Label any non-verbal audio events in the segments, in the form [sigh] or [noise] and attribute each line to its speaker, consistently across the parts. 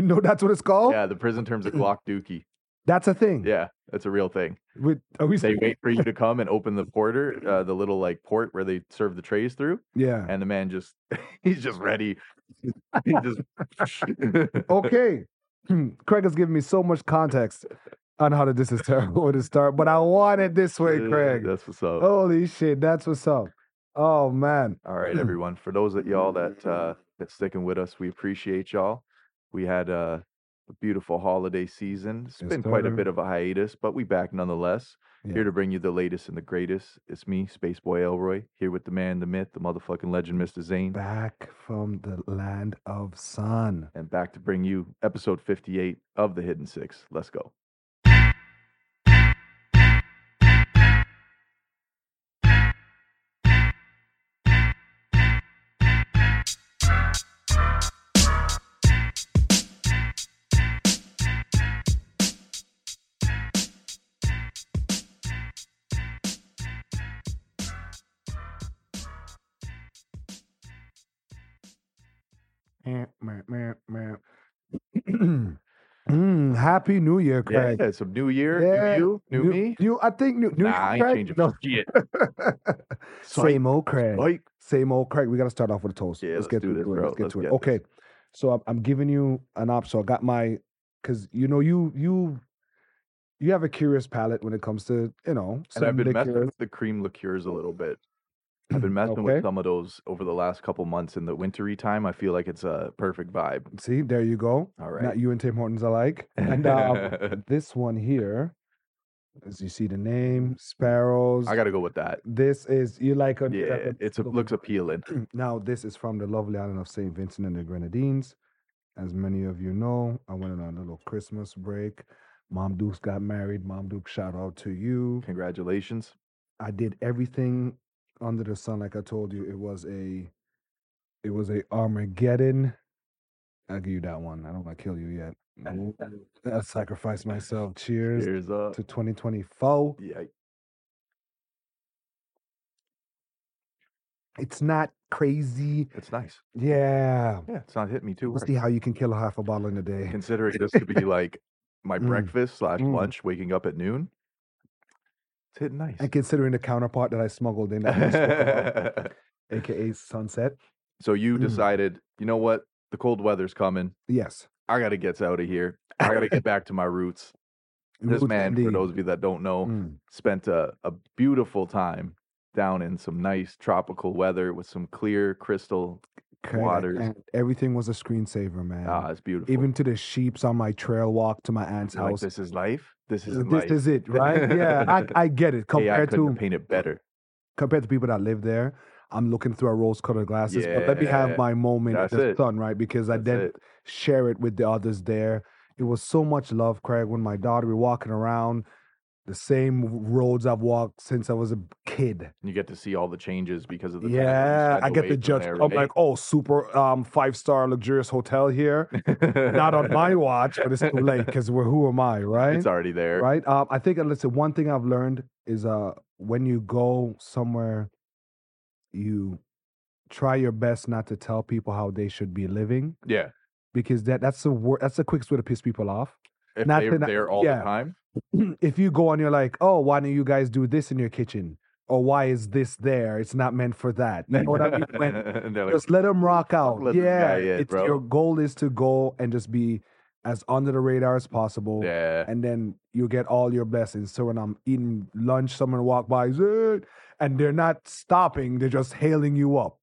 Speaker 1: [laughs] No, that's what it's called.
Speaker 2: Yeah, the prison terms a Glock Dookie.
Speaker 1: That's a thing.
Speaker 2: Yeah, that's a real thing.
Speaker 1: With, are we
Speaker 2: They wait for you to come and open the
Speaker 1: [laughs]
Speaker 2: porter, uh, the little like port where they serve the trays through,
Speaker 1: Yeah.
Speaker 2: and [laughs] the man just he's just ready. He
Speaker 1: [laughs]
Speaker 2: just
Speaker 1: okay. Hmm. Craig has given me so much context on how to, this is [laughs] terrible way to start, but I want it this way, Craig.
Speaker 2: [laughs]
Speaker 1: Oh,
Speaker 2: That's what's up.
Speaker 1: Holy shit, that's what's up. Oh man.
Speaker 2: All right, everyone. For those of y'all that uh that's sticking with us, we appreciate y'all. We had uh, a beautiful holiday season. It's
Speaker 1: Yes,
Speaker 2: been quite a
Speaker 1: sir.
Speaker 2: bit of a hiatus, but we back nonetheless.
Speaker 1: Yeah.
Speaker 2: Here to bring you the latest and the greatest. It's me, Space Boy Elroy, here with the man, the myth, the motherfucking legend, Mr. Zane.
Speaker 1: Back from the land of sun.
Speaker 2: And back to bring you episode 58 of The Hidden Six. Let's go.
Speaker 1: Eh, meh, meh, [clears throat] meh. Mm, Happy New Year, Craig.
Speaker 2: Yeah, some new year,
Speaker 1: Yeah,
Speaker 2: new you, new,
Speaker 1: New-
Speaker 2: me.
Speaker 1: New, I think new, new
Speaker 2: nah, I
Speaker 1: year, Craig.
Speaker 2: ain't changing [laughs]
Speaker 1: No,
Speaker 2: shit.
Speaker 1: [laughs]
Speaker 2: Psych,
Speaker 1: same old Craig.
Speaker 2: psych.
Speaker 1: Same old Craig. We got to start off with a toast.
Speaker 2: Yeah, let's
Speaker 1: get
Speaker 2: do
Speaker 1: to
Speaker 2: this,
Speaker 1: it.
Speaker 2: bro.
Speaker 1: Let's get
Speaker 2: Let's
Speaker 1: to it.
Speaker 2: get
Speaker 1: okay. So I'm, I'm giving you an op. So I got my, because you know you you you have a curious palate when it comes to you know.
Speaker 2: And I've
Speaker 1: certain
Speaker 2: been messing
Speaker 1: liquors.
Speaker 2: with the cream liqueurs a little bit. I've been messing
Speaker 1: Okay.
Speaker 2: with some of those over the last couple months in the wintry time. I feel like it's a perfect vibe.
Speaker 1: See, there you go. Not
Speaker 2: All right.
Speaker 1: you and Tim Hortons alike. And uh,
Speaker 2: [laughs]
Speaker 1: this one here, as you see the name, sparrows.
Speaker 2: I got to go with that.
Speaker 1: This is you like a like
Speaker 2: Yeah,
Speaker 1: a-
Speaker 2: it's a,
Speaker 1: look- [clears throat]
Speaker 2: looks appealing.
Speaker 1: now this is from the lovely island of Saint Vincent and the Grenadines. As many of you know, I went on a little Christmas break. Mom Duke's got married. Mom Duke, shout out to you.
Speaker 2: Congratulations.
Speaker 1: I did everything under the sun, like I told you. It was a, it was a Armageddon. I'll give you that one. I don't want to kill you yet. I sacrifice myself. Cheers
Speaker 2: Here's up.
Speaker 1: to 2024.
Speaker 2: Yeah,
Speaker 1: It's not crazy.
Speaker 2: it's nice.
Speaker 1: Yeah.
Speaker 2: Yeah, it's not hitting me too
Speaker 1: Let's
Speaker 2: hard.
Speaker 1: see how you can kill a half a bottle in a day.
Speaker 2: Considering this
Speaker 1: [laughs]
Speaker 2: to be like my
Speaker 1: Mm.
Speaker 2: breakfast slash
Speaker 1: Mm.
Speaker 2: lunch, waking up at noon, it's hitting nice.
Speaker 1: And considering the counterpart that I smuggled in, that we spoke
Speaker 2: [laughs]
Speaker 1: about, aka sunset.
Speaker 2: so you
Speaker 1: Mm.
Speaker 2: decided, you know what? The cold weather's coming.
Speaker 1: Yes.
Speaker 2: I got to get out of here. I got to get back to my
Speaker 1: [laughs]
Speaker 2: roots. This
Speaker 1: Roots
Speaker 2: man, for
Speaker 1: indeed.
Speaker 2: those of you that don't know,
Speaker 1: Mm.
Speaker 2: spent a, a beautiful time down in some nice tropical weather with some clear crystal.
Speaker 1: Correct.
Speaker 2: waters.
Speaker 1: And everything was a screensaver, man.
Speaker 2: Ah, it's beautiful.
Speaker 1: Even to the sheeps on my trail walk to my aunt's
Speaker 2: You're like,
Speaker 1: house. Uh,
Speaker 2: this is life. This is
Speaker 1: this
Speaker 2: life.
Speaker 1: is it, right? yeah,
Speaker 2: [laughs]
Speaker 1: I, I get it.
Speaker 2: Hey, I
Speaker 1: Compared
Speaker 2: couldn't
Speaker 1: to
Speaker 2: have painted better.
Speaker 1: compared to people that live there, I'm looking through our rose colored glasses. But let me
Speaker 2: Yeah,
Speaker 1: have my moment
Speaker 2: that's
Speaker 1: at the
Speaker 2: it.
Speaker 1: sun, right? Because I
Speaker 2: That's
Speaker 1: did
Speaker 2: it.
Speaker 1: share it with the others there. It was so much love, Craig. When my daughter, we were walking around the same roads I've walked since I was a kid.
Speaker 2: You get to see all the changes because of the time that you
Speaker 1: Yeah,
Speaker 2: spend
Speaker 1: I get
Speaker 2: away
Speaker 1: the
Speaker 2: from
Speaker 1: judge.
Speaker 2: there,
Speaker 1: I'm
Speaker 2: right?
Speaker 1: like, oh, super um, five star luxurious hotel here. [laughs] Not on my watch, but it's too late because we're who am I, right?
Speaker 2: [laughs] It's already there.
Speaker 1: Right. Um, I think uh, listen. One thing I've learned is uh, when you go somewhere, you try your best not to tell people how they should be living
Speaker 2: Yeah.
Speaker 1: because that that's the wor- that's the quickest way to piss people off.
Speaker 2: If
Speaker 1: Not
Speaker 2: they're
Speaker 1: to not-
Speaker 2: there all
Speaker 1: yeah.
Speaker 2: the time,
Speaker 1: [clears throat] if you go and you're like, oh, why don't you guys do this in your kitchen? Or why is this there? It's [laughs] not meant for that. You know what I
Speaker 2: [laughs]
Speaker 1: mean? When-
Speaker 2: and they're like,
Speaker 1: just let them rock out.
Speaker 2: let this
Speaker 1: yeah,
Speaker 2: guy in,
Speaker 1: it's,
Speaker 2: bro.
Speaker 1: your goal is to go and just be as under the radar as possible,
Speaker 2: yeah.
Speaker 1: [laughs] and then you get all your blessings. So when I'm eating lunch, someone walk by, "Zayd," and they're not stopping; they're just hailing you up,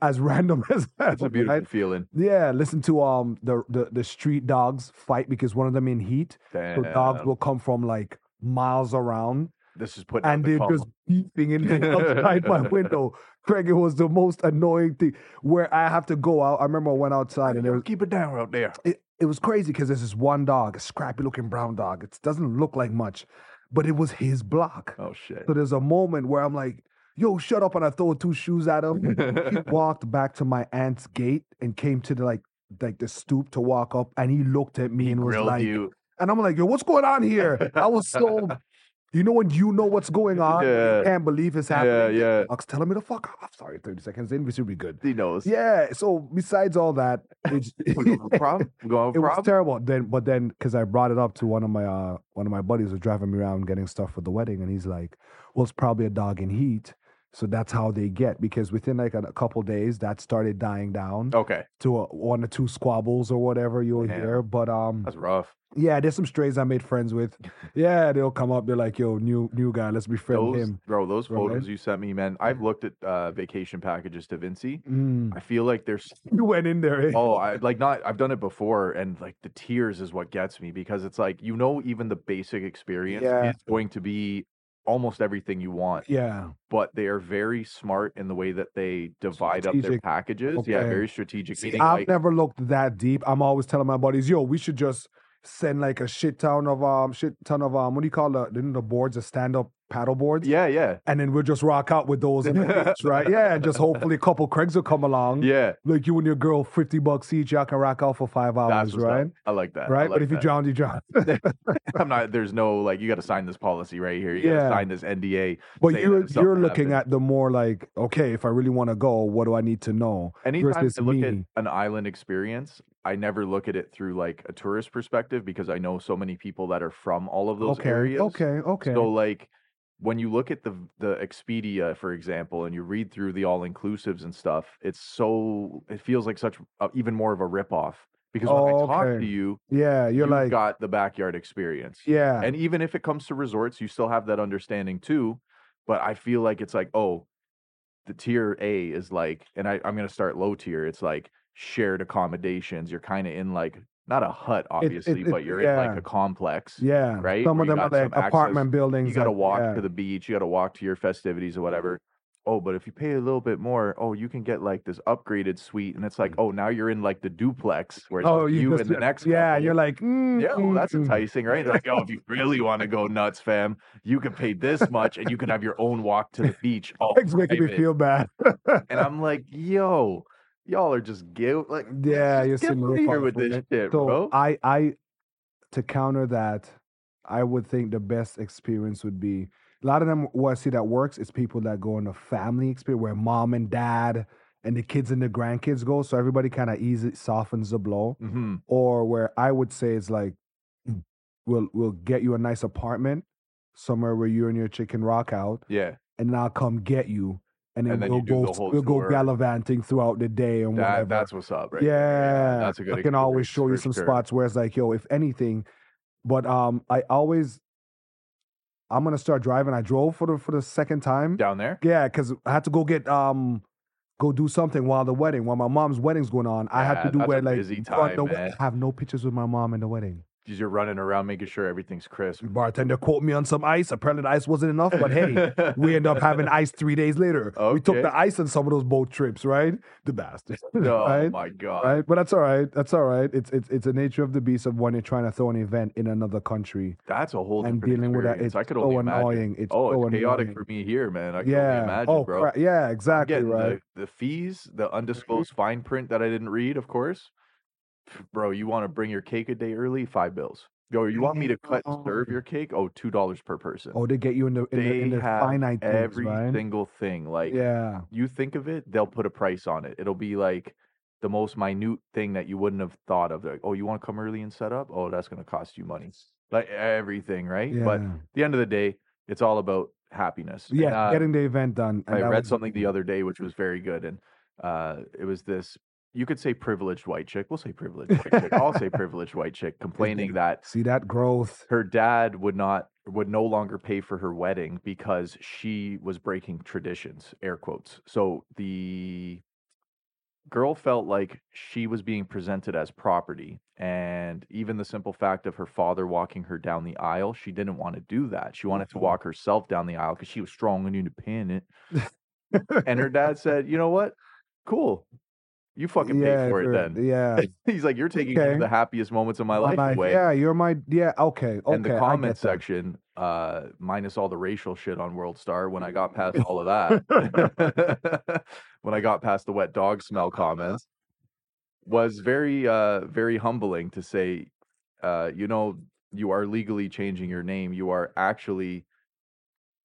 Speaker 1: as [laughs] random as that.
Speaker 2: It's a beautiful feeling.
Speaker 1: Yeah, listen to um the, the the street dogs fight because one of them in heat, so dogs
Speaker 2: Damn.
Speaker 1: will come from like miles around
Speaker 2: This is putting out
Speaker 1: and
Speaker 2: the
Speaker 1: they're
Speaker 2: call.
Speaker 1: just beeping in the- [laughs] outside
Speaker 2: [laughs]
Speaker 1: my window. Craig, it was the most annoying thing where I have to go out. I remember I went outside and there was,
Speaker 2: keep it down out there.
Speaker 1: it, it was crazy because there's this one dog, a scrappy looking brown dog. It doesn't look like much, but it was his block.
Speaker 2: Oh shit. [laughs]
Speaker 1: So there's a moment where I'm like, yo, shut up. And I throw two shoes at him.
Speaker 2: [laughs]
Speaker 1: he walked back to my aunt's gate and came to the like, like the stoop to walk up and he looked at me and was
Speaker 2: Grilled
Speaker 1: like,
Speaker 2: you. [laughs]
Speaker 1: and I'm like, yo, what's going on here? I was so You know when you know what's going on, yeah.
Speaker 2: Yeah.
Speaker 1: you can't believe it's
Speaker 2: Yeah,
Speaker 1: happening.
Speaker 2: yeah.
Speaker 1: Fox telling me to fuck off. Sorry, 30 seconds in, we should be good.
Speaker 2: He knows.
Speaker 1: Yeah. So besides all that,
Speaker 2: [laughs]
Speaker 1: it's-
Speaker 2: We don't have a problem. We don't
Speaker 1: [laughs]
Speaker 2: have
Speaker 1: it
Speaker 2: a
Speaker 1: was
Speaker 2: problem.
Speaker 1: terrible. Then, but then, because I brought it up to one of my uh, one of my buddies was driving me around getting stuff for the wedding, and he's like, "Well, it's probably a dog in heat, so that's how they get." Because within like a, a couple days, that started dying down
Speaker 2: Okay.
Speaker 1: to a, one or two squabbles or whatever you'll
Speaker 2: Oh. Damn.
Speaker 1: hear. But um,
Speaker 2: That's rough.
Speaker 1: yeah, there's some strays I made friends with. Yeah, they'll come up. They're like, "Yo, new new guy, let's befriend
Speaker 2: Those,
Speaker 1: him."
Speaker 2: bro, those
Speaker 1: Right.
Speaker 2: photos you sent me, man. I've looked at uh, vacation packages to Vinci.
Speaker 1: Mm. [laughs]
Speaker 2: I feel like there's
Speaker 1: You went in there. eh?
Speaker 2: oh, I like not. I've done it before, and like the tears is what gets me because it's like you know, even the basic experience
Speaker 1: Yeah.
Speaker 2: is going to be almost everything you want,
Speaker 1: yeah.
Speaker 2: but they are very smart in the way that they divide up their
Speaker 1: Strategic.
Speaker 2: packages. Yeah,
Speaker 1: Okay.
Speaker 2: very strategic.
Speaker 1: See,
Speaker 2: meaning,
Speaker 1: I've
Speaker 2: like,
Speaker 1: never looked that deep. I'm always telling my buddies, yo, we should just send like a shit ton of um shit ton of um what do you call the the, the boards, the stand up paddle boards,
Speaker 2: yeah, yeah,
Speaker 1: and then we'll just rock out with those on the
Speaker 2: [laughs]
Speaker 1: beach, right? Yeah, and just hopefully a couple Craigs will come along.
Speaker 2: yeah.
Speaker 1: Like you and your girl, fifty bucks each, y'all can rock out for five hours,
Speaker 2: That's what's up.
Speaker 1: right?
Speaker 2: I like that. I
Speaker 1: Right, but
Speaker 2: like
Speaker 1: if you
Speaker 2: that.
Speaker 1: drown, you drown.
Speaker 2: I'm not. There's no like. You got to sign this policy right here. You got
Speaker 1: Yeah.
Speaker 2: to sign this NDA.
Speaker 1: But
Speaker 2: Say
Speaker 1: you're
Speaker 2: that something
Speaker 1: you're looking
Speaker 2: happened.
Speaker 1: at the more like, okay, if I really want to go, what do I need to know?
Speaker 2: Anytime
Speaker 1: versus
Speaker 2: I look at
Speaker 1: me.
Speaker 2: an island experience, I never look at it through like a tourist perspective because I know so many people that are from all of those
Speaker 1: okay,
Speaker 2: areas.
Speaker 1: okay, okay,
Speaker 2: So like when you look at the the Expedia, for example, and you read through the all inclusives and stuff, it's so it feels like such uh, even more of a ripoff because when I talk to
Speaker 1: Oh, Okay.
Speaker 2: you,
Speaker 1: yeah. You're
Speaker 2: you've
Speaker 1: like,
Speaker 2: got the backyard experience.
Speaker 1: yeah,
Speaker 2: And even if it comes to resorts, you still have that understanding too. But I feel like it's like, oh, the tier A is like, and I, I'm going to start low tier. It's like shared accommodations. You're kind of in like, not a hut, obviously,
Speaker 1: it-
Speaker 2: but you're in
Speaker 1: yeah.
Speaker 2: like a complex.
Speaker 1: Yeah.
Speaker 2: right?
Speaker 1: Some
Speaker 2: Where
Speaker 1: of
Speaker 2: you
Speaker 1: them are
Speaker 2: got
Speaker 1: like
Speaker 2: some access.
Speaker 1: apartment buildings.
Speaker 2: You got to
Speaker 1: that-
Speaker 2: walk
Speaker 1: yeah. Mm-hmm.
Speaker 2: to the beach. You got to walk to your festivities or whatever. Oh, but if you pay a little bit more, oh, you can get like this upgraded suite. And it's like, oh, now you're in like the duplex where it's
Speaker 1: Mm-hmm. Oh,
Speaker 2: just
Speaker 1: you,
Speaker 2: you
Speaker 1: just,
Speaker 2: and the next
Speaker 1: Yeah,
Speaker 2: couple.
Speaker 1: you're like, mm,
Speaker 2: Yeah, well,
Speaker 1: mm,
Speaker 2: that's
Speaker 1: mm.
Speaker 2: enticing, right? They're like, oh, if you really want to go nuts, fam, you can pay this much and you can have your own walk to the
Speaker 1: [laughs]
Speaker 2: beach. All
Speaker 1: It's making me
Speaker 2: private."
Speaker 1: feel bad. [laughs]
Speaker 2: And I'm like, yo, y'all are just guilt. Like,
Speaker 1: yeah, you're
Speaker 2: get
Speaker 1: sitting
Speaker 2: out
Speaker 1: there
Speaker 2: of here
Speaker 1: fucked
Speaker 2: with
Speaker 1: with
Speaker 2: this
Speaker 1: it.
Speaker 2: shit,
Speaker 1: So
Speaker 2: bro.
Speaker 1: I, I, to counter that, I would think the best experience would be a lot of them. What I see that works is people that go on a family experience where mom and dad and the kids and the grandkids go, so everybody kind of easy softens the blow.
Speaker 2: hmm
Speaker 1: or where I would say it's like "Mm, we'll we'll get you a nice apartment somewhere where you and your chicken rock out, [laughs]
Speaker 2: Yeah,
Speaker 1: and I'll come get you, and then,
Speaker 2: And then
Speaker 1: we'll
Speaker 2: you do
Speaker 1: go
Speaker 2: the
Speaker 1: s-
Speaker 2: whole
Speaker 1: we'll go
Speaker 2: tour.
Speaker 1: gallivanting throughout the day and whatever.
Speaker 2: that, that's what's up, right?
Speaker 1: yeah,
Speaker 2: there. that's a good.
Speaker 1: I can always
Speaker 2: experience
Speaker 1: show you
Speaker 2: for
Speaker 1: some
Speaker 2: sure.
Speaker 1: spots where it's like, yo, if anything, but um, I always I'm gonna start driving. I drove for the for the second time.
Speaker 2: down there.
Speaker 1: Yeah, because I had to go get um go do something while the wedding, while my mom's wedding's going on. I had
Speaker 2: Yeah,
Speaker 1: to do
Speaker 2: that's
Speaker 1: where
Speaker 2: a
Speaker 1: like
Speaker 2: busy
Speaker 1: front
Speaker 2: time,
Speaker 1: the-
Speaker 2: man.
Speaker 1: I have no pictures with my mom in the wedding.
Speaker 2: Because you're running around making sure everything's crisp.
Speaker 1: Bartender quote me on some ice. Apparently the ice wasn't enough, [laughs] but hey, we end up having [laughs] ice three days later. We took
Speaker 2: Okay.
Speaker 1: the ice on some of those boat trips, right? The bastards.
Speaker 2: [laughs]
Speaker 1: [laughs]
Speaker 2: Oh
Speaker 1: right?
Speaker 2: my god!
Speaker 1: Right, but that's all right. That's all right. It's it's it's the nature of the beast of when you're trying to throw an event in another country
Speaker 2: That's a whole
Speaker 1: and
Speaker 2: different
Speaker 1: dealing with that.
Speaker 2: experience.
Speaker 1: It's
Speaker 2: I could
Speaker 1: so
Speaker 2: only imagine.
Speaker 1: annoying. It's
Speaker 2: oh,
Speaker 1: so
Speaker 2: it's chaotic
Speaker 1: annoying.
Speaker 2: for me here, man. I can
Speaker 1: yeah.
Speaker 2: only imagine,
Speaker 1: oh,
Speaker 2: bro.
Speaker 1: crap. yeah.
Speaker 2: I'm
Speaker 1: Exactly.
Speaker 2: getting
Speaker 1: Right. Mm-hmm.
Speaker 2: the, the fees, the undisclosed fine print that I didn't read, of course. Pff, Bro, you want to bring your cake a day early? Five bills. Yo, you want me to cut and serve your cake? Oh, two dollars per person.
Speaker 1: Mm-hmm. Oh, they get you in the in the, in
Speaker 2: they
Speaker 1: the
Speaker 2: have
Speaker 1: finite things,
Speaker 2: every
Speaker 1: right?
Speaker 2: single thing. Like
Speaker 1: yeah,
Speaker 2: you think of it, they'll put a price on it. It'll be like the most minute thing that you wouldn't have thought of. Like, oh, you want to come early and set up? Oh, that's going to cost you money. Like everything, right?
Speaker 1: yeah,
Speaker 2: But at the end of the day, it's all about happiness. And,
Speaker 1: yeah.
Speaker 2: uh,
Speaker 1: getting the event done.
Speaker 2: I
Speaker 1: that
Speaker 2: read
Speaker 1: was-
Speaker 2: something the other day which was very good, and uh, it was this. You could say privileged white chick. We'll say privileged white chick. I'll say privileged
Speaker 1: [laughs]
Speaker 2: white chick complaining that
Speaker 1: See that growth?
Speaker 2: her dad would not would no longer pay for her wedding because she was breaking traditions air quotes so the girl felt like she was being presented as property and even the simple fact of her father walking her down the aisle she didn't want to do that she wanted to
Speaker 1: Mhm.
Speaker 2: walk herself down the aisle because she was strong and independent and her [laughs] dad said you know what cool you fucking
Speaker 1: yeah,
Speaker 2: pay for it
Speaker 1: you're-
Speaker 2: then
Speaker 1: Yeah,
Speaker 2: he's like you're taking one of
Speaker 1: Okay.
Speaker 2: the happiest moments of [laughs] my
Speaker 1: Well,
Speaker 2: life
Speaker 1: like,
Speaker 2: away
Speaker 1: yeah, you're my yeah. Okay, okay.
Speaker 2: and
Speaker 1: I
Speaker 2: the
Speaker 1: get
Speaker 2: comment
Speaker 1: that.
Speaker 2: section, uh, minus all the racial shit on World Star, when I got past all
Speaker 1: [laughs]
Speaker 2: of that, [laughs] when I got past the wet dog smell comments, was very, uh, very humbling to say, uh, you know, you are legally changing your name. You are actually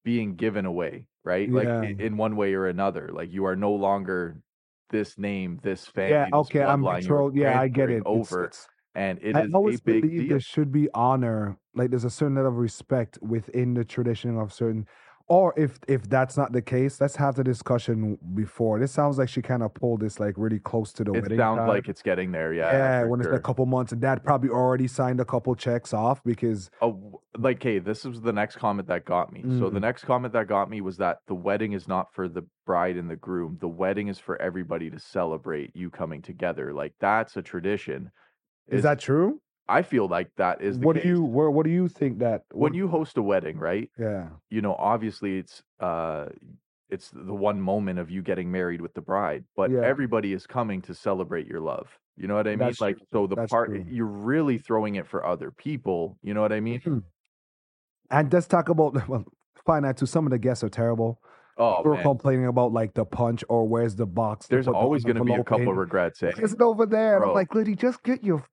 Speaker 2: being given away, right? Like i-
Speaker 1: Yeah.
Speaker 2: in one way or another. Like you are no longer this name, this family.
Speaker 1: yeah,
Speaker 2: this
Speaker 1: okay, I'm
Speaker 2: bloodline, you are
Speaker 1: controlled. Yeah, I get
Speaker 2: transferring
Speaker 1: it. It's-
Speaker 2: Over
Speaker 1: it's-
Speaker 2: and it
Speaker 1: I
Speaker 2: is
Speaker 1: always
Speaker 2: a big
Speaker 1: believe
Speaker 2: deal.
Speaker 1: there should be honor. Like there's a certain level of respect within the tradition of certain. Or if if that's not the case, let's have the discussion before. This sounds like she kind of pulled this like really close to the
Speaker 2: It
Speaker 1: wedding.
Speaker 2: sounds
Speaker 1: time.
Speaker 2: like it's getting there. Yeah.
Speaker 1: yeah,
Speaker 2: for
Speaker 1: when it's
Speaker 2: sure.
Speaker 1: a couple months, and dad probably already signed a couple checks off because
Speaker 2: Oh, w- like, hey, this was the next comment that got me. So the
Speaker 1: Mm.
Speaker 2: next comment that got me was that the wedding is not for the bride and the groom. The wedding is for everybody to celebrate you coming together. Like that's a tradition.
Speaker 1: is
Speaker 2: It's-
Speaker 1: that true?
Speaker 2: I feel like that is the
Speaker 1: What
Speaker 2: case.
Speaker 1: do you where, what do you think that
Speaker 2: when
Speaker 1: what-
Speaker 2: you host a wedding, right?
Speaker 1: yeah
Speaker 2: You know, obviously it's uh it's the one moment of you getting married with the bride, but
Speaker 1: Yeah.
Speaker 2: everybody is coming to celebrate your love. You know what I mean?
Speaker 1: That's
Speaker 2: like
Speaker 1: true.
Speaker 2: so the
Speaker 1: That's
Speaker 2: part
Speaker 1: true.
Speaker 2: you're really throwing it for other people, you know what I mean?
Speaker 1: and let's talk about [laughs] well find out too some of the guests are terrible.
Speaker 2: Oh,
Speaker 1: People are
Speaker 2: man.
Speaker 1: complaining about like the punch or where's the box. to
Speaker 2: there's
Speaker 1: put the
Speaker 2: always going to be a
Speaker 1: envelope
Speaker 2: couple
Speaker 1: in.
Speaker 2: regrets. eh?
Speaker 1: Is it over there? And
Speaker 2: Bro.
Speaker 1: I'm like, Liddy, just get your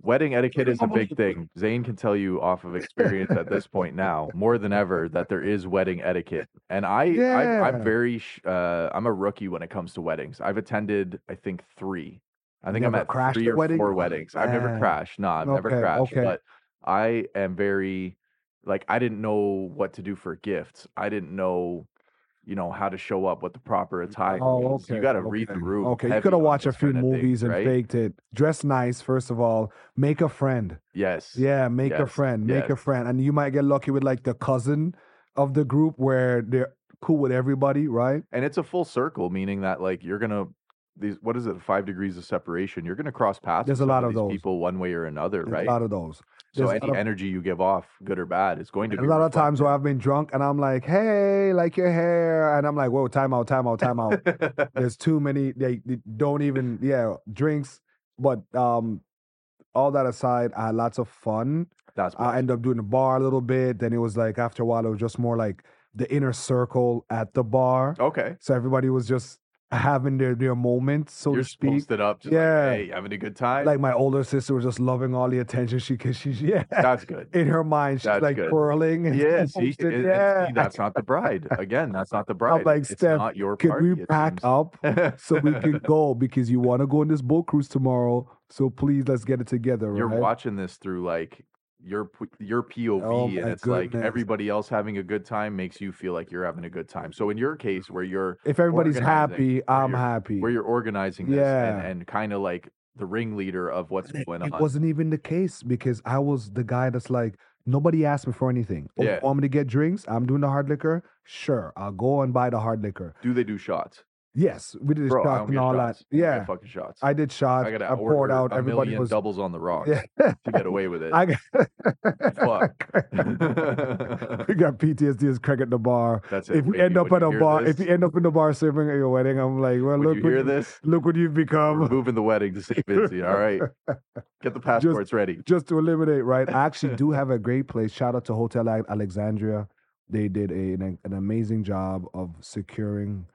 Speaker 2: Wedding etiquette is a
Speaker 1: almost
Speaker 2: big thing. Zane can tell you off of experience at this point now, more than ever, that there is wedding etiquette. And I, I I'm
Speaker 1: Yeah.
Speaker 2: very, sh- uh, I'm a rookie when it comes to weddings. I've attended, I think, three. I think I'm
Speaker 1: Never
Speaker 2: at
Speaker 1: crashed
Speaker 2: three
Speaker 1: a
Speaker 2: or
Speaker 1: wedding?
Speaker 2: four
Speaker 1: Oh,
Speaker 2: weddings. I've never
Speaker 1: man.
Speaker 2: crashed. No, I've never
Speaker 1: Okay,
Speaker 2: crashed.
Speaker 1: okay.
Speaker 2: But I am very, like, I didn't know what to do for gifts. I didn't know. You know how to show up, what the proper attire.
Speaker 1: Oh,
Speaker 2: is.
Speaker 1: okay.
Speaker 2: You got to read the
Speaker 1: okay,
Speaker 2: room.
Speaker 1: Okay, you
Speaker 2: heavy
Speaker 1: could have
Speaker 2: on
Speaker 1: watched a
Speaker 2: this
Speaker 1: few
Speaker 2: kinda thing,
Speaker 1: movies and
Speaker 2: right?
Speaker 1: faked it. Dress nice, first of all. Make a friend.
Speaker 2: Yes.
Speaker 1: Yeah, make a
Speaker 2: Yes,
Speaker 1: friend. Make a
Speaker 2: yes.
Speaker 1: friend, and you might get lucky with like the cousin of the group where they're cool with everybody, right?
Speaker 2: and it's a full circle, meaning that like you're gonna these what is it five degrees of separation? You're gonna cross paths.
Speaker 1: There's
Speaker 2: with
Speaker 1: a
Speaker 2: some
Speaker 1: lot of
Speaker 2: these
Speaker 1: those.
Speaker 2: people one way or another,
Speaker 1: There's
Speaker 2: right?
Speaker 1: A lot of those.
Speaker 2: so
Speaker 1: there's a
Speaker 2: any
Speaker 1: lot of-
Speaker 2: energy you give off, good or bad, is going to
Speaker 1: And
Speaker 2: be
Speaker 1: a lot of times where
Speaker 2: reflected.
Speaker 1: I've been drunk and I'm like, hey, like your hair, and I'm like, whoa, time out, time out, time
Speaker 2: [laughs]
Speaker 1: out. There's too many. They, they don't even yeah drinks, but um, all that aside, I had lots of fun.
Speaker 2: That's
Speaker 1: I ended up doing the bar a little bit. Then it was like after a while, it was just more like the inner circle at the bar.
Speaker 2: okay.
Speaker 1: So everybody was just having their their moment, so
Speaker 2: you're
Speaker 1: to speak.
Speaker 2: posted up, just
Speaker 1: Yeah.
Speaker 2: like, hey, having a good time.
Speaker 1: Like [laughs] my older sister was just loving all the attention she could. She [laughs] yeah,
Speaker 2: that's good.
Speaker 1: in her mind she's
Speaker 2: That's
Speaker 1: like
Speaker 2: good.
Speaker 1: twirling. And [laughs]
Speaker 2: Yeah, see,
Speaker 1: posted,
Speaker 2: and- and see,
Speaker 1: yeah.
Speaker 2: that's not the bride. Again,
Speaker 1: [laughs]
Speaker 2: that's not the bride.
Speaker 1: like,
Speaker 2: it's
Speaker 1: "Steph,
Speaker 2: not your
Speaker 1: Could
Speaker 2: party.
Speaker 1: we pack up
Speaker 2: up
Speaker 1: so we
Speaker 2: [laughs]
Speaker 1: can go because you want to go on this boat cruise tomorrow? So please let's get it together.
Speaker 2: you're
Speaker 1: right?
Speaker 2: watching this through like your p- your POV,
Speaker 1: Oh
Speaker 2: and
Speaker 1: my
Speaker 2: it's like
Speaker 1: goodness.
Speaker 2: everybody else having a good time makes you feel like you're having a good time. So in your case, where you're
Speaker 1: If everybody's
Speaker 2: organizing
Speaker 1: happy,
Speaker 2: where
Speaker 1: I'm
Speaker 2: you're-
Speaker 1: happy.
Speaker 2: where you're organizing this
Speaker 1: Yeah.
Speaker 2: and, and kind of like the ringleader of what's going
Speaker 1: it
Speaker 2: on,
Speaker 1: wasn't even the case because I was the guy that's like, nobody asked me for anything. Oh,
Speaker 2: Yeah.
Speaker 1: you want me to get drinks? I'm doing the hard liquor. Sure, I'll go and buy the hard liquor.
Speaker 2: do they do shots?
Speaker 1: Yes, we did
Speaker 2: Bro, I
Speaker 1: shots
Speaker 2: don't
Speaker 1: and
Speaker 2: get
Speaker 1: all
Speaker 2: shots.
Speaker 1: that.
Speaker 2: I don't get
Speaker 1: Yeah,
Speaker 2: fucking shots.
Speaker 1: I did shots.
Speaker 2: I gotta
Speaker 1: I poured
Speaker 2: order
Speaker 1: out.
Speaker 2: a
Speaker 1: Everybody
Speaker 2: million
Speaker 1: was.
Speaker 2: doubles on the rocks
Speaker 1: Yeah,
Speaker 2: to get away
Speaker 1: [laughs]
Speaker 2: with it.
Speaker 1: I got. [laughs]
Speaker 2: Fuck.
Speaker 1: [laughs]
Speaker 2: [laughs]
Speaker 1: we got PTSD as Craig at the bar.
Speaker 2: That's it.
Speaker 1: If we
Speaker 2: baby.
Speaker 1: end up
Speaker 2: When
Speaker 1: at
Speaker 2: you
Speaker 1: a
Speaker 2: hear
Speaker 1: bar, if
Speaker 2: this-
Speaker 1: you end up in the bar serving at your wedding, I'm like, well,
Speaker 2: when
Speaker 1: look,
Speaker 2: you
Speaker 1: what
Speaker 2: hear
Speaker 1: you-
Speaker 2: this,
Speaker 1: look what you've
Speaker 2: We're
Speaker 1: become.
Speaker 2: moving the wedding to St. Vincent.
Speaker 1: [laughs]
Speaker 2: All right. Get the passports ready.
Speaker 1: just to eliminate, right? I
Speaker 2: [laughs]
Speaker 1: actually do have a great place. Shout out to Hotel Al- Alexandria. They did a, an, an amazing job of securing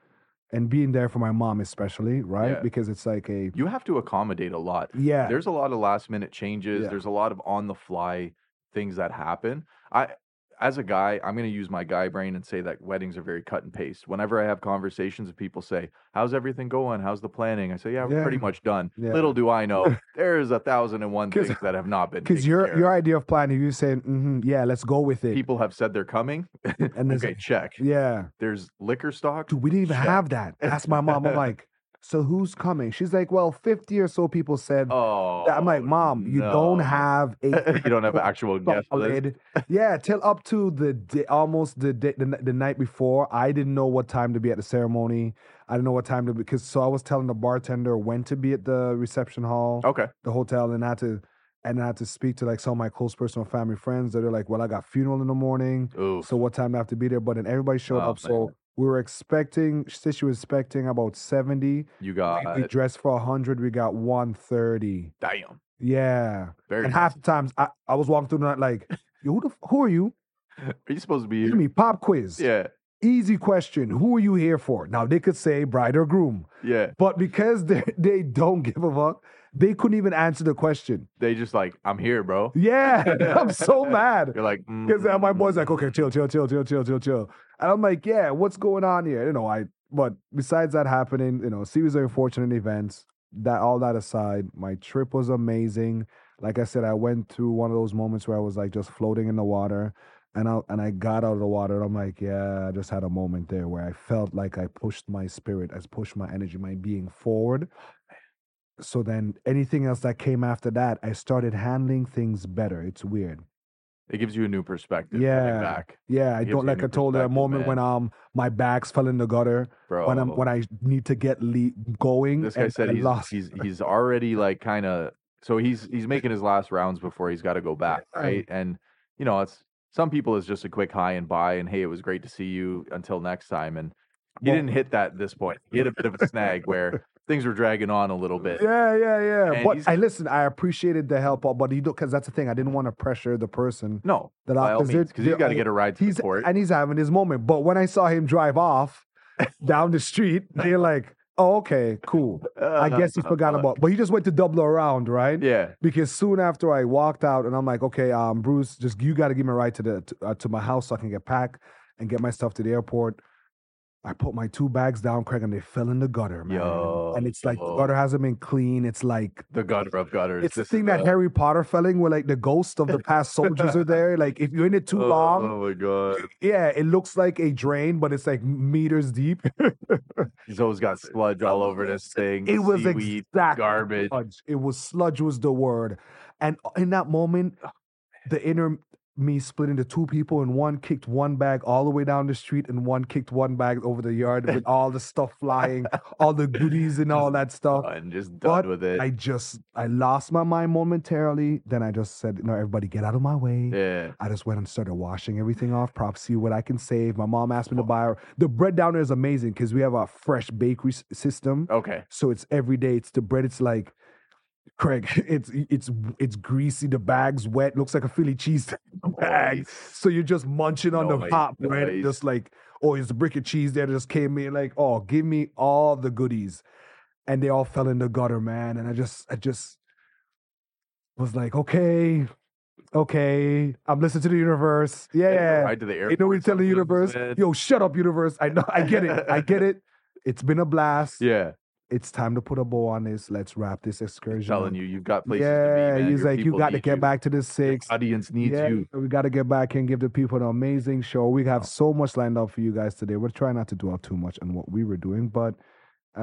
Speaker 1: and being there for my mom, especially, right?
Speaker 2: Yeah.
Speaker 1: Because it's like a
Speaker 2: You have to accommodate a lot.
Speaker 1: yeah,
Speaker 2: There's a lot of last minute changes.
Speaker 1: Yeah.
Speaker 2: There's a lot of on the fly things that happen. I as a guy, I'm going to use my guy brain and say that weddings are very cut and paste. Whenever I have conversations and people say, "How's everything going? How's the planning?" I say, "Yeah, we're pretty
Speaker 1: Yeah.
Speaker 2: much done."
Speaker 1: Yeah.
Speaker 2: Little do I
Speaker 1: [laughs]
Speaker 2: know, there's a thousand and one
Speaker 1: 'Cause-
Speaker 2: things that have not been
Speaker 1: because
Speaker 2: taken
Speaker 1: your [laughs]
Speaker 2: care of.
Speaker 1: your idea of planning, you saying, hmm yeah, let's go with it,
Speaker 2: people have said they're coming.
Speaker 1: and there's
Speaker 2: okay, check.
Speaker 1: yeah,
Speaker 2: There's liquor stock.
Speaker 1: dude, we didn't even
Speaker 2: Check.
Speaker 1: have that. Ask my mom, I'm
Speaker 2: [laughs]
Speaker 1: like, so who's coming? She's like, well, fifty or so people said.
Speaker 2: Oh,
Speaker 1: that. I'm like, mom, you don't
Speaker 2: no.
Speaker 1: have a
Speaker 2: [laughs] you don't have an
Speaker 1: [laughs]
Speaker 2: actual guest list.
Speaker 1: solid.
Speaker 2: [laughs]
Speaker 1: Yeah, till up to the day, almost the, day, the n- the night before, I didn't know what time to be at the ceremony. I didn't know what time to because so I was telling the bartender when to be at the reception hall,
Speaker 2: Okay.
Speaker 1: the hotel, and I had to and I had to speak to like some of my close personal family friends that are like, well, I got funeral in the morning,
Speaker 2: Ooh.
Speaker 1: so what time do I have to be there? But then everybody showed
Speaker 2: Oh,
Speaker 1: up, so we were expecting. She said she was expecting about seventy.
Speaker 2: you
Speaker 1: We-
Speaker 2: got
Speaker 1: we dressed for hundred. We got one thirty.
Speaker 2: damn.
Speaker 1: Yeah.
Speaker 2: Very.
Speaker 1: And
Speaker 2: nice.
Speaker 1: half the times I, I was walking through the night like, yo, who, the, f- who are you?
Speaker 2: Are you supposed to be
Speaker 1: Give
Speaker 2: here?
Speaker 1: me pop quiz.
Speaker 2: Yeah.
Speaker 1: Easy question. Who are you here for? Now they [laughs] could say bride or groom,
Speaker 2: Yeah.
Speaker 1: but because they they don't give a fuck, They couldn't even answer the question.
Speaker 2: They just like, I'm here, bro.
Speaker 1: [laughs] Yeah, I'm so mad.
Speaker 2: You're like,
Speaker 1: Because
Speaker 2: mm,
Speaker 1: my
Speaker 2: mm,
Speaker 1: boy's
Speaker 2: mm.
Speaker 1: like, okay, chill, chill, chill, chill, chill, chill, chill. And I'm like, yeah, what's going on here? You know, I, but besides that happening, you know, series of unfortunate events, that all that aside, my trip was amazing. Like I said, I went through one of those moments where I was like just floating in the water and I, and I got out of the water and I'm like, yeah, I just had a moment there where I felt like I pushed my spirit, I pushed my energy, my being forward. So then anything else that came after that, I started handling things better. It's weird.
Speaker 2: "Mm-hmm." It gives you a new perspective. Yeah.
Speaker 1: Yeah.
Speaker 2: Back,
Speaker 1: Yeah, I
Speaker 2: Gives
Speaker 1: don't
Speaker 2: you a
Speaker 1: like
Speaker 2: new
Speaker 1: I told you that
Speaker 2: perspective,
Speaker 1: moment when um my bags fell in the gutter
Speaker 2: bro.
Speaker 1: when I'm when I need to get le- going.
Speaker 2: this guy
Speaker 1: and
Speaker 2: said
Speaker 1: I
Speaker 2: he's,
Speaker 1: lost. [laughs]
Speaker 2: he's he's already like kind of so he's he's making his last rounds before he's got to go back
Speaker 1: Yeah.
Speaker 2: right and you know it's some people it's just a quick high and bye and hey it was great to see you until next time and he
Speaker 1: Well-
Speaker 2: didn't hit that at this point he hit a bit of a
Speaker 1: [laughs]
Speaker 2: snag where things were dragging on a little bit
Speaker 1: yeah, yeah, yeah.
Speaker 2: And
Speaker 1: But
Speaker 2: he's-
Speaker 1: I listen. I appreciated the help, uh, but you don't because that's the thing. I didn't want to pressure the person
Speaker 2: no
Speaker 1: that
Speaker 2: by
Speaker 1: I
Speaker 2: all means because he's got to
Speaker 1: to
Speaker 2: get a ride to
Speaker 1: He's
Speaker 2: the court
Speaker 1: and he's having his moment. But when I saw him drive off down the street, they're like, "Oh, okay, cool.
Speaker 2: [laughs]
Speaker 1: I guess he forgot about." But he just went to double around, right?
Speaker 2: Uh, yeah
Speaker 1: because soon after I walked out and I'm like, okay, um, Bruce, just you got to give me a ride to the to, uh, to my house so I can get packed and get my stuff to the airport. I put my two bags down, Craig, and they fell in the gutter, man. and it's like the
Speaker 2: Yo.
Speaker 1: gutter hasn't been clean. It's like
Speaker 2: the gutter of gutters
Speaker 1: it's the
Speaker 2: This is
Speaker 1: thing that
Speaker 2: the-
Speaker 1: Harry Potter fell in, where like the ghosts
Speaker 2: [laughs]
Speaker 1: of the past soldiers are there. Like if you're in it too
Speaker 2: oh,
Speaker 1: long,
Speaker 2: oh my god
Speaker 1: yeah, it looks like a drain, but it's like meters deep. [laughs]
Speaker 2: zoe's got sludge all over this thing
Speaker 1: It was
Speaker 2: seaweed,
Speaker 1: exact
Speaker 2: garbage
Speaker 1: sludge. It was sludge was the word, and uh, in that moment, the inner me split into two people, and one kicked one bag all the way down the street, and one kicked one bag over the yard with all the stuff flying, all the goodies and all
Speaker 2: [laughs]
Speaker 1: that stuff.
Speaker 2: done just
Speaker 1: But
Speaker 2: done with it
Speaker 1: I just I lost my mind momentarily. Then I just said, "No, everybody, get out of my way."
Speaker 2: yeah
Speaker 1: I just went and started washing everything off, props, see what I can save. My mom asked me to buy her. The bread down there is amazing because we have a fresh bakery s- system.
Speaker 2: Okay.
Speaker 1: So it's every day. It's the bread. It's like Craig. [laughs] It's it's it's greasy. The bag's wet. Looks like a Philly cheese [laughs] bag. So you're just munching on the
Speaker 2: Nice,
Speaker 1: hot bread, and
Speaker 2: nice.
Speaker 1: just like oh, it's a brick of cheese there that just came in. Like oh, give me all the goodies, and they all fell in the gutter, man. And I just I just was like okay, okay, I'm listening to the universe. Yeah, yeah.
Speaker 2: Ride to the
Speaker 1: You
Speaker 2: airport.
Speaker 1: know, we tell the
Speaker 2: something
Speaker 1: universe,
Speaker 2: was
Speaker 1: yo, shut up, universe. I know, I get it, I get it. It's been
Speaker 2: [laughs]
Speaker 1: a blast
Speaker 2: said. Yeah.
Speaker 1: it's time to put a bow on this. Let's wrap this excursion.
Speaker 2: Telling
Speaker 1: up.
Speaker 2: you, you've got places
Speaker 1: yeah,
Speaker 2: to be. Man.
Speaker 1: he's
Speaker 2: Your
Speaker 1: like, you
Speaker 2: people
Speaker 1: got to
Speaker 2: need
Speaker 1: get
Speaker 2: you.
Speaker 1: back to the
Speaker 2: Your
Speaker 1: six.
Speaker 2: audience needs
Speaker 1: Yeah,
Speaker 2: you.
Speaker 1: we got to get back and give the people an amazing show. We have so much lined up for you guys today. We're trying not to dwell too much on what we were doing, but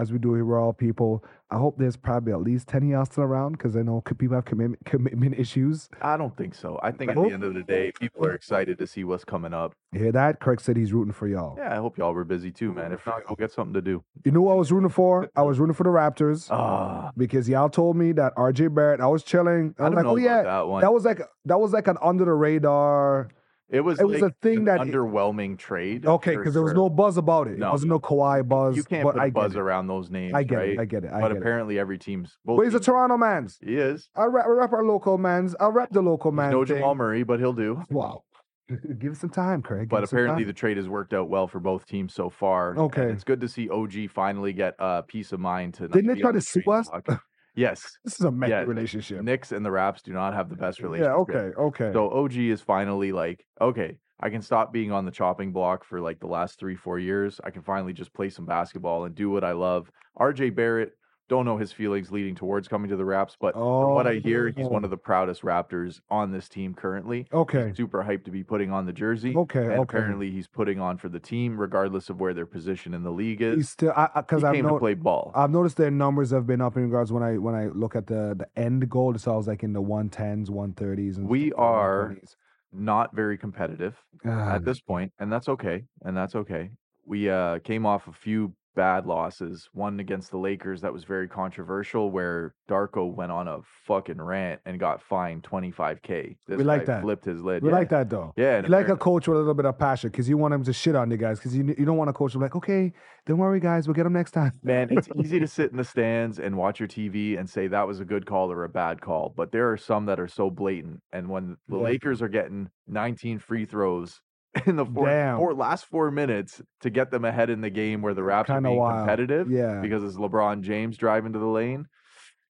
Speaker 1: as we do here, we're all people. I hope there's probably at least 10 of y'all still around because I know c- people have commitment, commitment [laughs] issues.
Speaker 2: I don't think so. I think at
Speaker 1: Nope.
Speaker 2: the end of the day, people are excited to see what's coming up.
Speaker 1: You hear that? Craig said he's rooting for y'all.
Speaker 2: Yeah, I hope y'all were busy too, man. If not, go get something to do.
Speaker 1: You know what I was rooting for? I was rooting for the Raptors
Speaker 2: Ah,
Speaker 1: because y'all told me that RJ Barrett, I was chilling. I was
Speaker 2: I don't
Speaker 1: like,
Speaker 2: know
Speaker 1: oh,
Speaker 2: about
Speaker 1: yeah,
Speaker 2: that one.
Speaker 1: That was like that was like an under the radar.
Speaker 2: it was
Speaker 1: it was
Speaker 2: like
Speaker 1: a thing
Speaker 2: an
Speaker 1: that-
Speaker 2: underwhelming trade.
Speaker 1: Okay,
Speaker 2: for
Speaker 1: because there was
Speaker 2: sure.
Speaker 1: no buzz about it.
Speaker 2: No.
Speaker 1: It wasn't no Kawhi buzz.
Speaker 2: you can't
Speaker 1: but
Speaker 2: put a
Speaker 1: I get
Speaker 2: buzz
Speaker 1: it.
Speaker 2: around those names,
Speaker 1: I get
Speaker 2: right?
Speaker 1: it. I get it. I
Speaker 2: but
Speaker 1: get it.
Speaker 2: apparently, every team's both
Speaker 1: But he's a
Speaker 2: teams-
Speaker 1: Toronto man's.
Speaker 2: He is.
Speaker 1: I rap, I rap our local man's. I rap the local man.
Speaker 2: no
Speaker 1: thing.
Speaker 2: Jamal Murray, but he'll do.
Speaker 1: Wow. [laughs] Give it some time, Craig. Give
Speaker 2: but
Speaker 1: it some
Speaker 2: apparently
Speaker 1: time.
Speaker 2: the trade has worked out well for both teams so far. and
Speaker 1: Okay.
Speaker 2: it's good to see OG finally get a uh, peace of mind to. not
Speaker 1: Didn't they
Speaker 2: be
Speaker 1: try
Speaker 2: on
Speaker 1: to
Speaker 2: the
Speaker 1: sue
Speaker 2: trade
Speaker 1: us?
Speaker 2: block. yes,
Speaker 1: [laughs] this is a messy
Speaker 2: yeah,
Speaker 1: relationship.
Speaker 2: Knicks and the Raps do not have the best
Speaker 1: Yeah.
Speaker 2: relationship.
Speaker 1: Okay. Okay.
Speaker 2: So OG is finally like, okay, I can stop being on the chopping block for like the last three, four years. I can finally just play some basketball and do what I love. RJ Barrett, don't know his feelings leading towards coming to the Raps, but from what I hear, he's one of the proudest Raptors on this team currently.
Speaker 1: Oh.
Speaker 2: [laughs]
Speaker 1: Okay.
Speaker 2: Super hyped to be putting on the jersey.
Speaker 1: Okay.
Speaker 2: And
Speaker 1: Okay.
Speaker 2: apparently he's putting on for the team, regardless of where their position in the league is.
Speaker 1: He's still because
Speaker 2: he
Speaker 1: I've
Speaker 2: came
Speaker 1: known
Speaker 2: to play ball.
Speaker 1: I've noticed their numbers have been up in regards when I when I look at the the end goal. It's always like in the one tens, one thirties, and
Speaker 2: We
Speaker 1: stuff like
Speaker 2: are
Speaker 1: 120s.
Speaker 2: Not very competitive
Speaker 1: Ah,
Speaker 2: at this point, and that's okay. And that's okay. We uh, came off a few bad losses. One against the Lakers that was very controversial, where Darko went on a fucking rant and got fined 25k. This
Speaker 1: We like
Speaker 2: guy
Speaker 1: that.
Speaker 2: Flipped his lid.
Speaker 1: we
Speaker 2: yeah.
Speaker 1: like that though.
Speaker 2: Yeah, and
Speaker 1: You like a
Speaker 2: apparently-
Speaker 1: coach with a little bit of passion because you want him to shit on you guys because you you don't want a coach to be like, okay, don't worry guys, we'll get him next time.
Speaker 2: Man, it's easy to sit in the stands and watch your TV and say that was a good call or a bad call, but there are some that are so blatant. And when the
Speaker 1: Yeah.
Speaker 2: Lakers are getting 19 free throws [laughs] in the four,
Speaker 1: Damn.
Speaker 2: four last four minutes to get them ahead in the game where the Raptors are
Speaker 1: Kinda
Speaker 2: being
Speaker 1: wild.
Speaker 2: competitive
Speaker 1: Yeah,
Speaker 2: because it's LeBron James driving to the lane,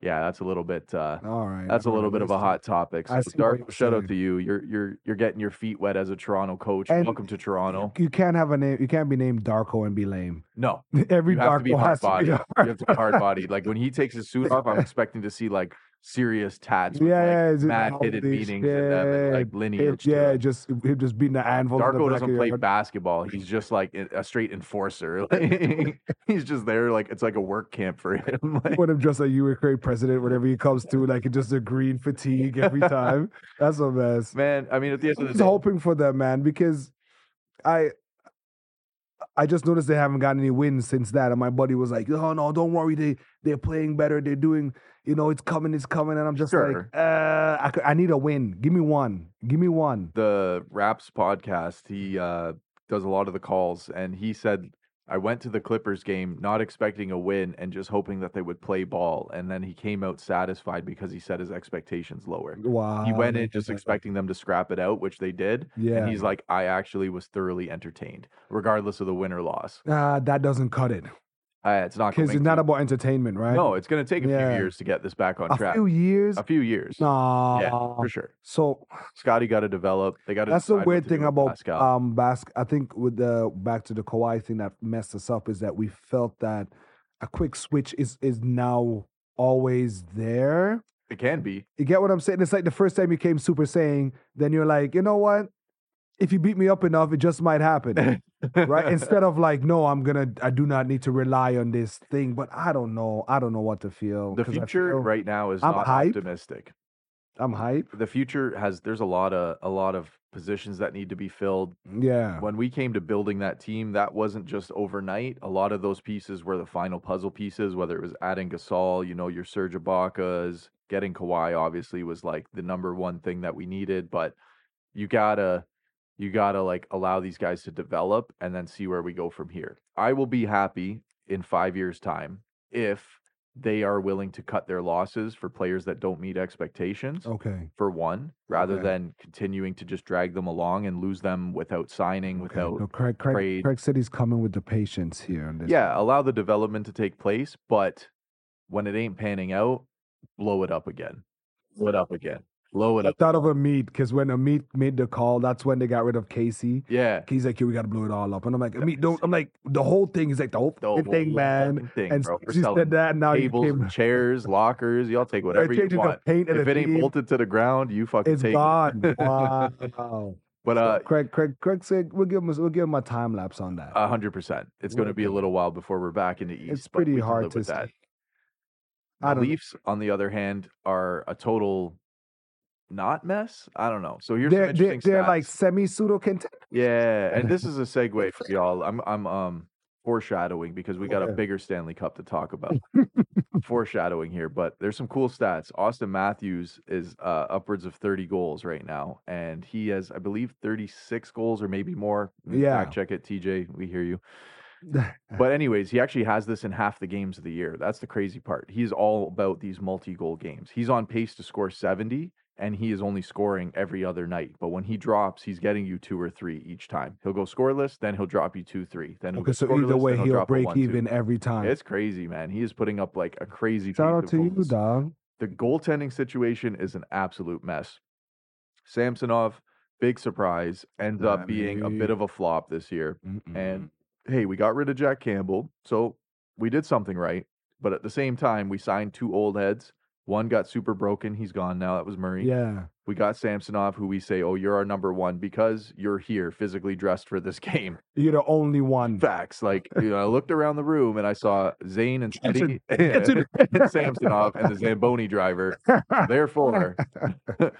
Speaker 2: Yeah, that's a little bit. Uh,
Speaker 1: All right.
Speaker 2: that's a
Speaker 1: all
Speaker 2: little
Speaker 1: right,
Speaker 2: bit of a
Speaker 1: let's-
Speaker 2: hot topic. So
Speaker 1: I see what
Speaker 2: Dark,
Speaker 1: you're
Speaker 2: shout out
Speaker 1: saying.
Speaker 2: to you. You're you're you're getting your feet wet as a Toronto coach.
Speaker 1: And-
Speaker 2: Welcome to Toronto.
Speaker 1: You can't have a name. You can't be named Darko and be lame. [laughs]
Speaker 2: No,
Speaker 1: Every
Speaker 2: you have to be
Speaker 1: Darko
Speaker 2: hard
Speaker 1: [laughs] has to
Speaker 2: bodied.
Speaker 1: be.
Speaker 2: You have to be hard bodied. Like when he takes his suit
Speaker 1: [laughs]
Speaker 2: off, I'm expecting to see like serious tats. with,
Speaker 1: Yeah,
Speaker 2: like,
Speaker 1: yeah, it's just
Speaker 2: mad
Speaker 1: all
Speaker 2: hidden
Speaker 1: these
Speaker 2: meanings and, them and like lineage.
Speaker 1: It,
Speaker 2: to
Speaker 1: yeah,
Speaker 2: them.
Speaker 1: just him just beating the anvil. to the
Speaker 2: Darko
Speaker 1: back of
Speaker 2: doesn't
Speaker 1: your
Speaker 2: play
Speaker 1: head.
Speaker 2: basketball. He's just like a a straight enforcer. [laughs] Like, he's just there, like it's like a work camp for him. [laughs] Like,
Speaker 1: Put him just like you were great president whenever he comes to, like it's just a green fatigue every time. That's a
Speaker 2: [laughs]
Speaker 1: mess.
Speaker 2: man, I mean, at the end
Speaker 1: I'm
Speaker 2: of the
Speaker 1: just
Speaker 2: day,
Speaker 1: hoping for them, man, because I I just noticed they haven't gotten any wins since that. And my buddy was like, "Oh no, don't worry, they they're playing better. They're doing, you know, it's coming, it's coming." And I'm just
Speaker 2: Sure.
Speaker 1: like, "Uh, I, cou- I need a win. Give me one. Give me one."
Speaker 2: the Raps podcast, he uh, does a lot of the calls, and he said, "I went to the Clippers game not expecting a win and just hoping that they would play ball, and then he came out satisfied because he set his expectations lower.
Speaker 1: Wow.
Speaker 2: He went in
Speaker 1: look at
Speaker 2: just
Speaker 1: that.
Speaker 2: expecting them to scrap it out, which they did,
Speaker 1: Yeah.
Speaker 2: and he's like, I actually was thoroughly entertained, regardless of the win or loss.
Speaker 1: Ah, that doesn't cut it
Speaker 2: Uh, it's not
Speaker 1: because
Speaker 2: going
Speaker 1: it's
Speaker 2: to.
Speaker 1: not about entertainment, right?
Speaker 2: No, it's going to take a
Speaker 1: Yeah.
Speaker 2: few years to get this back on
Speaker 1: a
Speaker 2: track.
Speaker 1: few years.
Speaker 2: a few years.
Speaker 1: Nah.
Speaker 2: yeah, for sure.
Speaker 1: So
Speaker 2: Scotty got to develop. They got to.
Speaker 1: That's the
Speaker 2: decide what
Speaker 1: weird
Speaker 2: to do
Speaker 1: thing
Speaker 2: with
Speaker 1: about
Speaker 2: Pascal.
Speaker 1: um Bas. I think with the back to the Kawhi thing that messed us up is that we felt that a quick switch is is now always there.
Speaker 2: it can be.
Speaker 1: You get what I'm saying? It's like the first time you came Super Saiyan, then you're like, you know what? If you beat me up enough, it just might happen,
Speaker 2: [laughs]
Speaker 1: right? Instead of like, no, I'm gonna, I do not need to rely on this thing. But I don't know, I don't know what to feel.
Speaker 2: the
Speaker 1: 'cause I
Speaker 2: future
Speaker 1: feel-
Speaker 2: right now is
Speaker 1: I'm
Speaker 2: not
Speaker 1: hype.
Speaker 2: optimistic.
Speaker 1: I'm hype.
Speaker 2: The future has there's a lot of a lot of positions that need to be filled.
Speaker 1: Yeah,
Speaker 2: When we came to building that team, that wasn't just overnight. A lot of those pieces were the final puzzle pieces. Whether it was adding Gasol, you know, your Serge Ibaka's, getting Kawhi, obviously was like the number one thing that we needed. But you gotta you gotta like allow these guys to develop and then see where we go from here. I will be happy in five years' time if they are willing to cut their losses for players that don't meet expectations
Speaker 1: okay,
Speaker 2: for one, rather
Speaker 1: Okay.
Speaker 2: than continuing to just drag them along and lose them without signing,
Speaker 1: okay.
Speaker 2: without
Speaker 1: No, Craig, Craig,
Speaker 2: trade.
Speaker 1: Craig said he's coming with the patience here. on this
Speaker 2: yeah, allow the development to take place, but when it ain't panning out, blow it up again. Blow it up again. Blow it
Speaker 1: I
Speaker 2: up.
Speaker 1: thought of Amit because when Amit made the call, that's when they got rid of Casey.
Speaker 2: Yeah.
Speaker 1: He's like, "Yo, we gotta blow it all up," and I'm like, "Amit, don't." I'm like, "The whole thing is like the whole
Speaker 2: The whole
Speaker 1: fucking thing, man."
Speaker 2: thing,
Speaker 1: and
Speaker 2: bro. We're
Speaker 1: she
Speaker 2: selling
Speaker 1: said that, and now you
Speaker 2: tables,
Speaker 1: came.
Speaker 2: and chairs,
Speaker 1: [laughs]
Speaker 2: lockers. Y'all take
Speaker 1: I
Speaker 2: whatever you
Speaker 1: changed it to
Speaker 2: want.
Speaker 1: paint and
Speaker 2: If
Speaker 1: a
Speaker 2: it ain't
Speaker 1: theme.
Speaker 2: bolted to the ground, you fucking
Speaker 1: it's
Speaker 2: take [laughs]
Speaker 1: gone. Wow.
Speaker 2: it. But
Speaker 1: So
Speaker 2: uh,
Speaker 1: Craig, Craig, Craig said we'll give him, a, we'll give him a time lapse on that.
Speaker 2: a hundred percent, it's going to be a little while before we're back in the east.
Speaker 1: it's
Speaker 2: but we
Speaker 1: pretty
Speaker 2: can
Speaker 1: hard
Speaker 2: live
Speaker 1: to
Speaker 2: with
Speaker 1: see.
Speaker 2: that.
Speaker 1: I
Speaker 2: The
Speaker 1: don't. know.
Speaker 2: Leafs, on the other hand, are a total not mess. I don't know. So here's
Speaker 1: They're,
Speaker 2: some
Speaker 1: they're,
Speaker 2: interesting
Speaker 1: they're
Speaker 2: stats.
Speaker 1: like semi pseudo contenders.
Speaker 2: yeah, and this is a
Speaker 1: [laughs]
Speaker 2: segue for y'all. I'm I'm um foreshadowing because we got a
Speaker 1: Okay.
Speaker 2: bigger Stanley Cup to
Speaker 1: [laughs]
Speaker 2: talk about. foreshadowing here, but there's some cool stats. Austin Matthews is uh, upwards of 30 goals right now, and he has, I believe, 36 goals or maybe more.
Speaker 1: Yeah.
Speaker 2: fact check it, TJ. We hear you. But anyways, he actually has this in half the games of the year. That's the crazy part. He's all about these multi-goal games. He's on pace to score 70 and he is only scoring every other night. But when he drops, he's getting you two or three each time. He'll go scoreless, then he'll drop you 2-3, then he'll
Speaker 1: Okay,
Speaker 2: go
Speaker 1: so
Speaker 2: scoreless,
Speaker 1: either
Speaker 2: then
Speaker 1: way,
Speaker 2: he'll,
Speaker 1: he'll,
Speaker 2: drop a
Speaker 1: break
Speaker 2: 1-2.
Speaker 1: even every time.
Speaker 2: It's crazy, man. He is putting up like a crazy
Speaker 1: Shout
Speaker 2: feed
Speaker 1: out
Speaker 2: of
Speaker 1: to you,
Speaker 2: goals.
Speaker 1: dog.
Speaker 2: The goaltending situation is an absolute mess. Samsonov, big surprise, ends up being a bit
Speaker 1: Right.
Speaker 2: of a flop this year
Speaker 1: Mm-hmm.
Speaker 2: and hey, we got rid of Jack Campbell, so we did something right. But at the same time, we signed two old heads. One got super broken; he's gone now. That was Murray.
Speaker 1: yeah.
Speaker 2: We got Samsonov, who we say, "Oh, you're our number one because you're here, physically dressed for this [laughs] game."
Speaker 1: You're the only one.
Speaker 2: Facts. Like
Speaker 1: [laughs]
Speaker 2: you know, I looked around the room and I saw Zane and Smitty,
Speaker 1: Samson. Samson.
Speaker 2: and Samsonov, and the Zamboni driver.
Speaker 1: [laughs]
Speaker 2: Therefore, [laughs]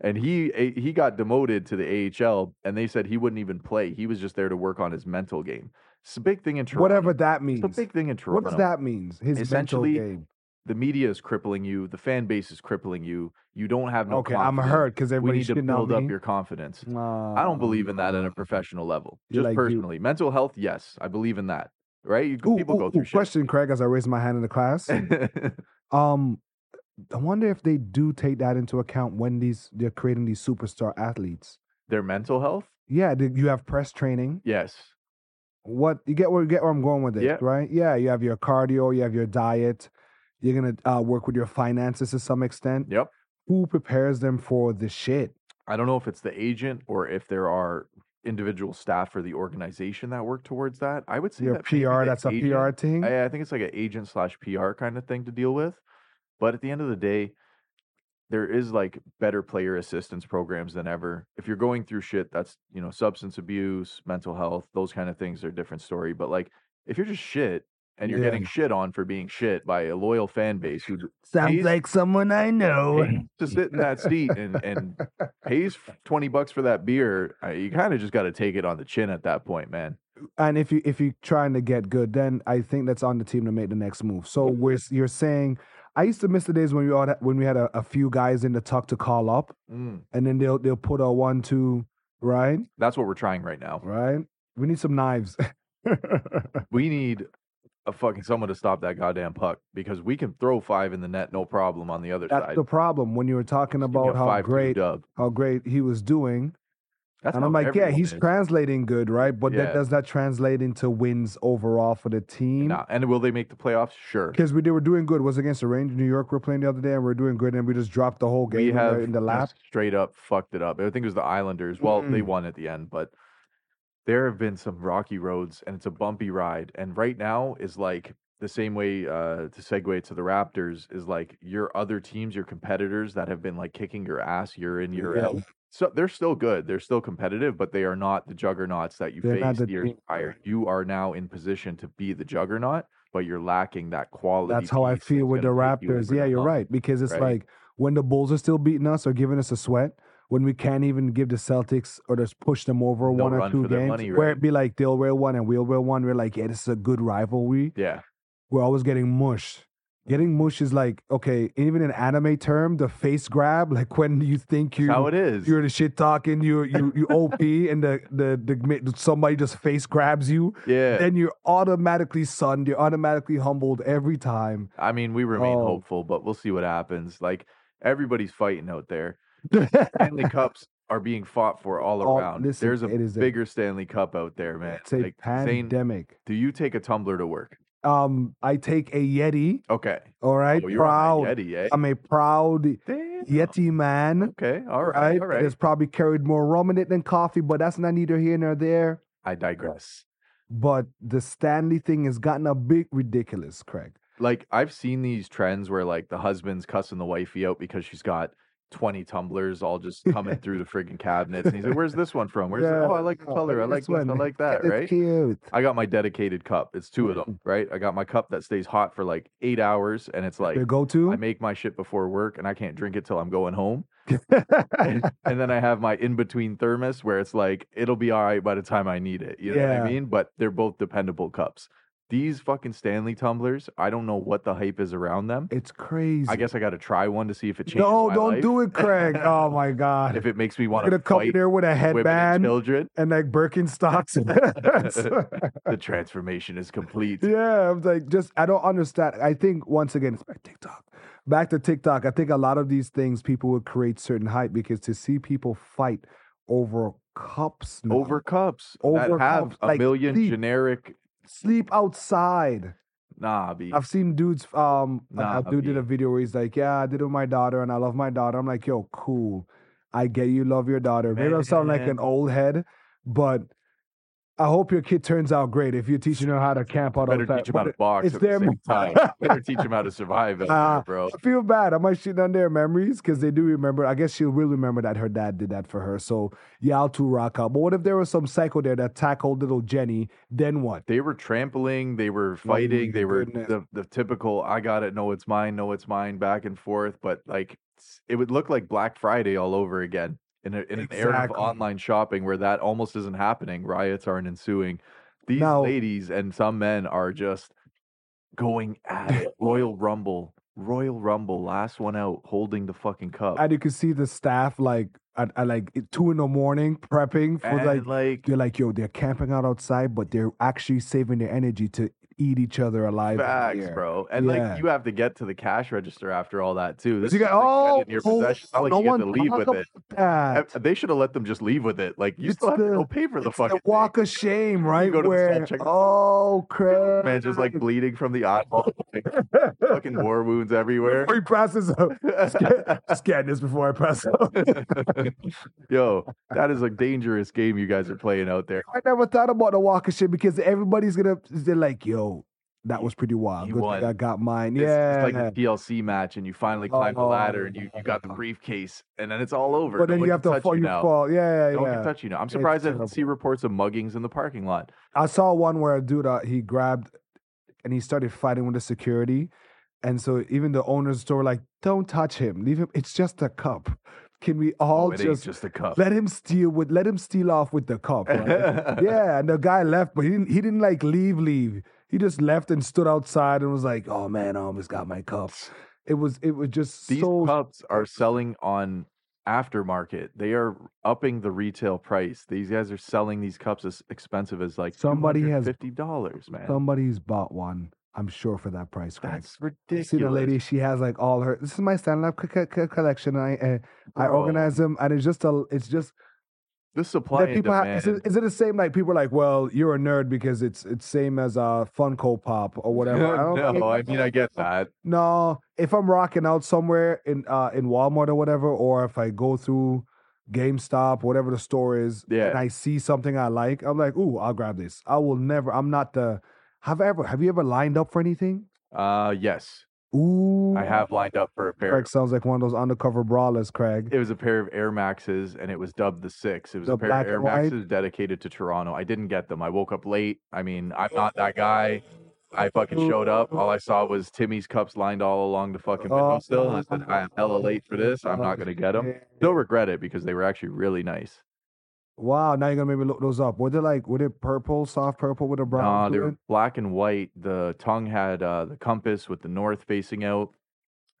Speaker 2: and he eh, he got demoted to the AHL, and they said he wouldn't even play. He was just there to work on his mental game. It's a big thing in
Speaker 1: [laughs]
Speaker 2: Toronto.
Speaker 1: Whatever that
Speaker 2: It's
Speaker 1: means.
Speaker 2: a big thing in Toronto.
Speaker 1: What does that mean? His
Speaker 2: Essentially,
Speaker 1: mental game.
Speaker 2: The media is crippling you. The fan base is crippling you. You don't have no.
Speaker 1: okay,
Speaker 2: confidence.
Speaker 1: I'm hurt because
Speaker 2: We
Speaker 1: everybody's
Speaker 2: need to
Speaker 1: shitting on
Speaker 2: build up
Speaker 1: me.
Speaker 2: your confidence.
Speaker 1: Nah.
Speaker 2: I don't believe in that at a professional level.
Speaker 1: You're
Speaker 2: Just
Speaker 1: like, dude-
Speaker 2: personally, mental health, yes, I believe in that. Right? You,
Speaker 1: Ooh,
Speaker 2: people
Speaker 1: ooh,
Speaker 2: go
Speaker 1: ooh,
Speaker 2: through shit. [laughs]
Speaker 1: question, Craig, as I raise my hand in the [laughs] class. um, I wonder if they do take that into account when these they're creating these superstar athletes.
Speaker 2: Their mental health,
Speaker 1: Yeah, the- you have press training.
Speaker 2: yes,
Speaker 1: What you get? Where you get where I'm going with this,
Speaker 2: Yeah.
Speaker 1: right? Yeah, you have your cardio, you have your diet, You're gonna uh, work with your finances to some extent.
Speaker 2: Yep.
Speaker 1: Who prepares them for the shit?
Speaker 2: I don't know if it's the agent or if there are individual staff or the organization that work towards that. I would say
Speaker 1: Your
Speaker 2: that maybe
Speaker 1: PR.
Speaker 2: the
Speaker 1: That's a
Speaker 2: agent-
Speaker 1: PR thing.
Speaker 2: I, I think it's like an agent slash PR kind of thing to deal with. But at the end of the day, there is like better player assistance programs than ever. If you're going through shit that's, you know, substance abuse, mental health, those kind of things are a different story. But like if you're just shit and you're
Speaker 1: Yeah.
Speaker 2: getting shit on for being shit by a loyal fan base who
Speaker 1: Sounds
Speaker 2: He's-
Speaker 1: like someone I know. [laughs]
Speaker 2: pays to sit in that seat and, and pays f- 20 bucks for that beer, uh, you kind of just got to take it on the chin at that point, man.
Speaker 1: And if you if you're trying to get good, then I think that's on the team to make the next move. So we're s- you're saying I used to miss the days when we all had, when we had a, a few guys in the tuck to call up,
Speaker 2: Mm.
Speaker 1: and then they'll they'll put a one two right
Speaker 2: That's what we're trying right now.
Speaker 1: right. We need some knives. [laughs]
Speaker 2: We need a fucking someone to stop that goddamn puck because we can throw five in the net no problem on the other
Speaker 1: that's
Speaker 2: side.
Speaker 1: the problem when you were talking
Speaker 2: Speaking
Speaker 1: about
Speaker 2: of
Speaker 1: how
Speaker 2: 5-2
Speaker 1: great
Speaker 2: dub.
Speaker 1: how great he was doing,
Speaker 2: That's
Speaker 1: and
Speaker 2: how
Speaker 1: I'm like, yeah,
Speaker 2: everyone
Speaker 1: he's
Speaker 2: is.
Speaker 1: translating good, right? But
Speaker 2: Yeah.
Speaker 1: that does not translate into wins overall for the team.
Speaker 2: Nah, and will they make the playoffs? Sure.
Speaker 1: Because we did, we're doing good. It Was against the Rangers, New York. We're playing the other day, and we're doing good, and we just dropped the whole game
Speaker 2: We
Speaker 1: in, the,
Speaker 2: have
Speaker 1: in the
Speaker 2: just
Speaker 1: lap.
Speaker 2: straight up fucked it up. I think it was the Islanders. Well, they won at the end, but there have been some rocky roads and it's a bumpy ride. And right now is like the same way uh, to segue to the Raptors is like your other teams, your competitors that have been like kicking your ass year in, year
Speaker 1: Yeah.
Speaker 2: out. So they're still good. They're still competitive, but they are not the juggernauts that you
Speaker 1: They're not
Speaker 2: faced
Speaker 1: the
Speaker 2: years
Speaker 1: team.
Speaker 2: prior. You are now in position to be the juggernaut, but you're lacking that quality.
Speaker 1: That's how I
Speaker 2: piece that's
Speaker 1: feel with the
Speaker 2: gonna take you
Speaker 1: Raptors.
Speaker 2: over
Speaker 1: Yeah,
Speaker 2: the
Speaker 1: you're
Speaker 2: hump.
Speaker 1: right. Because it's
Speaker 2: right?
Speaker 1: like when the Bulls are still beating us or giving us a sweat, when we can't even give the Celtics or just push them over
Speaker 2: They'll
Speaker 1: one or
Speaker 2: run
Speaker 1: two
Speaker 2: for their
Speaker 1: games,
Speaker 2: money,
Speaker 1: where
Speaker 2: right?
Speaker 1: it'd be like they'll wear one and we'll wear one. We're like, yeah, this is a good rivalry.
Speaker 2: Yeah.
Speaker 1: We're always getting mushed. Getting mushed is like okay, even in anime term, the face grab. [laughs] Like when you think you
Speaker 2: That's how it is.
Speaker 1: You're the shit talking. You
Speaker 2: [laughs]
Speaker 1: you you OP, and the, the the ma- somebody just face grabs you.
Speaker 2: Yeah.
Speaker 1: Then you're automatically sunned. You're automatically humbled every time.
Speaker 2: I mean, we remain
Speaker 1: Oh.
Speaker 2: hopeful, but we'll see what happens. Like everybody's fighting out there.
Speaker 1: [laughs]
Speaker 2: Stanley Cups are being fought for all
Speaker 1: All-
Speaker 2: around.
Speaker 1: Um, listen,
Speaker 2: There's a
Speaker 1: it is a-
Speaker 2: bigger Stanley Cup out there, man.
Speaker 1: it's a
Speaker 2: like Zane,
Speaker 1: pandemic.
Speaker 2: do you take a tumbler to work?
Speaker 1: Um, I take a Yeti.
Speaker 2: Okay.
Speaker 1: All right,
Speaker 2: Oh, you're on
Speaker 1: proud.
Speaker 2: that Yeti, eh?
Speaker 1: I'm a proud
Speaker 2: Damn.
Speaker 1: Yeti man.
Speaker 2: Okay. All right. All right.
Speaker 1: It's probably carried more rum in it than coffee, but that's not neither here nor there.
Speaker 2: I digress.
Speaker 1: But the Stanley thing has gotten a bit ridiculous, Craig.
Speaker 2: Like I've seen these trends where like the husband's cussing the wifey out because she's got 20 tumblers all just coming [laughs] through the friggin' cabinets. And he's like, Where's this one from? Where's
Speaker 1: Yeah.
Speaker 2: that? Oh, I like the
Speaker 1: Oh,
Speaker 2: color.
Speaker 1: look
Speaker 2: I
Speaker 1: at
Speaker 2: like
Speaker 1: this
Speaker 2: this. I
Speaker 1: one.
Speaker 2: like that,
Speaker 1: It's
Speaker 2: right?
Speaker 1: cute.
Speaker 2: I got my dedicated cup. It's two of [laughs] them, right? I got my cup that stays hot for like eight hours, and it's like
Speaker 1: Your go-to.
Speaker 2: I make my shit before work, and I can't drink it till I'm going home.
Speaker 1: [laughs]
Speaker 2: and, and then I have my in between thermos where it's like it'll be all right by the time I need it. You know what
Speaker 1: Yeah.
Speaker 2: I mean? But they're both dependable cups. These fucking Stanley tumblers, I don't know what the hype is around them.
Speaker 1: It's crazy.
Speaker 2: I guess I got to try one to see if it changes.
Speaker 1: no,
Speaker 2: my
Speaker 1: don't
Speaker 2: life,
Speaker 1: do it, Craig.
Speaker 2: [laughs]
Speaker 1: Oh my God.
Speaker 2: If it makes me
Speaker 1: You're
Speaker 2: want
Speaker 1: gonna
Speaker 2: to
Speaker 1: come in
Speaker 2: fight
Speaker 1: there with a
Speaker 2: women and
Speaker 1: headband and, [laughs]
Speaker 2: children,
Speaker 1: like Birkenstocks. [laughs]
Speaker 2: [laughs]
Speaker 1: That's-
Speaker 2: the transformation is complete.
Speaker 1: yeah, I'm like, just I don't understand. I think once again, it's back to TikTok. Back to TikTok. I think a lot of these things people would create certain hype because to see people fight over cups, now,
Speaker 2: over cups
Speaker 1: Over
Speaker 2: that have
Speaker 1: cups,
Speaker 2: a
Speaker 1: like
Speaker 2: million
Speaker 1: sleep.
Speaker 2: generic
Speaker 1: sleep outside.
Speaker 2: nah be
Speaker 1: I've seen dudes. Um, a-
Speaker 2: Nah,
Speaker 1: a dude did
Speaker 2: B.
Speaker 1: a video where he's like, "Yeah, I did it with my daughter, and I love my daughter." I'm like, "Yo, cool. I get you love your daughter. Maybe I'm sounding like an
Speaker 2: Man.
Speaker 1: old head, but I hope your kid turns out great if you're teaching her how to camp out
Speaker 2: better
Speaker 1: outside."
Speaker 2: teach him how
Speaker 1: But
Speaker 2: to box
Speaker 1: it's
Speaker 2: at the
Speaker 1: their
Speaker 2: same
Speaker 1: mo-
Speaker 2: time. [laughs] better teach him how to survive out
Speaker 1: Ah,
Speaker 2: there, bro.
Speaker 1: I feel bad. I might shit on their memories because they do remember. I guess she'll really remember that her dad did that for her. So yeah, I'll too rock out. But what if there was some psycho there that tackled little Jenny? Then what?
Speaker 2: They were trampling,
Speaker 1: [laughs]
Speaker 2: they were fighting, they were
Speaker 1: Oh goodness.
Speaker 2: the, the typical I got it, no it's mine, no it's mine, back and forth, but like s- it would look like Black Friday all over again. In, a, in an era of
Speaker 1: Exactly.
Speaker 2: online shopping where that almost isn't happening, riots aren't ensuing. These
Speaker 1: Now-
Speaker 2: ladies and some men are just going
Speaker 1: [laughs]
Speaker 2: at it. Royal Rumble, Royal Rumble, last one out, holding the fucking cup.
Speaker 1: and you can see the staff like at, at like two in the morning prepping for
Speaker 2: and
Speaker 1: like
Speaker 2: like
Speaker 1: they're like yo they're camping out outside but they're actually saving their energy to eat each other alive. in the
Speaker 2: Facts,
Speaker 1: air.
Speaker 2: bro. And
Speaker 1: Yeah.
Speaker 2: like you have to get to the cash register after all that too. This
Speaker 1: You
Speaker 2: is
Speaker 1: got
Speaker 2: like,
Speaker 1: all
Speaker 2: in your
Speaker 1: oh,
Speaker 2: possession. It's not like
Speaker 1: no
Speaker 2: you
Speaker 1: one
Speaker 2: have to leave
Speaker 1: talk
Speaker 2: with it.
Speaker 1: about that.
Speaker 2: Uh, They should have let them just leave with it. Like you
Speaker 1: It's
Speaker 2: still have
Speaker 1: the-
Speaker 2: to go pay for the
Speaker 1: It's
Speaker 2: fucking thing.
Speaker 1: walk of shame, right?
Speaker 2: go to the soul
Speaker 1: Where
Speaker 2: check-
Speaker 1: oh crap,
Speaker 2: [laughs] man,
Speaker 1: [laughs]
Speaker 2: just like bleeding from the eyeball, like, fucking war wounds
Speaker 1: [laughs]
Speaker 2: everywhere.
Speaker 1: Free process up.
Speaker 2: [laughs]
Speaker 1: Scan this before I press up.
Speaker 2: Yo, that is a dangerous game you guys are playing out there.
Speaker 1: I never thought about the walk of shame because everybody's gonna they're like, yo, that was pretty wild.
Speaker 2: You
Speaker 1: Good
Speaker 2: won.
Speaker 1: thing I got mine.
Speaker 2: It's,
Speaker 1: yeah.
Speaker 2: it's like the PLC match, and you finally climb the ladder, and you, you got the
Speaker 1: Oh.
Speaker 2: briefcase, and then it's all over.
Speaker 1: but then
Speaker 2: No
Speaker 1: you
Speaker 2: one
Speaker 1: have
Speaker 2: can
Speaker 1: to
Speaker 2: touch
Speaker 1: fall. You,
Speaker 2: now.
Speaker 1: fall. Yeah,
Speaker 2: No
Speaker 1: yeah,
Speaker 2: one
Speaker 1: yeah.
Speaker 2: can touch you now. I'm surprised I
Speaker 1: terrible.
Speaker 2: didn't see reports of muggings in the parking lot.
Speaker 1: I saw one where a dude uh, he grabbed and he started fighting with the security, and so even the owners of the store were like, "Don't touch him. Leave him. It's just a cup. Can we all
Speaker 2: Oh, it ain't
Speaker 1: just
Speaker 2: just [laughs] a cup.
Speaker 1: let him steal with? Let him steal off with the cup." Right? yeah, and the guy left, but he didn't. He didn't like leave. Leave. He just left and stood outside and was like, "Oh man, I almost got my cup." It was. It was just
Speaker 2: These
Speaker 1: so.
Speaker 2: cups are selling on aftermarket. They are upping the retail price. These guys are selling these cups as expensive as like
Speaker 1: Somebody has-
Speaker 2: fifty dollars, man.
Speaker 1: Somebody's bought one. I'm sure for that price. Craig.
Speaker 2: That's
Speaker 1: You
Speaker 2: ridiculous.
Speaker 1: See the lady, she has like all her. This is my stand up c- c- c- collection. I uh, I
Speaker 2: Bro.
Speaker 1: organize them, and it's just a. It's just
Speaker 2: The supply
Speaker 1: that
Speaker 2: and
Speaker 1: people. Have,
Speaker 2: demand.
Speaker 1: is, it,
Speaker 2: [laughs]
Speaker 1: is it the same? Like people are like, well, you're a nerd because it's it's same as uh, Funko Pop
Speaker 2: [laughs]
Speaker 1: or whatever. I don't think-
Speaker 2: no, I mean I get that.
Speaker 1: no, if I'm rocking out somewhere in uh in Walmart or whatever, or if I go through GameStop, whatever the store is,
Speaker 2: Yeah.
Speaker 1: and I see something I like, I'm like, ooh, I'll grab this. I will never. I'm not the. Have I ever? Have you ever lined up for anything?
Speaker 2: Uh yes.
Speaker 1: Ooh,
Speaker 2: I have lined up for a pair.
Speaker 1: Craig sounds like one of those undercover brawlers, Craig.
Speaker 2: It was a pair of Air Maxes and it was dubbed the six. It was
Speaker 1: The
Speaker 2: a pair
Speaker 1: black
Speaker 2: of Air
Speaker 1: and white?
Speaker 2: Maxes dedicated to Toronto. I didn't get them. I woke up late. I mean, I'm not that guy. I fucking showed up. All I saw was Timmy's cups lined all along the fucking
Speaker 1: Oh.
Speaker 2: windowsill. And I said, I am hella late for this. I'm not going to get them. Still regret it because they were actually really nice.
Speaker 1: Wow, now you're gonna make me look those up. Were they like were they purple, soft purple with a brown?
Speaker 2: Nah, Uh, they
Speaker 1: to
Speaker 2: were
Speaker 1: it?
Speaker 2: black and white. The tongue had uh, the compass with the north facing out.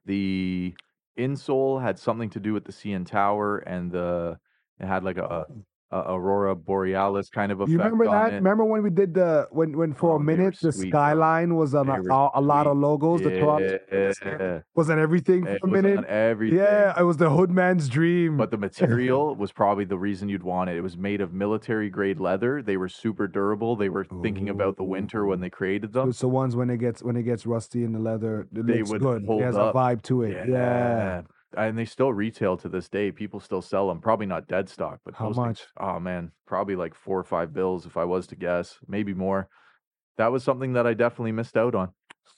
Speaker 2: The insole had something to do with the CN Tower, and the it had like a, a aurora borealis kind of effect.
Speaker 1: You remember
Speaker 2: on
Speaker 1: that?
Speaker 2: it.
Speaker 1: Remember when we did the when when for
Speaker 2: Oh,
Speaker 1: a
Speaker 2: they were
Speaker 1: minute the
Speaker 2: sweet, bro.
Speaker 1: skyline was on
Speaker 2: They
Speaker 1: a,
Speaker 2: were
Speaker 1: a, a lot of
Speaker 2: sweet.
Speaker 1: logos. The [laughs] Toronto
Speaker 2: yeah.
Speaker 1: was on everything for
Speaker 2: It
Speaker 1: a
Speaker 2: was
Speaker 1: minute.
Speaker 2: on everything.
Speaker 1: Yeah, it was the hood man's dream.
Speaker 2: But the
Speaker 1: [laughs]
Speaker 2: material was probably the reason you'd want it. It was made of military grade leather. They were super durable. They were thinking about the winter when they created them.
Speaker 1: Oh, so ones when it gets when it gets rusty in the leather, it
Speaker 2: They
Speaker 1: looks
Speaker 2: would
Speaker 1: good. It
Speaker 2: hold
Speaker 1: has
Speaker 2: up.
Speaker 1: a vibe to it. Yeah.
Speaker 2: And they still retail to this day. People still sell them. Probably not dead stock, but
Speaker 1: How
Speaker 2: those
Speaker 1: much?
Speaker 2: Things, oh man, probably like four or five bills if I was to guess, maybe more. That was something that I definitely missed out on.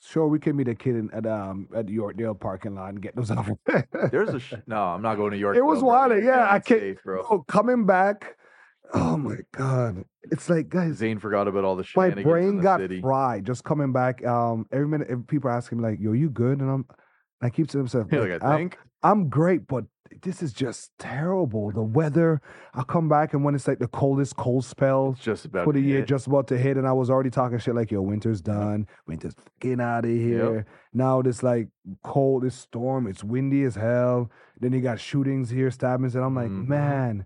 Speaker 1: Sure, we can meet a kid in, at um at Yorkdale parking lot and get those [laughs] off.
Speaker 2: There's
Speaker 1: [laughs]
Speaker 2: a sh- no. I'm not going to York.
Speaker 1: It was wild, yeah, I can't-
Speaker 2: bro.
Speaker 1: [laughs] Oh, coming back. Oh my god. It's like guys,
Speaker 2: Zane forgot about all the shit.
Speaker 1: my brain
Speaker 2: the
Speaker 1: got
Speaker 2: city. [laughs]
Speaker 1: fried just coming back. Um every minute every, people asking me like, "Yo, you good?" and I'm I keep to myself,
Speaker 2: You're like,
Speaker 1: "Look,
Speaker 2: I
Speaker 1: I'm,
Speaker 2: think
Speaker 1: I'm great, but this is just terrible. The weather. I come back and when it's like the coldest cold spell
Speaker 2: it's just about
Speaker 1: for the
Speaker 2: to
Speaker 1: year
Speaker 2: hit.
Speaker 1: just about to hit, and I was already talking shit like, "Yo, winter's done. Winter's fucking out of here." Now this like cold, this storm, it's windy as hell. Then you got shootings here, stabbings, and I'm like,
Speaker 2: Mhm.
Speaker 1: man,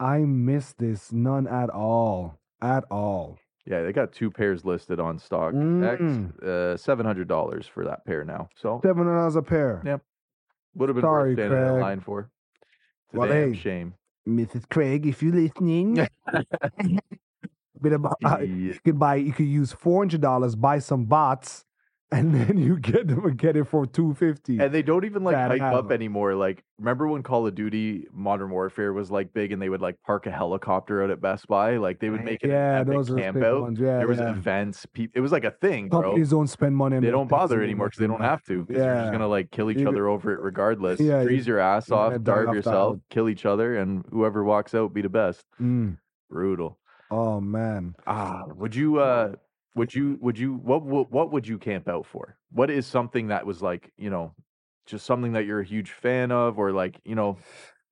Speaker 1: I miss this none at all, at all.
Speaker 2: Yeah, they got two pairs listed on stock.
Speaker 1: Mm.
Speaker 2: Next, uh, seven hundred dollars for that pair now. So
Speaker 1: Seven hundred dollars a pair.
Speaker 2: Yeah. would have been
Speaker 1: sorry,
Speaker 2: worth standing in
Speaker 1: Craig.
Speaker 2: line for. It's a
Speaker 1: Well,
Speaker 2: damn
Speaker 1: hey,
Speaker 2: shame.
Speaker 1: Mrs. Craig, if you're
Speaker 2: [laughs]
Speaker 1: listening, bit about, uh,
Speaker 2: Yeah.
Speaker 1: you could buy, you could use four hundred dollars, buy some bots, and [laughs] then you get them and get it for two fifty.
Speaker 2: And they don't even like
Speaker 1: Bad
Speaker 2: hype up
Speaker 1: habit.
Speaker 2: anymore. Like, remember when Call of Duty Modern Warfare was like big and they would like park a helicopter out at Best Buy? Like, they would make it
Speaker 1: yeah,
Speaker 2: an
Speaker 1: those
Speaker 2: epic
Speaker 1: are the
Speaker 2: camp
Speaker 1: big
Speaker 2: out.
Speaker 1: ones. Yeah,
Speaker 2: there was
Speaker 1: yeah.
Speaker 2: events. Pe- it was like a thing, bro.
Speaker 1: companies don't spend money. on
Speaker 2: They
Speaker 1: those
Speaker 2: don't
Speaker 1: things
Speaker 2: bother anymore because they don't have to. 'cause They're
Speaker 1: Yeah.
Speaker 2: just gonna like kill each
Speaker 1: You-
Speaker 2: other over it regardless.
Speaker 1: Yeah, you-
Speaker 2: Freeze your ass
Speaker 1: you're
Speaker 2: off,
Speaker 1: gonna die
Speaker 2: starve
Speaker 1: off the
Speaker 2: yourself,
Speaker 1: island.
Speaker 2: kill each other, and whoever walks out be the best.
Speaker 1: Mm.
Speaker 2: Brutal.
Speaker 1: Oh man,
Speaker 2: Ah, would you? uh Would you? Would you? What? What, what would you camp out for? What is something that was like you know, just something that you're a huge fan of, or like you know,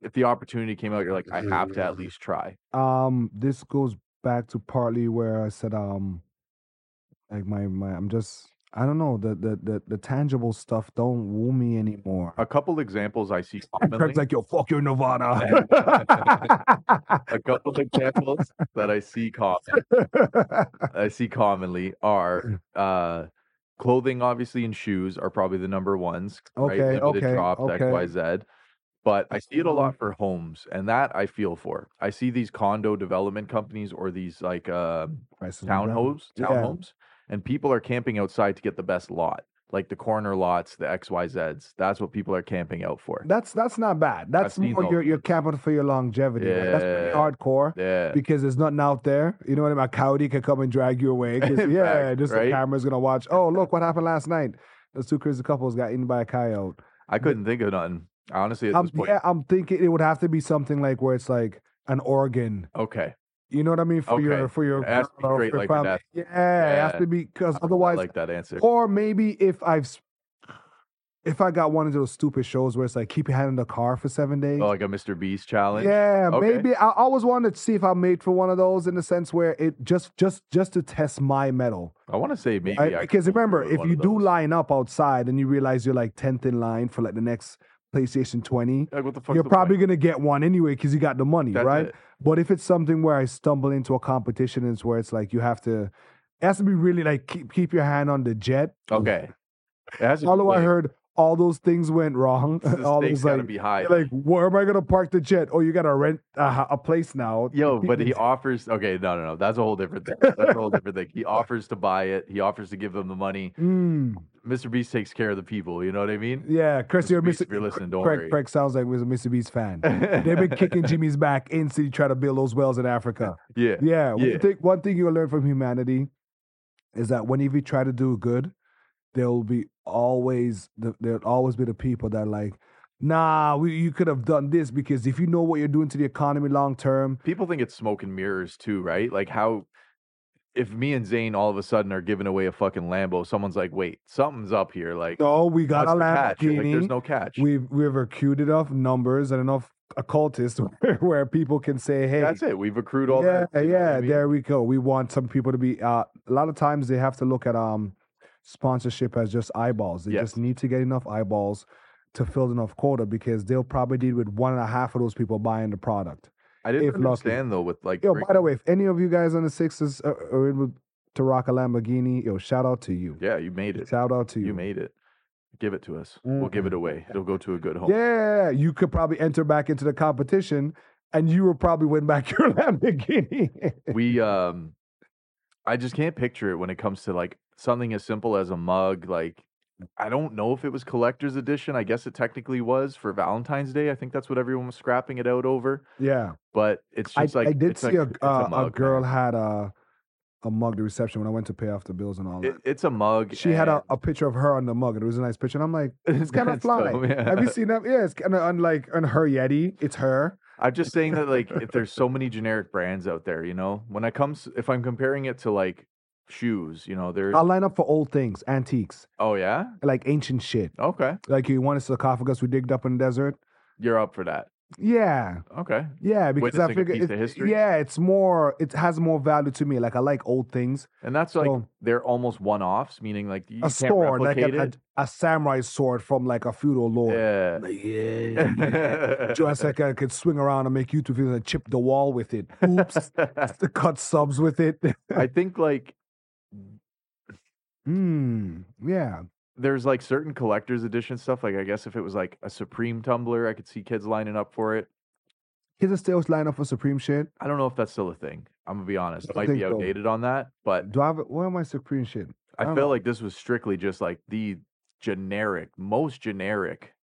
Speaker 2: if the opportunity came out, you're like, I have to
Speaker 1: Mm.
Speaker 2: at least try.
Speaker 1: um, this goes back to partly where I said, um, like my my, I'm just I don't know the the the, the tangible stuff don't woo me anymore.
Speaker 2: A couple examples I see
Speaker 1: [laughs]
Speaker 2: commonly.
Speaker 1: Craig's like, yo, fuck your Nirvana.
Speaker 2: a couple examples that
Speaker 1: [laughs]
Speaker 2: I see common, I see commonly
Speaker 1: Mm.
Speaker 2: are uh, clothing, obviously, and shoes are probably the number ones. right?
Speaker 1: Okay,
Speaker 2: Limited
Speaker 1: okay,
Speaker 2: drops,
Speaker 1: okay. Mm-hmm.
Speaker 2: XYZ. But I see it a lot for homes, and that I feel for. I see these condo development companies or these like uh,
Speaker 1: [laughs] Price is right.
Speaker 2: townhomes,
Speaker 1: Yeah.
Speaker 2: townhomes, and people are camping outside to get the best lot, like the corner lots, the XYZs. That's what people are camping out for.
Speaker 1: That's that's not bad. That's
Speaker 2: seen
Speaker 1: more
Speaker 2: those.
Speaker 1: your your capital for your longevity. right? That's pretty
Speaker 2: Yeah.
Speaker 1: hardcore
Speaker 2: Yeah.
Speaker 1: because there's nothing out there. You know what I mean? A coyote could come and drag you away.
Speaker 2: [laughs]
Speaker 1: 'cause,
Speaker 2: Fact,
Speaker 1: yeah, just the
Speaker 2: right?
Speaker 1: camera's gonna watch. Oh, look what happened last night. Those two crazy couples got eaten by a coyote.
Speaker 2: I couldn't think of nothing. Honestly, at
Speaker 1: I'm,
Speaker 2: this point.
Speaker 1: Um, yeah, I'm thinking it would have to be something like where it's like an organ.
Speaker 2: Okay.
Speaker 1: You know what I mean? For your
Speaker 2: Okay.
Speaker 1: for your
Speaker 2: It has to be
Speaker 1: girl or
Speaker 2: straight
Speaker 1: for your
Speaker 2: like your
Speaker 1: family.
Speaker 2: death.
Speaker 1: Yeah, it has
Speaker 2: Yeah.
Speaker 1: to be because
Speaker 2: I
Speaker 1: otherwise
Speaker 2: like that answer.
Speaker 1: or maybe if I've s- if I got one of those stupid shows where it's like keep your hand in the car for seven days.
Speaker 2: Oh, like a Mr. Beast challenge.
Speaker 1: Yeah,
Speaker 2: Okay.
Speaker 1: maybe I always wanted to see if I'm made for one of those in the sense where it just just just to test my metal.
Speaker 2: I want to say maybe
Speaker 1: I-
Speaker 2: I
Speaker 1: Because
Speaker 2: could go
Speaker 1: remember,
Speaker 2: with
Speaker 1: if
Speaker 2: one
Speaker 1: you
Speaker 2: of
Speaker 1: do
Speaker 2: those.
Speaker 1: line up outside and you realize you're like tenth in line for like the next PlayStation 20,
Speaker 2: like what the fuck?
Speaker 1: you're probably gonna get one anyway because you got the money,
Speaker 2: That's
Speaker 1: right?
Speaker 2: it.
Speaker 1: But if it's something where I stumble into a competition and it's where it's like you have to, it has to be really like keep keep your hand on the jet.
Speaker 2: okay. It has to be
Speaker 1: Although I
Speaker 2: like,
Speaker 1: heard all those things went
Speaker 2: [laughs]
Speaker 1: wrong.
Speaker 2: the
Speaker 1: all
Speaker 2: stakes
Speaker 1: those
Speaker 2: gotta
Speaker 1: like
Speaker 2: be high.
Speaker 1: like, where am I gonna park the jet? Oh, you gotta rent a, ho- a place now. [laughs]
Speaker 2: Yo, but he offers. Okay, no, no, no. That's a whole different thing. That's a whole different thing. He offers to buy it. He offers to give them the money.
Speaker 1: Mm,
Speaker 2: Mr. Beast takes care of the people. You know what I mean?
Speaker 1: yeah, Chris, you're
Speaker 2: Beast,
Speaker 1: Mr.
Speaker 2: if you're listening, don't
Speaker 1: Craig,
Speaker 2: worry.
Speaker 1: Craig sounds like was a Mr. Beast fan.
Speaker 2: [laughs]
Speaker 1: They've been kicking Jimmy's back in city trying to build those wells in
Speaker 2: [laughs]
Speaker 1: Africa. [laughs]
Speaker 2: yeah.
Speaker 1: Yeah,
Speaker 2: Yeah.
Speaker 1: One, thing, one thing you'll learn from humanity is that whenever you try to do good, there will be always the, there'll always be the people that are like, nah, we, you could have done this because if you know what you're doing to the economy long term,
Speaker 2: People think it's smoke and mirrors too, right? Like how. If me and Zane all of a sudden are giving away a fucking Lambo, someone's like, "Wait, something's up here." Like,
Speaker 1: oh, we got
Speaker 2: what's
Speaker 1: a
Speaker 2: the catch? Like,
Speaker 1: Lamborghini.
Speaker 2: there's no catch.
Speaker 1: we've we've accrued enough numbers and enough occultists [laughs] where, where people can say, hey,
Speaker 2: That's it. We've accrued all
Speaker 1: yeah,
Speaker 2: that. you know what I
Speaker 1: yeah,
Speaker 2: mean?
Speaker 1: there we go. We want some people to be. Uh, a lot of times they have to look at um sponsorship as just eyeballs. They just
Speaker 2: Yes.
Speaker 1: need to get enough eyeballs to fill enough quota because they'll probably deal with one and a half of those people buying the product.
Speaker 2: I didn't
Speaker 1: if lucky.
Speaker 2: understand though with like
Speaker 1: Yo,
Speaker 2: drink-
Speaker 1: by the way, if any of you guys on the Sixers are, are able to rock a Lamborghini, yo, shout out to you.
Speaker 2: yeah, you made it.
Speaker 1: Shout out to
Speaker 2: You
Speaker 1: you.
Speaker 2: made it. Give it to us. We'll give it away. It'll go to a good home.
Speaker 1: yeah, you could probably enter back into the competition, and you will probably win back [laughs] your Lamborghini.
Speaker 2: We um I just can't picture it when it comes to like something as simple as a mug like I don't know if it was collector's edition. I guess it technically was for Valentine's Day. I think that's what everyone was scrapping it out over.
Speaker 1: yeah.
Speaker 2: But it's
Speaker 1: I,
Speaker 2: just like
Speaker 1: I did
Speaker 2: it's
Speaker 1: see
Speaker 2: like-
Speaker 1: a,
Speaker 2: it's
Speaker 1: uh, a,
Speaker 2: mug,
Speaker 1: girl
Speaker 2: man.
Speaker 1: had a a mug the reception when I went to pay off the bills and all that.
Speaker 2: It- it's a mug.
Speaker 1: she had a,
Speaker 2: and-
Speaker 1: a picture of her on the mug and it was a nice picture. And I'm like, [laughs] it's kind of
Speaker 2: that's
Speaker 1: fly.
Speaker 2: dumb, [laughs] yeah.
Speaker 1: Have you seen that? Yeah, it's kind of unlike on her Yeti. It's her.
Speaker 2: I'm just saying that like if there's so many generic brands out there, you know, when it comes if I'm comparing it to like shoes, you know, there's
Speaker 1: I'll line up for old things, antiques,
Speaker 2: oh yeah?
Speaker 1: like ancient shit.
Speaker 2: Okay.
Speaker 1: Like you want a sarcophagus we digged up in the desert?
Speaker 2: You're up for that.
Speaker 1: Yeah,
Speaker 2: Okay.
Speaker 1: yeah. Because I
Speaker 2: Witnessing a
Speaker 1: figure,
Speaker 2: piece
Speaker 1: it's-
Speaker 2: of history?
Speaker 1: yeah, it's more. It has more value to me. Like I like old things.
Speaker 2: And that's like
Speaker 1: So-
Speaker 2: they're almost one offs, meaning like you
Speaker 1: A
Speaker 2: can't
Speaker 1: sword, like
Speaker 2: replicate
Speaker 1: a, a,
Speaker 2: it.
Speaker 1: a samurai sword from like a feudal lord.
Speaker 2: Yeah. [laughs]
Speaker 1: Like, yeah. Just like I could swing around and make YouTube videos and chip the wall with it.
Speaker 2: [laughs]
Speaker 1: Oops. Cut subs with it. [laughs]
Speaker 2: I think like
Speaker 1: Hmm. Yeah.
Speaker 2: there's like certain collector's edition stuff. Like I guess if it was like a Supreme tumbler, I could see kids lining up for it.
Speaker 1: Kids are still line up for Supreme shit.
Speaker 2: I don't know if that's still a thing. I'm gonna be honest.
Speaker 1: don't
Speaker 2: Might
Speaker 1: think
Speaker 2: be
Speaker 1: so.
Speaker 2: outdated on that, but
Speaker 1: Do I have it? Where am I Supreme shit? I
Speaker 2: I
Speaker 1: don't
Speaker 2: feel
Speaker 1: know.
Speaker 2: like this was strictly just like the generic, most generic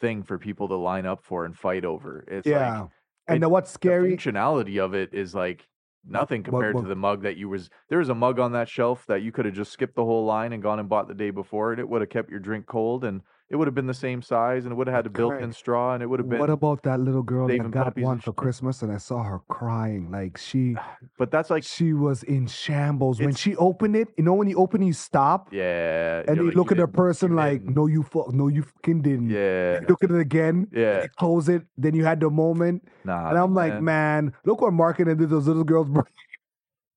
Speaker 2: thing for people to line up for and fight over. It's
Speaker 1: yeah.
Speaker 2: like
Speaker 1: and
Speaker 2: it-
Speaker 1: then what's
Speaker 2: the
Speaker 1: scary?
Speaker 2: functionality of it is like nothing
Speaker 1: Mug-
Speaker 2: compared
Speaker 1: mug.
Speaker 2: to the mug that you was there was a mug on that shelf that you could have just skipped the whole line and gone and bought the day before and it would have kept your drink cold and it would have been the same size and it would have had a built-in
Speaker 1: Correct.
Speaker 2: straw and it would have been
Speaker 1: What about that little girl
Speaker 2: saving
Speaker 1: that got
Speaker 2: puppies and
Speaker 1: one for
Speaker 2: shit.
Speaker 1: Christmas and I saw her crying? Like she
Speaker 2: but that's [sighs] like
Speaker 1: she was in shambles. When
Speaker 2: It's-
Speaker 1: she opened it, you know when you open you stop
Speaker 2: yeah
Speaker 1: and
Speaker 2: you're
Speaker 1: you
Speaker 2: like,
Speaker 1: look at the
Speaker 2: didn't-
Speaker 1: person like,
Speaker 2: didn't.
Speaker 1: no, you fuck no, you fucking didn't.
Speaker 2: yeah
Speaker 1: You Look at it again.
Speaker 2: yeah Ah,
Speaker 1: You close it. Then you had the moment.
Speaker 2: nah
Speaker 1: And I'm like, man, look what marketing did to those little girls. bro. [laughs]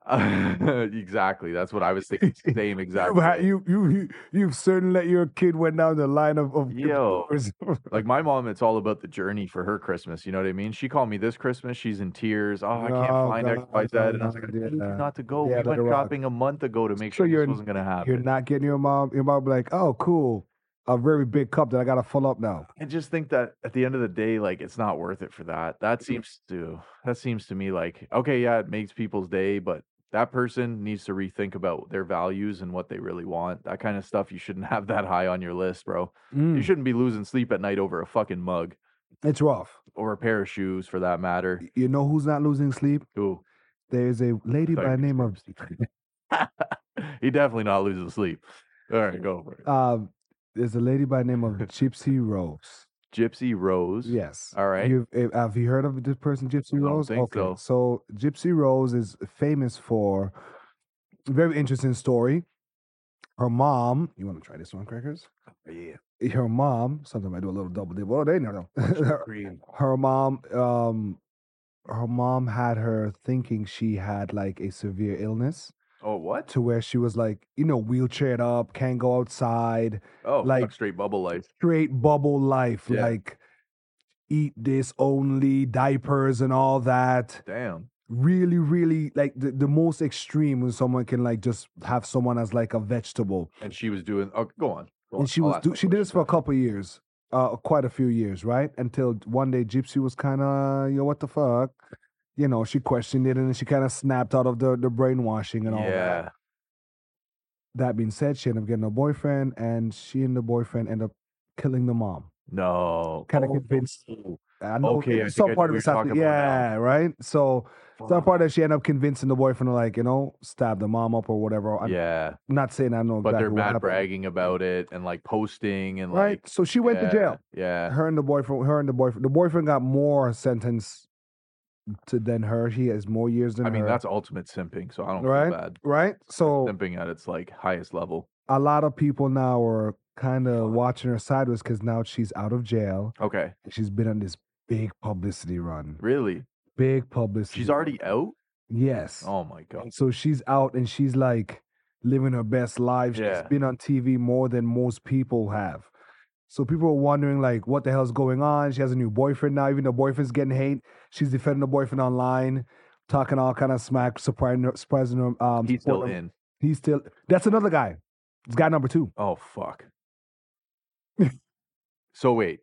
Speaker 2: [laughs] exactly. That's what I was thinking.
Speaker 1: [laughs]
Speaker 2: Same exact.
Speaker 1: You, ha-
Speaker 2: thing.
Speaker 1: you, you, you, you've certainly let your kid went down the line of, of
Speaker 2: Yo.
Speaker 1: [laughs] doors.
Speaker 2: Like my mom, it's all about the journey for her Christmas. You know what I mean? She called me this Christmas. She's in tears. Oh, I can't
Speaker 1: No,
Speaker 2: find
Speaker 1: no,
Speaker 2: X, Y, Z.
Speaker 1: no,
Speaker 2: And I was
Speaker 1: no,
Speaker 2: like, I told you
Speaker 1: yeah.
Speaker 2: not to
Speaker 1: Yeah,
Speaker 2: go. we
Speaker 1: let it
Speaker 2: went
Speaker 1: rock.
Speaker 2: shopping a month ago to make
Speaker 1: So
Speaker 2: sure
Speaker 1: you're-
Speaker 2: this wasn't going to happen.
Speaker 1: You're not getting your mom. Your mom be like, oh, cool, a very big cup that I gotta fill up now.
Speaker 2: I just think that at the end of the day, like it's not worth it for that. That seems to that seems to me like okay, yeah, it makes people's day, but that person needs to rethink about their values and what they really want. That kind of stuff you shouldn't [laughs] have that high on your list, bro. You
Speaker 1: Mm,
Speaker 2: shouldn't be losing sleep at night over a fucking mug
Speaker 1: It's rough.
Speaker 2: or a pair of shoes for that matter.
Speaker 1: Y- You know who's not losing sleep?
Speaker 2: Ooh,
Speaker 1: There's a lady
Speaker 2: I thought you
Speaker 1: by the
Speaker 2: were
Speaker 1: name of
Speaker 2: [laughs] he definitely not losing sleep. All right, go for it.
Speaker 1: um, there's a lady by the
Speaker 2: [laughs]
Speaker 1: name of Gypsy Rose.
Speaker 2: Gypsy Rose.
Speaker 1: Yes.
Speaker 2: All right.
Speaker 1: You've, eh, have you heard of this person, Gypsy
Speaker 2: I don't
Speaker 1: Rose?
Speaker 2: think
Speaker 1: okay. So. Gypsy Rose is famous for very interesting story. Her mom, you want to try this one, Crackers?
Speaker 2: Oh, yeah.
Speaker 1: Her mom, sometimes I do a little double dip. Oh, they know. [laughs] her,
Speaker 2: Green.
Speaker 1: her mom, um, her mom had her thinking she had like a severe illness
Speaker 2: Oh what?
Speaker 1: to where she was like, you know, wheelchaired up, can't go outside,
Speaker 2: Oh,
Speaker 1: Like-
Speaker 2: like straight bubble life.
Speaker 1: straight bubble life,
Speaker 2: Yeah.
Speaker 1: like eat this only, diapers and all that.
Speaker 2: Damn.
Speaker 1: Really, really like the, the most extreme when someone can like just have someone as like a vegetable.
Speaker 2: And she was doing. Oh, go on. Go on.
Speaker 1: And she
Speaker 2: I'll
Speaker 1: was
Speaker 2: ask
Speaker 1: do,
Speaker 2: my
Speaker 1: she did this
Speaker 2: question
Speaker 1: for a
Speaker 2: back.
Speaker 1: couple years, uh, quite a few years, right? Until one day Gypsy was kind of yo, what the fuck, you know? She questioned it and then she kind of snapped out of the the brainwashing and all that.
Speaker 2: Yeah.
Speaker 1: That being said, she ended up getting a boyfriend, and she and the boyfriend end up killing the mom.
Speaker 2: No.
Speaker 1: Kinda
Speaker 2: Oh,
Speaker 1: convinced.
Speaker 2: oh,
Speaker 1: I know
Speaker 2: Okay, I
Speaker 1: some
Speaker 2: think I
Speaker 1: part
Speaker 2: know
Speaker 1: of
Speaker 2: who
Speaker 1: it's
Speaker 2: you're
Speaker 1: after,
Speaker 2: talking about now.
Speaker 1: yeah, right. So some
Speaker 2: fuck.
Speaker 1: part that she ended up convincing the boyfriend, to, like you know, stab the mom up or whatever. I'm
Speaker 2: Yeah.
Speaker 1: not saying I know exactly
Speaker 2: But they're
Speaker 1: what
Speaker 2: mad
Speaker 1: happened,
Speaker 2: bragging about it and like posting and
Speaker 1: right?
Speaker 2: like.
Speaker 1: So she went
Speaker 2: yeah,
Speaker 1: to jail. [laughs]
Speaker 2: Yeah.
Speaker 1: her and the boyfriend her and the boyfriend the boyfriend got more sentence to than her he has more years than
Speaker 2: I mean,
Speaker 1: her
Speaker 2: that's ultimate simping. So I don't
Speaker 1: Right.
Speaker 2: feel bad.
Speaker 1: right so
Speaker 2: Simping at its like highest level.
Speaker 1: a lot of people now are kind of
Speaker 2: Fuck.
Speaker 1: watching her sideways because now she's out of jail
Speaker 2: Okay.
Speaker 1: and she's been on this big publicity run
Speaker 2: Really?
Speaker 1: big publicity
Speaker 2: She's
Speaker 1: run.
Speaker 2: already out?
Speaker 1: yes
Speaker 2: Oh my God.
Speaker 1: so she's out and she's like living her best life
Speaker 2: Yeah.
Speaker 1: she's been on tv more than most people have so people are wondering like what the hell's going on she has a new boyfriend now even the boyfriend's getting hate she's defending the boyfriend online talking all kind of smack surprising surprising him um
Speaker 2: He's still
Speaker 1: supporting him.
Speaker 2: in.
Speaker 1: he's still that's another guy it's guy number two [laughs]
Speaker 2: Oh fuck. so wait.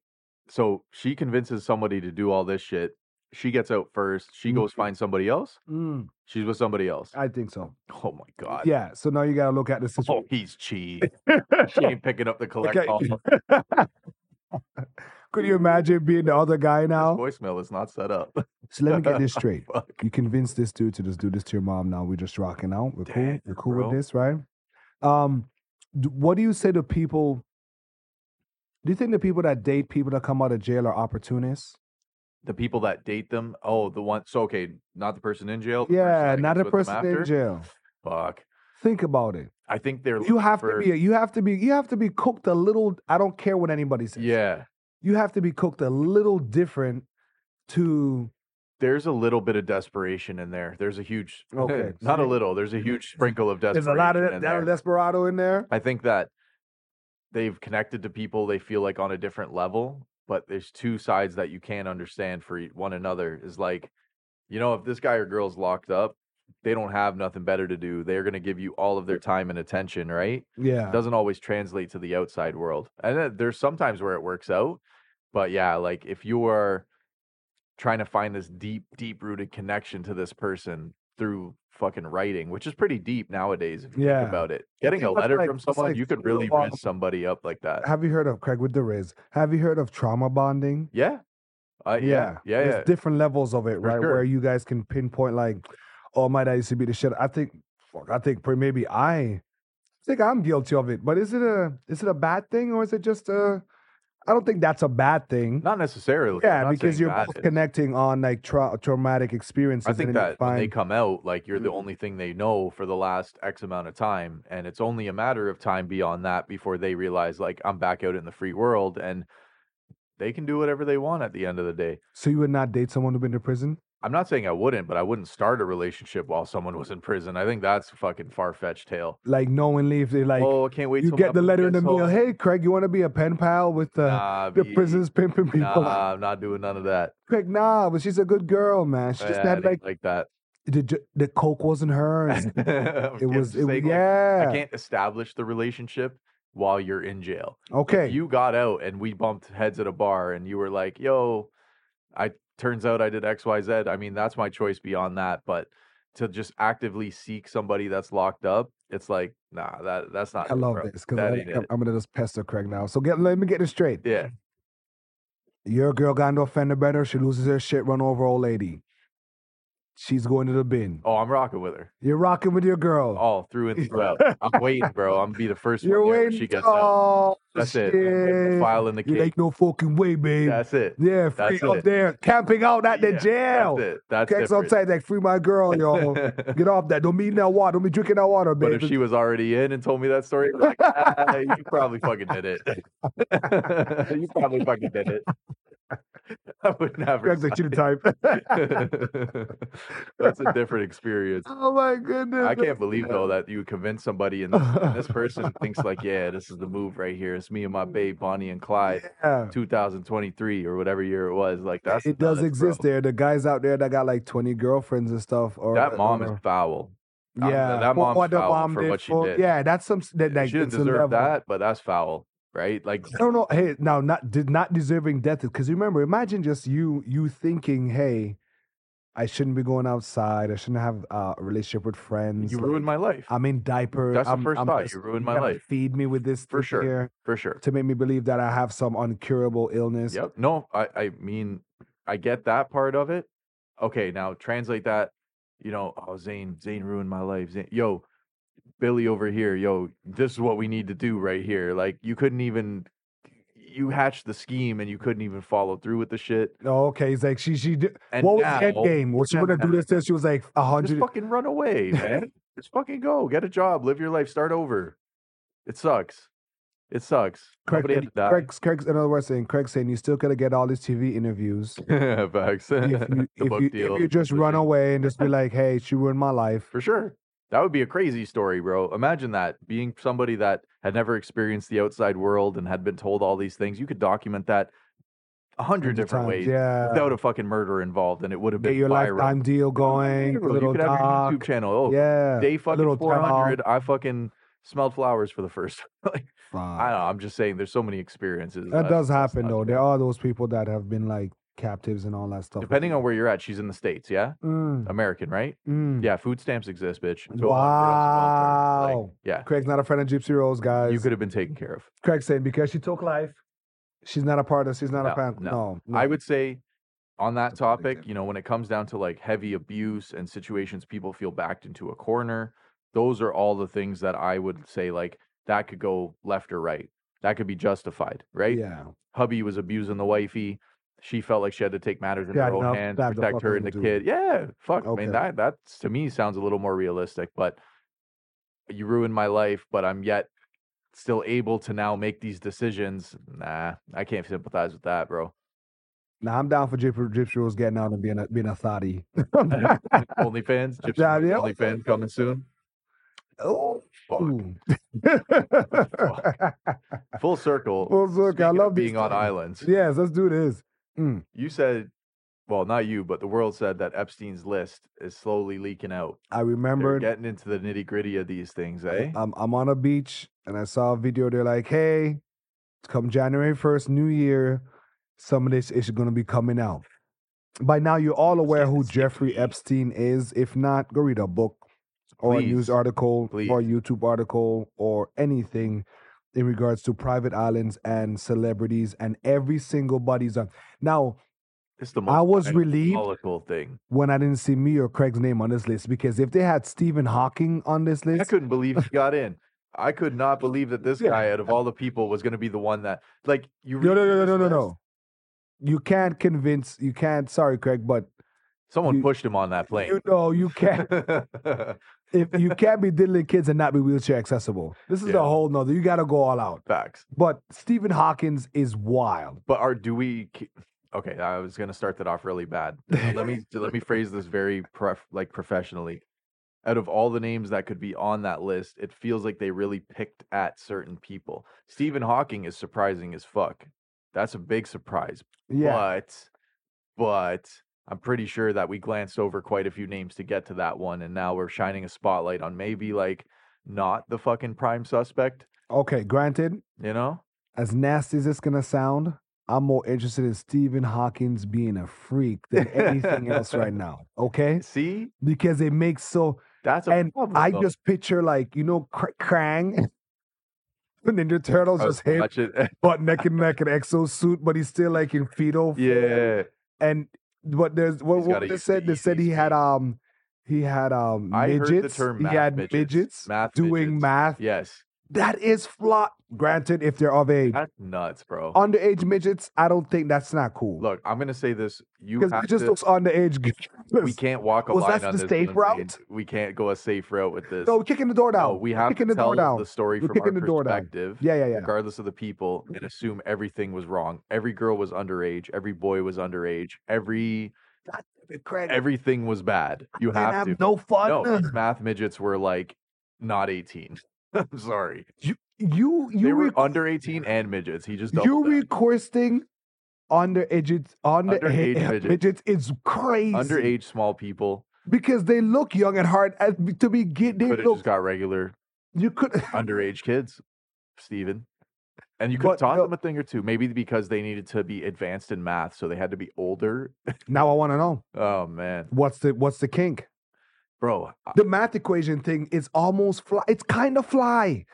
Speaker 2: So she convinces somebody to do all this shit. She gets out first. She
Speaker 1: Mhm.
Speaker 2: goes find somebody else.
Speaker 1: Mm,
Speaker 2: She's with somebody else.
Speaker 1: i think so
Speaker 2: Oh my god.
Speaker 1: Uh, yeah so now you gotta look at the
Speaker 2: Oh,
Speaker 1: situation
Speaker 2: he's
Speaker 1: [laughs]
Speaker 2: cheating. she ain't picking up the collect oh,
Speaker 1: Okay.
Speaker 2: call. This
Speaker 1: [laughs] could you imagine being the other guy now
Speaker 2: voicemail is not set up. [laughs]
Speaker 1: so let me get this straight
Speaker 2: Fuck.
Speaker 1: you convinced this dude to just do this to your mom now we're just rocking out we're cool
Speaker 2: Damn,
Speaker 1: we're cool
Speaker 2: bro.
Speaker 1: with this right um d- what do you say to people do you think the people that date people that come out of jail are opportunists
Speaker 2: The people that date them. Oh, the one. So okay, not the person in jail. the person
Speaker 1: yeah
Speaker 2: that
Speaker 1: not
Speaker 2: gets
Speaker 1: a
Speaker 2: with them
Speaker 1: person in
Speaker 2: after?
Speaker 1: jail
Speaker 2: Fuck.
Speaker 1: think about it
Speaker 2: I think they're.
Speaker 1: you
Speaker 2: looking
Speaker 1: have
Speaker 2: for-
Speaker 1: to be you have to be you have to be cooked a little i don't care what anybody says
Speaker 2: Yeah.
Speaker 1: you have to be cooked a little different to
Speaker 2: There's a little bit of desperation in there. There's a huge.
Speaker 1: Okay,
Speaker 2: [laughs] not a
Speaker 1: see?
Speaker 2: little. There's a
Speaker 1: [laughs]
Speaker 2: huge sprinkle of desperation.
Speaker 1: there's a lot of
Speaker 2: in
Speaker 1: that,
Speaker 2: there.
Speaker 1: that desperado in there
Speaker 2: I think that they've connected to people they feel like on a different level, but there's two sides that you can't understand for e- one another is like, you know, if this guy or girl's locked up, they don't have nothing better to do. They're going to give you all of their time and attention, right?
Speaker 1: yeah
Speaker 2: Doesn't always translate to the outside world. And then there's sometimes where it works out, but yeah, like if you are trying to find this deep, deep rooted connection to this person through fucking writing, which is pretty deep nowadays if you
Speaker 1: Yeah.
Speaker 2: think about it. Getting a
Speaker 1: think that's
Speaker 2: letter
Speaker 1: like-
Speaker 2: from
Speaker 1: that's
Speaker 2: someone,
Speaker 1: like
Speaker 2: you could
Speaker 1: two of
Speaker 2: really
Speaker 1: all-
Speaker 2: rinse somebody up like that.
Speaker 1: have you heard of craig with the riz have you heard of trauma bonding
Speaker 2: Yeah. Uh, yeah. Yeah. Yeah.
Speaker 1: There's different levels of it, right?
Speaker 2: sure.
Speaker 1: Where you guys can pinpoint like, oh, my dad used to be the shit. I think, fuck, I think pre- maybe I I think I'm guilty of it. But is it a is it a bad thing or is it just a? I don't think that's a bad thing.
Speaker 2: Not necessarily. I'm
Speaker 1: yeah,
Speaker 2: not
Speaker 1: because
Speaker 2: saying
Speaker 1: you're
Speaker 2: bad
Speaker 1: both
Speaker 2: is.
Speaker 1: connecting on like tra- traumatic experiences.
Speaker 2: I think
Speaker 1: and then you
Speaker 2: that when they
Speaker 1: find-
Speaker 2: come out, like you're the
Speaker 1: Mhm.
Speaker 2: only thing they know for the last X amount of time. And it's only a matter of time beyond that before they realize, like, I'm back out in the free world and they can do whatever they want at the end of the day.
Speaker 1: so you would not date someone who's been to prison.
Speaker 2: I'm not saying I wouldn't, but I wouldn't start a relationship while someone was in prison. I think that's a fucking far fetched tale.
Speaker 1: Like knowingly, if they like,
Speaker 2: oh, I can't wait.
Speaker 1: you
Speaker 2: till
Speaker 1: get
Speaker 2: my
Speaker 1: the
Speaker 2: boo
Speaker 1: letter in the
Speaker 2: gets home.
Speaker 1: mail. Hey, Craig, you want to be a pen pal with the
Speaker 2: nah,
Speaker 1: the
Speaker 2: B,
Speaker 1: prisoners pimping people? out?
Speaker 2: [laughs] Nah, I'm not doing none of that.
Speaker 1: Craig, nah, but she's a good girl, man. She just
Speaker 2: Yeah, I
Speaker 1: had
Speaker 2: didn't
Speaker 1: like
Speaker 2: that. [laughs]
Speaker 1: the j- the coke wasn't hers.
Speaker 2: I'm
Speaker 1: it was,
Speaker 2: just
Speaker 1: it was
Speaker 2: saying, like,
Speaker 1: yeah.
Speaker 2: I can't establish the relationship while you're in jail. If
Speaker 1: okay,
Speaker 2: you got out and we bumped heads at a bar and you were like, yo, I turns out I did XYZ. I mean, that's my choice beyond that. But to just actively seek somebody that's locked up, it's like, nah, that that's not
Speaker 1: I
Speaker 2: it,
Speaker 1: love
Speaker 2: bro.
Speaker 1: this because
Speaker 2: That
Speaker 1: I'm,
Speaker 2: ain't it.
Speaker 1: I'm gonna just pester Craig now. So get let me get this straight.
Speaker 2: Yeah.
Speaker 1: Your girl got into a fender bender. She loses her shit, run over old lady. She's going to the bin.
Speaker 2: Oh, I'm rocking with her.
Speaker 1: You're rocking with your girl.
Speaker 2: All
Speaker 1: [laughs]
Speaker 2: through and throughout. I'm waiting, bro. I'm gonna be the first
Speaker 1: You're
Speaker 2: one there when
Speaker 1: waiting.
Speaker 2: she gets out.
Speaker 1: oh,
Speaker 2: That's
Speaker 1: shit.
Speaker 2: it. I'm putting the file in the
Speaker 1: You
Speaker 2: cake.
Speaker 1: ain't no fucking way, babe.
Speaker 2: That's it.
Speaker 1: yeah, free
Speaker 2: that's
Speaker 1: up
Speaker 2: it.
Speaker 1: there, camping out at the
Speaker 2: Yeah,
Speaker 1: jail.
Speaker 2: That's it. That's
Speaker 1: Craig's
Speaker 2: different.
Speaker 1: outside, like free my girl,
Speaker 2: [laughs]
Speaker 1: yo. Get off that. Don't be eating that water. Don't be drinking that water,
Speaker 2: but
Speaker 1: babe.
Speaker 2: if she was already in and told me that story, I'd be like, "Ah, you probably fucking did it. you probably fucking did it. [laughs] I would never.
Speaker 1: Craig's like, she the type.
Speaker 2: [laughs]
Speaker 1: [laughs]
Speaker 2: That's a different
Speaker 1: [laughs]
Speaker 2: experience.
Speaker 1: oh my goodness.
Speaker 2: I can't believe though that you convince somebody
Speaker 1: [laughs]
Speaker 2: and this, and [laughs] this person thinks like, yeah, this is the move right here. It's me and my babe, Bonnie and Clyde,
Speaker 1: Yeah.
Speaker 2: 2023 or whatever year it was. Like that's
Speaker 1: it does
Speaker 2: nuts,
Speaker 1: exist
Speaker 2: bro.
Speaker 1: there. The guys out there that got like 20 girlfriends and stuff. Or
Speaker 2: That mom is
Speaker 1: or-
Speaker 2: foul. Um, th-
Speaker 1: yeah,
Speaker 2: that
Speaker 1: for
Speaker 2: mom's
Speaker 1: what the
Speaker 2: foul
Speaker 1: mom
Speaker 2: for
Speaker 1: did
Speaker 2: what she
Speaker 1: for-
Speaker 2: did.
Speaker 1: Yeah, that's some that like
Speaker 2: she didn't
Speaker 1: it's a
Speaker 2: deserve
Speaker 1: level.
Speaker 2: that, but that's foul, right? Like,
Speaker 1: I don't know. Hey, now not did not deserving death because remember, imagine just you you thinking, hey, I shouldn't be going outside. I shouldn't have uh, a relationship with friends.
Speaker 2: you
Speaker 1: like,
Speaker 2: ruined my life
Speaker 1: I'm in diapers.
Speaker 2: That's the
Speaker 1: I'm,
Speaker 2: first
Speaker 1: I'm
Speaker 2: thought.
Speaker 1: just-
Speaker 2: You ruined my
Speaker 1: gotta
Speaker 2: life.
Speaker 1: Feed me with this
Speaker 2: For
Speaker 1: thing
Speaker 2: sure.
Speaker 1: here
Speaker 2: for sure.
Speaker 1: to make me believe that I have some uncurable illness.
Speaker 2: Yep. No, I, I mean, I get that part of it. Okay, now translate that. You know, oh Zane, Zane ruined my life. Zane, yo, Billy over here. Yo, this is what we need to do right here. Like, you couldn't even, you hatched the scheme and you couldn't even follow through with the shit.
Speaker 1: Oh, okay, it's like she she did.
Speaker 2: And
Speaker 1: what was
Speaker 2: now,
Speaker 1: the end game? Was she
Speaker 2: now-
Speaker 1: gonna do this? This she was like a
Speaker 2: just
Speaker 1: hundred.
Speaker 2: fucking run
Speaker 1: [laughs]
Speaker 2: away, man. just fucking go, get a job, live your life, start over. It sucks. It sucks.
Speaker 1: Craig,
Speaker 2: Nobody had to die.
Speaker 1: Craig's, Craig's, in other words, saying Craig's saying you still gotta get all these TV interviews.
Speaker 2: [laughs] Facts. [laughs]
Speaker 1: if you,
Speaker 2: The
Speaker 1: if
Speaker 2: book
Speaker 1: you,
Speaker 2: deal
Speaker 1: if you just
Speaker 2: was
Speaker 1: run
Speaker 2: in.
Speaker 1: away and just be like, hey, she ruined my life.
Speaker 2: For sure. That would be a crazy story, bro. Imagine that being somebody that had never experienced the outside world and had been told all these things. You could document that a hundred different
Speaker 1: times,
Speaker 2: ways
Speaker 1: Yeah.
Speaker 2: without a fucking murder involved, and it would have
Speaker 1: Get
Speaker 2: been
Speaker 1: your
Speaker 2: viral.
Speaker 1: lifetime deal going.
Speaker 2: Viral.
Speaker 1: little
Speaker 2: you could have your
Speaker 1: doc.
Speaker 2: YouTube channel. Oh,
Speaker 1: yeah.
Speaker 2: day fucking
Speaker 1: little
Speaker 2: four hundred. I fucking smelled flowers for the first. [laughs] time. like, I
Speaker 1: Fuck.
Speaker 2: don't know. I'm just saying. There's so many experiences.
Speaker 1: That
Speaker 2: that's-
Speaker 1: does
Speaker 2: that's
Speaker 1: happen
Speaker 2: nuts,
Speaker 1: though.
Speaker 2: bro.
Speaker 1: There are those people that have been like captives and all that stuff.
Speaker 2: Depending on where you're at, she's in the states. Yeah,
Speaker 1: Mm,
Speaker 2: American, right?
Speaker 1: mm.
Speaker 2: Yeah, food stamps exist, bitch. Go on, we're on some welfare. Like,
Speaker 1: Wow.
Speaker 2: yeah,
Speaker 1: Craig's not a friend of Gypsy Rose, guys.
Speaker 2: you could have been taken care of.
Speaker 1: Craig saying because she took life, she's not a part of. She's not
Speaker 2: No,
Speaker 1: a fan.
Speaker 2: no.
Speaker 1: No, no.
Speaker 2: I would say on that
Speaker 1: That's a bad
Speaker 2: topic, you know, when it comes down to like heavy abuse and situations people feel backed into a corner, those are all the things that I would say like that could go left or right. That could be justified, right?
Speaker 1: Yeah.
Speaker 2: Hubby was abusing the wifey. She felt like she had to take matters in
Speaker 1: Yeah,
Speaker 2: her own
Speaker 1: enough,
Speaker 2: hands,
Speaker 1: stab the
Speaker 2: protect
Speaker 1: fuck
Speaker 2: her
Speaker 1: out
Speaker 2: and the
Speaker 1: of the
Speaker 2: kid. Yeah, fuck. I
Speaker 1: Okay.
Speaker 2: mean, that that's to me sounds a little more realistic, but you ruined my life, but I'm yet still able to now make these decisions. Nah, I can't sympathize with that, bro.
Speaker 1: Now I'm down for Gypsy Gypsy Rose getting out and being a being a
Speaker 2: [laughs]
Speaker 1: thotty. [laughs]
Speaker 2: OnlyFans, Gypsy
Speaker 1: Yeah,
Speaker 2: Rose
Speaker 1: yeah.
Speaker 2: OnlyFans coming soon.
Speaker 1: oh.
Speaker 2: Fuck.
Speaker 1: Ooh. [laughs]
Speaker 2: Full circle.
Speaker 1: Full circle. I
Speaker 2: speaking of
Speaker 1: love these
Speaker 2: being on
Speaker 1: things.
Speaker 2: islands.
Speaker 1: yes, let's do this. Mm.
Speaker 2: You said, well, not you, but the world said that Epstein's list is slowly leaking out.
Speaker 1: I
Speaker 2: We're
Speaker 1: remembered
Speaker 2: getting into the nitty gritty of these things, eh?
Speaker 1: I'm I'm on a beach and I saw a video. They're like, "Hey, come January first, New Year, some of this is gonna be coming out." By now, you're all aware who Jeffrey Epstein is. If not, go read a book or a
Speaker 2: Please.
Speaker 1: news article
Speaker 2: Please.
Speaker 1: or a YouTube article or anything in regards to private islands and celebrities and every single body's on. Now,
Speaker 2: It's the most
Speaker 1: I was
Speaker 2: diabolical
Speaker 1: relieved
Speaker 2: thing.
Speaker 1: when I didn't see me or Craig's name on this list because if they had Stephen Hawking on this
Speaker 2: I
Speaker 1: list,
Speaker 2: couldn't believe he got in. I could not believe that this
Speaker 1: Yeah.
Speaker 2: guy, out of all the people, was going to be the one that, like, you.
Speaker 1: No, no,
Speaker 2: read
Speaker 1: no,
Speaker 2: through
Speaker 1: no, no, no,
Speaker 2: this
Speaker 1: no.
Speaker 2: list,
Speaker 1: You can't convince. You can't. Sorry, Craig, but
Speaker 2: Someone
Speaker 1: You-
Speaker 2: pushed him on that plane.
Speaker 1: you know
Speaker 2: [laughs]
Speaker 1: you can't. if you can't be diddling kids and not be wheelchair accessible, this is
Speaker 2: Yeah.
Speaker 1: a whole nother. You got to go all out.
Speaker 2: [laughs] Facts.
Speaker 1: But Stephen Hawkins is wild.
Speaker 2: But are do we? k- okay, I was gonna start that off really bad. Let
Speaker 1: [laughs]
Speaker 2: me let me phrase this very pref- like professionally. Out of all the names that could be on that list, it feels like they really picked at certain people. Stephen Hawking is surprising as fuck. That's a big surprise.
Speaker 1: Yeah.
Speaker 2: But but I'm pretty sure that we glanced over quite a few names to get to that one and now we're shining a spotlight on maybe like not the fucking prime suspect,
Speaker 1: Okay. Granted,
Speaker 2: you know?
Speaker 1: as nasty as it's gonna sound, I'm more interested in Stephen Hawkins being a freak than anything else right now. Okay,
Speaker 2: See?
Speaker 1: because it makes so.
Speaker 2: That's a
Speaker 1: And
Speaker 2: problem.
Speaker 1: I
Speaker 2: though.
Speaker 1: just picture like you know Kr- Krang, [laughs] the Ninja Turtles,
Speaker 2: I was
Speaker 1: just him
Speaker 2: watching- [laughs]
Speaker 1: butt neck and neck an exosuit, but he's still like in fetal.
Speaker 2: yeah.
Speaker 1: And what there's what,
Speaker 2: He's
Speaker 1: what
Speaker 2: gotta
Speaker 1: they
Speaker 2: use
Speaker 1: said
Speaker 2: the
Speaker 1: they said he
Speaker 2: easy
Speaker 1: had
Speaker 2: speed.
Speaker 1: um he had um
Speaker 2: I
Speaker 1: midgets.
Speaker 2: heard the term math
Speaker 1: he had
Speaker 2: midgets.
Speaker 1: midgets,
Speaker 2: Math
Speaker 1: doing
Speaker 2: midgets.
Speaker 1: math.
Speaker 2: Yes.
Speaker 1: That is flop. Granted, if they're of age,
Speaker 2: That's nuts, bro.
Speaker 1: underage midgets, I don't think that's not cool.
Speaker 2: Look, I'm gonna say this. You
Speaker 1: Because
Speaker 2: have
Speaker 1: it just
Speaker 2: to,
Speaker 1: looks underage. [laughs]
Speaker 2: we can't walk a
Speaker 1: Was
Speaker 2: line
Speaker 1: that
Speaker 2: on
Speaker 1: the
Speaker 2: this.
Speaker 1: safe
Speaker 2: Lindsay,
Speaker 1: route?
Speaker 2: and We can't go a safe route with this.
Speaker 1: No, we're kicking the door down.
Speaker 2: No, we have to
Speaker 1: kicking the
Speaker 2: tell
Speaker 1: door down.
Speaker 2: the story
Speaker 1: We're
Speaker 2: from our
Speaker 1: kicking the door down.
Speaker 2: perspective,
Speaker 1: yeah, yeah, yeah.
Speaker 2: regardless of the people, and assume everything was wrong. Every girl was underage. Every boy was underage. Every
Speaker 1: Craig,
Speaker 2: everything was bad. You
Speaker 1: man,
Speaker 2: have
Speaker 1: have
Speaker 2: to.
Speaker 1: no fun.
Speaker 2: No, these math midgets were like not 18. [laughs] I'm sorry.
Speaker 1: You you
Speaker 2: they were
Speaker 1: rec-
Speaker 2: under 18 and midgets. He just
Speaker 1: you
Speaker 2: doubled down.
Speaker 1: requesting underage under
Speaker 2: Underage midgets.
Speaker 1: midgets is crazy.
Speaker 2: underage small people.
Speaker 1: because they look young at heart. As, to be get they
Speaker 2: Could have just
Speaker 1: look [sighs]
Speaker 2: got regular
Speaker 1: you could
Speaker 2: underage kids, Steven. And you could have
Speaker 1: But
Speaker 2: taught
Speaker 1: no-
Speaker 2: them a thing or two, maybe because they needed to be advanced in math, so they had to be older.
Speaker 1: [laughs] now I want to know
Speaker 2: Oh man,
Speaker 1: what's the what's the kink.
Speaker 2: bro, I-
Speaker 1: The math equation thing is almost fly. It's kind of fly.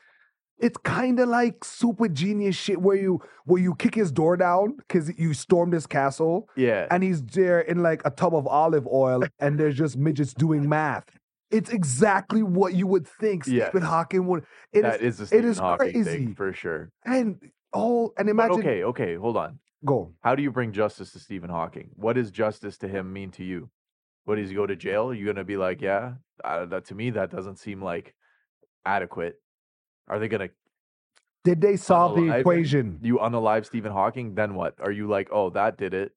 Speaker 1: It's kind of like super genius shit where you where you kick his door down because you stormed his castle.
Speaker 2: yeah,
Speaker 1: and he's there in like a tub of olive oil, and there's just midgets doing math. It's exactly what you would think
Speaker 2: Yeah.
Speaker 1: Stephen Hawking would. It
Speaker 2: that
Speaker 1: is,
Speaker 2: is a Stephen
Speaker 1: is
Speaker 2: Hawking
Speaker 1: crazy.
Speaker 2: thing for sure.
Speaker 1: and all and
Speaker 2: But
Speaker 1: imagine
Speaker 2: okay, okay, hold on.
Speaker 1: go.
Speaker 2: How do you bring justice to Stephen Hawking? What does justice to him mean to you? What does he go to jail? Are you gonna be like, yeah, uh, that to me that doesn't seem like adequate. Are they gonna
Speaker 1: Did they solve
Speaker 2: alive
Speaker 1: the
Speaker 2: and-
Speaker 1: equation,
Speaker 2: you unalive Stephen Hawking? Then what? Are you like, oh, that did it?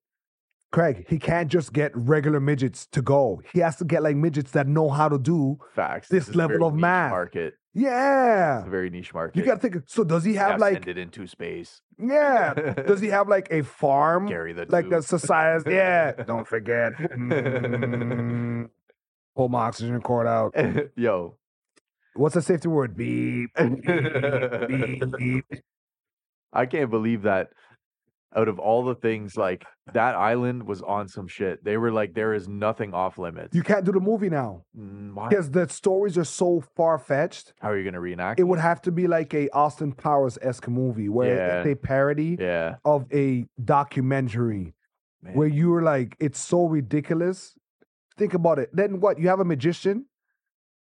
Speaker 1: Craig? He can't just get regular midgets to go. He has to get like midgets that know how to do.
Speaker 2: Facts.
Speaker 1: This
Speaker 2: is a
Speaker 1: level
Speaker 2: very
Speaker 1: of
Speaker 2: niche
Speaker 1: math.
Speaker 2: market.
Speaker 1: Yeah,
Speaker 2: It's a very niche market.
Speaker 1: you got to think. So does he have
Speaker 2: Yeah,
Speaker 1: like?
Speaker 2: send it into space. [laughs]
Speaker 1: Yeah, does he have like a farm?
Speaker 2: Carry the
Speaker 1: like
Speaker 2: tube.
Speaker 1: the society.
Speaker 2: [laughs]
Speaker 1: Yeah, don't forget. Mm. Pull my oxygen cord out.
Speaker 2: [laughs]
Speaker 1: [laughs]
Speaker 2: Yo.
Speaker 1: What's the safety word? Beep. beep, beep.
Speaker 2: I can't believe that out of all the things,
Speaker 1: [laughs]
Speaker 2: like that island was on some shit. They were like, there is nothing off limits.
Speaker 1: You can't do the movie now
Speaker 2: Mm, Why?
Speaker 1: because the stories are so far fetched.
Speaker 2: How are you going to reenact?
Speaker 1: It would have to be like a Austin Powers esque movie where it's
Speaker 2: Yeah.
Speaker 1: a parody
Speaker 2: yeah.
Speaker 1: of a documentary
Speaker 2: Man.
Speaker 1: where you're like, it's so ridiculous. Think about it. Then what? You have a magician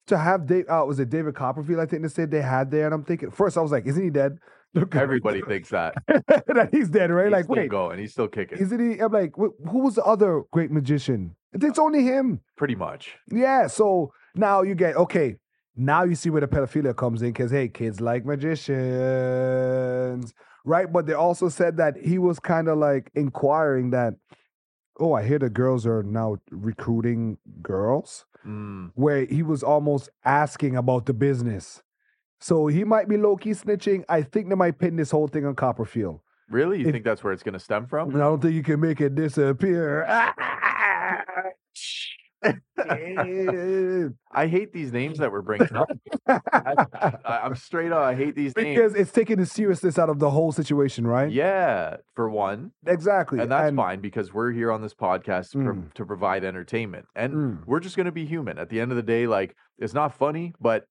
Speaker 1: to have Dave. Uh, was it David Copperfield? I think they said they had there, and I'm thinking first I was like, isn't he dead? [laughs] Look,
Speaker 2: Everybody thinks that.
Speaker 1: [laughs] that he's dead, right?
Speaker 2: He's
Speaker 1: like,
Speaker 2: still
Speaker 1: wait,
Speaker 2: going. He's still kicking.
Speaker 1: Isn't he? e, I'm like, wh- who was the other great magician? It's only him.
Speaker 2: Pretty much.
Speaker 1: Yeah. So now you get okay. Now you see where the pedophilia comes in because hey, kids like magicians, right? But they also said that he was kind of like inquiring that. Oh, I hear the girls are now recruiting girls,
Speaker 2: Mm,
Speaker 1: where he was almost asking about the business. So he might be low key snitching. I think they might pin this whole thing on Copperfield.
Speaker 2: really? You
Speaker 1: If-
Speaker 2: think that's where it's going to stem
Speaker 1: I
Speaker 2: from?
Speaker 1: don't think you can make it
Speaker 2: [laughs]
Speaker 1: disappear. Ah!
Speaker 2: I hate these names that we're bringing up. I,
Speaker 1: [laughs]
Speaker 2: I'm straight up. I hate these names.
Speaker 1: because eh, it's taking the seriousness out of the whole situation, right?
Speaker 2: Yeah, for one,
Speaker 1: exactly.
Speaker 2: and that's fine because we're here on this podcast to pro-
Speaker 1: Mm.
Speaker 2: to provide entertainment, and
Speaker 1: Mm.
Speaker 2: we're just going to be human. At the end of the day, like it's not funny, but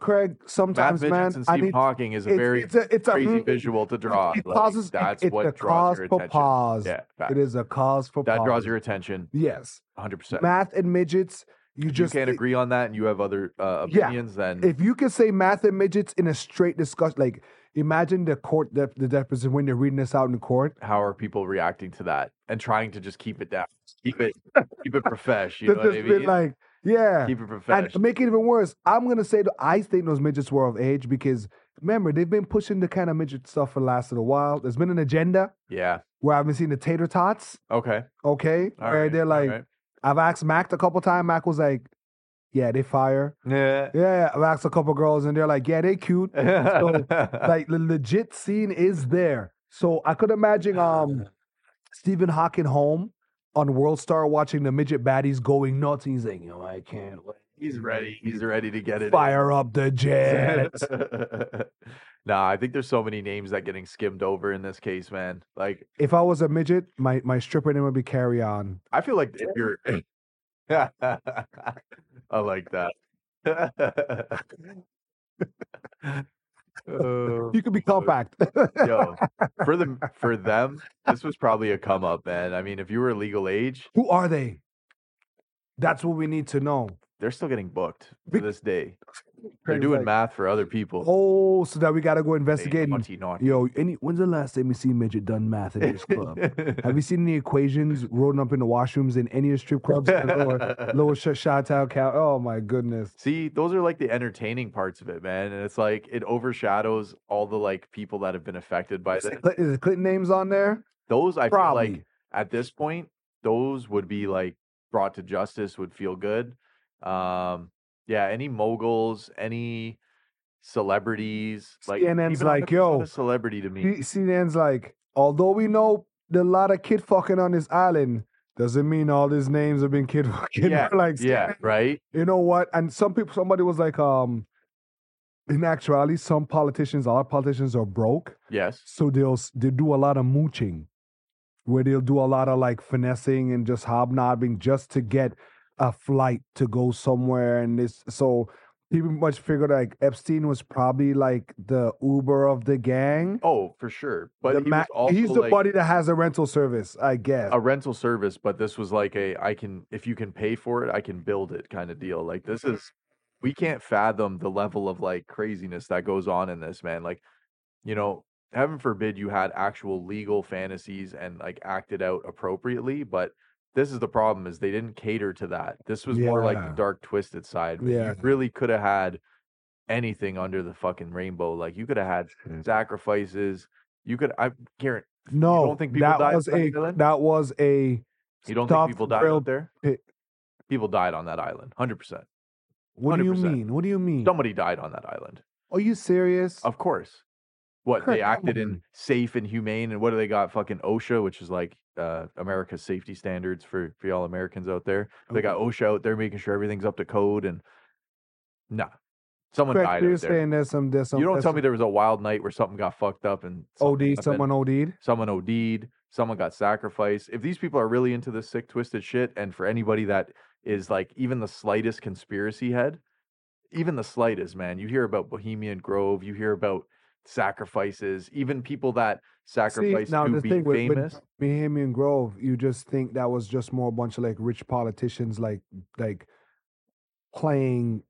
Speaker 1: Craig,
Speaker 2: Matt
Speaker 1: sometimes,
Speaker 2: Midgets
Speaker 1: man,
Speaker 2: and
Speaker 1: I
Speaker 2: Stephen
Speaker 1: need
Speaker 2: Hawking is a
Speaker 1: it's-
Speaker 2: very
Speaker 1: it's a, it's a-
Speaker 2: crazy
Speaker 1: mm,
Speaker 2: visual to
Speaker 1: it-
Speaker 2: draw.
Speaker 1: It
Speaker 2: Like,
Speaker 1: causes it-
Speaker 2: that's
Speaker 1: it's
Speaker 2: what
Speaker 1: a
Speaker 2: draws
Speaker 1: cause
Speaker 2: your
Speaker 1: for
Speaker 2: attention.
Speaker 1: pause.
Speaker 2: Yeah, fact.
Speaker 1: It is a cause for
Speaker 2: that
Speaker 1: pause.
Speaker 2: draws your attention.
Speaker 1: yes.
Speaker 2: 100. percent
Speaker 1: Math and midgets, you
Speaker 2: You
Speaker 1: just
Speaker 2: can't agree on that, and you have other uh,
Speaker 1: Yeah.
Speaker 2: opinions. Then
Speaker 1: if you can say math and midgets in a straight discussion, like imagine the court, the, the deposition when they're reading this out in court.
Speaker 2: how are people reacting to that and trying to just keep it down, keep it, keep it profesh. You
Speaker 1: They've
Speaker 2: know what I
Speaker 1: just been
Speaker 2: mean?
Speaker 1: like, yeah.
Speaker 2: keep
Speaker 1: And
Speaker 2: it profesh.
Speaker 1: to make it even worse, I'm gonna say that I think those midgets were of age because Remember, they've been pushing the kind of midget stuff for the last little while. There's been an agenda
Speaker 2: Yeah.
Speaker 1: where I've been seeing the tater tots.
Speaker 2: Okay.
Speaker 1: Okay,
Speaker 2: All
Speaker 1: where
Speaker 2: right,
Speaker 1: they're
Speaker 2: all
Speaker 1: like,
Speaker 2: right.
Speaker 1: I've asked Mac a couple times. Mac was like, "Yeah, they fire."
Speaker 2: [laughs] Yeah.
Speaker 1: Yeah, I've asked a couple girls, and they're like, "Yeah, they cute." like the legit scene is there. So I could imagine um Stephen Hawking home on World Star watching the midget baddies going nuts. He's like, yo, I can't wait.
Speaker 2: he's ready. He's ready to get it. in.
Speaker 1: Fire up the
Speaker 2: [laughs]
Speaker 1: jets.
Speaker 2: nah, I think there's so many names that getting skimmed over in this case, man. Like
Speaker 1: if I was a midget, my, my stripper name would be Carry On.
Speaker 2: I feel like if you're [laughs] I like that. Oh,
Speaker 1: You could be compact.
Speaker 2: [laughs]
Speaker 1: [laughs]
Speaker 2: yo, for them for them, this was probably a come up, man. I mean, if you were legal age,
Speaker 1: Who are they? That's what we need to know.
Speaker 2: they're still getting booked to
Speaker 1: Bec-
Speaker 2: this day. They're
Speaker 1: Craig's
Speaker 2: doing
Speaker 1: like,
Speaker 2: math for other people.
Speaker 1: Oh, so that we gotta go
Speaker 2: They
Speaker 1: investigate. and-
Speaker 2: naughty, naughty.
Speaker 1: Yo, any when's the last time you see a midget done math
Speaker 2: [laughs]
Speaker 1: in this club? Have you seen any equations rolling up in the washrooms in any of the strip clubs?
Speaker 2: [laughs]
Speaker 1: or little sh- shot out cow. Oh my goodness.
Speaker 2: See, those are like the entertaining parts of it, man. And it's like it overshadows all the like people that have been affected by
Speaker 1: Is
Speaker 2: this.
Speaker 1: it Cl- is it Clinton names on there?
Speaker 2: Those I
Speaker 1: Probably.
Speaker 2: feel like at this point, those would be like brought to justice would feel good. Um, yeah, any moguls, any celebrities, like
Speaker 1: CNN's
Speaker 2: even on
Speaker 1: like,
Speaker 2: the- it's not
Speaker 1: "Yo,
Speaker 2: a celebrity to me.
Speaker 1: C- CNN's like, although we know the lot of kid fucking on this island, doesn't mean all these names have been kid fucking. [laughs]
Speaker 2: Yeah,
Speaker 1: We're like,
Speaker 2: yeah, right.
Speaker 1: you know what? And some people, somebody was like, um, in actuality, some politicians, a lot of politicians are broke,
Speaker 2: Yes.
Speaker 1: so they'll s- they do a lot of mooching, where they'll do a lot of like finessing and just hobnobbing just to get a flight to go somewhere. And this, so people much figured like Epstein was probably like the Uber of the gang.
Speaker 2: Oh, for sure. But
Speaker 1: The
Speaker 2: he was
Speaker 1: ma-
Speaker 2: also,
Speaker 1: he's the
Speaker 2: like,
Speaker 1: buddy that has a rental service, I guess.
Speaker 2: a rental service, but this was like a I can if you can pay for it, I can build it kind of deal. Like this
Speaker 1: Mm-hmm.
Speaker 2: is we can't fathom the level of like craziness that goes on in this man. Like, you know, heaven forbid you had actual legal fantasies and like acted out appropriately, but this is the problem is they didn't cater to that. This was more like
Speaker 1: Yeah.
Speaker 2: the dark twisted side. where
Speaker 1: Yeah.
Speaker 2: You really could have had anything under the fucking rainbow. Like you could have had sacrifices. You could I guarantee
Speaker 1: no,
Speaker 2: don't think people
Speaker 1: that
Speaker 2: died
Speaker 1: was
Speaker 2: on
Speaker 1: a
Speaker 2: that island?
Speaker 1: that was a.
Speaker 2: you don't
Speaker 1: stuffed
Speaker 2: think people died
Speaker 1: grilled
Speaker 2: out there?
Speaker 1: pig.
Speaker 2: People died on that island. Hundred percent.
Speaker 1: What do you
Speaker 2: 100%.
Speaker 1: mean? What do you mean?
Speaker 2: Somebody died on that island.
Speaker 1: Are you serious?
Speaker 2: Of course. What
Speaker 1: Kurt,
Speaker 2: they
Speaker 1: come
Speaker 2: acted in
Speaker 1: on.
Speaker 2: safe and humane, and what do they got? Fucking OSHA, which is like uh, America's safety standards for for all Americans out there. They got OSHA out there making sure everything's up to code, and nah, someone
Speaker 1: Correct,
Speaker 2: died
Speaker 1: you're
Speaker 2: out there.
Speaker 1: saying there's some there's some
Speaker 2: You don't
Speaker 1: there's
Speaker 2: tell
Speaker 1: some
Speaker 2: me there was a wild night where something got fucked up and something
Speaker 1: OD Oh, someone OD'd.
Speaker 2: someone OD'd, someone got sacrificed. If these people are really into this sick, twisted shit, and for anybody that is like even the slightest conspiracy head, even the slightest, man, you hear about Bohemian Grove, you hear about sacrifices, even people that sacrifice
Speaker 1: See, now
Speaker 2: to
Speaker 1: the
Speaker 2: be
Speaker 1: thing with,
Speaker 2: famous.
Speaker 1: with Bohemian Grove, you just think that was just more a bunch of like rich politicians, like like playing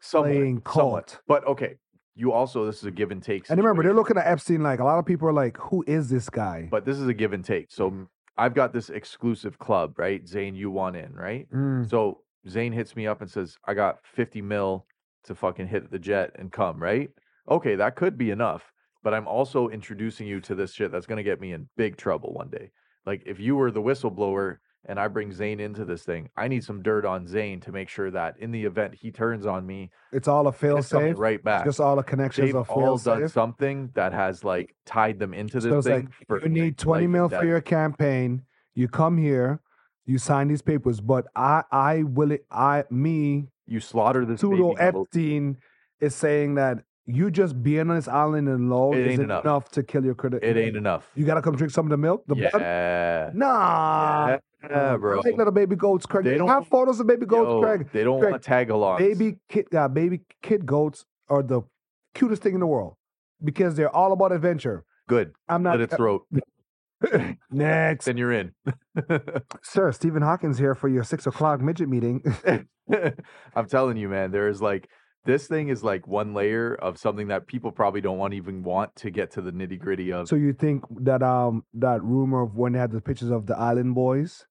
Speaker 2: somewhat,
Speaker 1: playing
Speaker 2: somewhat.
Speaker 1: cult.
Speaker 2: But okay, you also, this is a give and take.
Speaker 1: And remember, they're
Speaker 2: situation.
Speaker 1: looking at Epstein like a lot of people are like, who is this guy?
Speaker 2: but this is a give and take.
Speaker 1: Mm-hmm.
Speaker 2: So I've got this exclusive club, right? Zane, you want in, right?
Speaker 1: Mm,
Speaker 2: So Zane hits me up and says, I got 50 mil to fucking hit the jet and come, right? Okay, that could be enough, but I'm also introducing you to this shit that's going to get me in big trouble one day. Like, if you were the whistleblower and I bring Zane into this thing, I need some dirt on Zane to make sure that in the event he turns on me,
Speaker 1: it's all a fail
Speaker 2: it's coming
Speaker 1: safe.
Speaker 2: right back.
Speaker 1: Just all the connections
Speaker 2: They've
Speaker 1: are
Speaker 2: all
Speaker 1: fail
Speaker 2: done
Speaker 1: safe.
Speaker 2: something that has like tied them into
Speaker 1: So
Speaker 2: this
Speaker 1: it's
Speaker 2: thing.
Speaker 1: like,
Speaker 2: for
Speaker 1: You need 20
Speaker 2: life
Speaker 1: mil
Speaker 2: and
Speaker 1: for
Speaker 2: death.
Speaker 1: your campaign. You come here, you sign these papers, but I I will it I me
Speaker 2: You slaughter this baby
Speaker 1: pseudo
Speaker 2: on the-
Speaker 1: Epstein is saying that you just being on this island and alone
Speaker 2: It ain't
Speaker 1: isn't
Speaker 2: enough.
Speaker 1: enough. to kill your credit.
Speaker 2: It ain't enough.
Speaker 1: You gotta come drink some of the milk. The blood?
Speaker 2: yeah.
Speaker 1: Nah.
Speaker 2: Yeah, bro.
Speaker 1: Take little baby goats, Craig.
Speaker 2: They
Speaker 1: They
Speaker 2: don't-
Speaker 1: have photos of baby goats,
Speaker 2: Yo,
Speaker 1: Craig.
Speaker 2: They don't
Speaker 1: Craig,
Speaker 2: want tag alongs.
Speaker 1: Baby kid, uh, baby kid goats are the cutest thing in the world because they're all about adventure.
Speaker 2: Good.
Speaker 1: I'm [laughs] not
Speaker 2: Let it throat.
Speaker 1: next.
Speaker 2: Then you're in. [laughs]
Speaker 1: Sir, Stephen Hawkins here for your six o'clock midget meeting.
Speaker 2: I'm telling you, man, there is like this thing is like one layer of something that people probably don't want even want to get to the nitty gritty of.
Speaker 1: so you think that um that rumor of when they had the pictures of the island boys,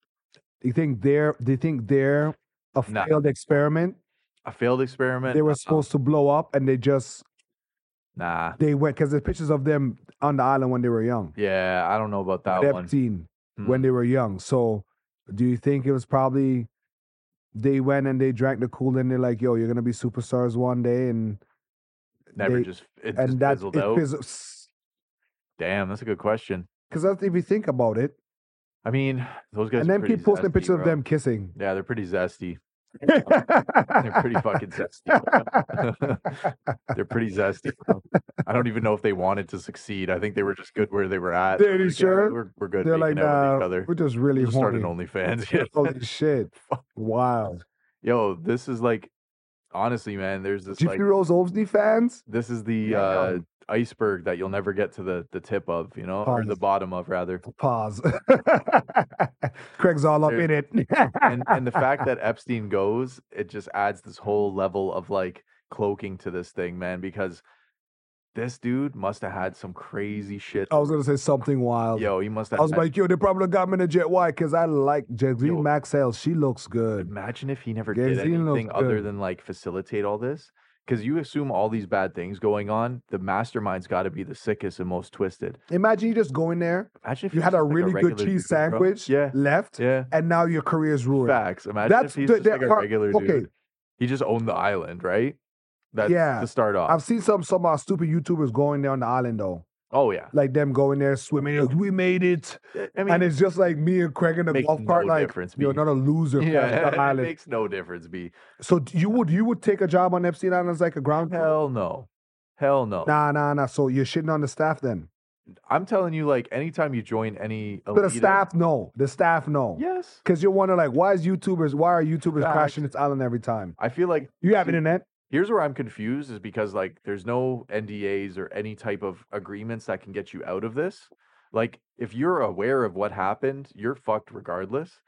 Speaker 1: you think they're they think they're a
Speaker 2: Nah.
Speaker 1: failed experiment?
Speaker 2: a failed experiment.
Speaker 1: They
Speaker 2: uh-uh.
Speaker 1: were supposed to blow up and they just
Speaker 2: Nah.
Speaker 1: They went because there's pictures of them on the island when they were young.
Speaker 2: Yeah, I don't know about that one. Hmm.
Speaker 1: Neptune when they were young. So, do you think it was probably they went and they drank the cool and they're like, "Yo, you're gonna be superstars one day," and
Speaker 2: Never
Speaker 1: they-
Speaker 2: just it just
Speaker 1: and that's
Speaker 2: fizzled out.
Speaker 1: because
Speaker 2: Damn, that's a good question.
Speaker 1: if you think about it,
Speaker 2: I mean, [sighs] those guys.
Speaker 1: and
Speaker 2: are
Speaker 1: then
Speaker 2: pretty
Speaker 1: keep posting
Speaker 2: zesty,
Speaker 1: pictures of
Speaker 2: bro.
Speaker 1: them kissing.
Speaker 2: Yeah, they're pretty zesty.
Speaker 1: they're
Speaker 2: They're pretty [laughs] fucking zesty. [laughs] they're pretty zesty. bro. I don't even know if they wanted to succeed. I think they were just good where they were at.
Speaker 1: Dude, you
Speaker 2: Like, yeah,
Speaker 1: sure?
Speaker 2: We're, we're good.
Speaker 1: They're like,
Speaker 2: making out with each
Speaker 1: "Nah,
Speaker 2: other.
Speaker 1: [laughs] we're just really
Speaker 2: We'll start an
Speaker 1: horny.
Speaker 2: OnlyFans. [laughs] Yeah.
Speaker 1: Holy shit! Wild.
Speaker 2: Yo, this is like, honestly, man. There's this
Speaker 1: Gypsy
Speaker 2: like,
Speaker 1: Rose Olsney fans.
Speaker 2: this is the
Speaker 1: Yeah, I
Speaker 2: uh,
Speaker 1: know.
Speaker 2: iceberg that you'll never get to the the tip of, you know, or the
Speaker 1: Pause.
Speaker 2: bottom of rather.
Speaker 1: Pause. [laughs] Craig's all up in
Speaker 2: Dude,
Speaker 1: it. [laughs]
Speaker 2: and and the fact that Epstein goes, it just adds this whole level of like cloaking to this thing, man, because this dude must have had some crazy shit.
Speaker 1: Mm. I was gonna say something wild.
Speaker 2: Yo, he must
Speaker 1: I
Speaker 2: have
Speaker 1: was
Speaker 2: had,
Speaker 1: like, yo, they probably got me in a jet. Why? Because I like
Speaker 2: Yo.
Speaker 1: Jazlene Maxwell. She looks good.
Speaker 2: imagine if he never
Speaker 1: Gazino
Speaker 2: did
Speaker 1: looks
Speaker 2: anything other
Speaker 1: good.
Speaker 2: than like facilitate all this. Because you assume all these bad things going on, the mastermind's got to be the sickest and most twisted.
Speaker 1: Imagine you just go in there.
Speaker 2: Imagine Mm-hmm. if
Speaker 1: You
Speaker 2: he's
Speaker 1: had a
Speaker 2: just, like,
Speaker 1: really good
Speaker 2: regular
Speaker 1: cheese
Speaker 2: dude, bro.
Speaker 1: sandwich.
Speaker 2: Yeah,
Speaker 1: Left,
Speaker 2: yeah.
Speaker 1: and now your career's ruined.
Speaker 2: Facts. Imagine
Speaker 1: That's
Speaker 2: if he's
Speaker 1: the-
Speaker 2: just
Speaker 1: that
Speaker 2: like a
Speaker 1: part-
Speaker 2: regular dude.
Speaker 1: okay.
Speaker 2: He just owned the island, right? That's
Speaker 1: Yeah.
Speaker 2: to start off.
Speaker 1: I've seen some some uh, stupid YouTubers going there on the island though.
Speaker 2: oh yeah.
Speaker 1: Like them going there swimming. like, we made it,
Speaker 2: I mean,
Speaker 1: and it's just like me and Craig in the
Speaker 2: makes
Speaker 1: golf cart.
Speaker 2: no
Speaker 1: like
Speaker 2: difference,
Speaker 1: you're
Speaker 2: B.
Speaker 1: not a loser. Yeah, the
Speaker 2: yeah, [laughs] it
Speaker 1: island.
Speaker 2: makes no difference, B.
Speaker 1: So d- you would you would take a job on Epstein Island as like a ground?
Speaker 2: Hell no. Hell no.
Speaker 1: Nah, nah, nah. So you're shitting on the staff then.
Speaker 2: I'm telling you, like, anytime you join any
Speaker 1: But the
Speaker 2: elite-
Speaker 1: staff, no. The staff, no.
Speaker 2: yes.
Speaker 1: Because you're wondering, like, why is YouTubers, why are YouTubers
Speaker 2: Fact.
Speaker 1: crashing this island every time?
Speaker 2: I feel like
Speaker 1: You have
Speaker 2: See,
Speaker 1: internet.
Speaker 2: here's where I'm confused is because like there's no NDAs or any type of agreements that can get you out of this. Like if you're aware of what happened, you're fucked regardless.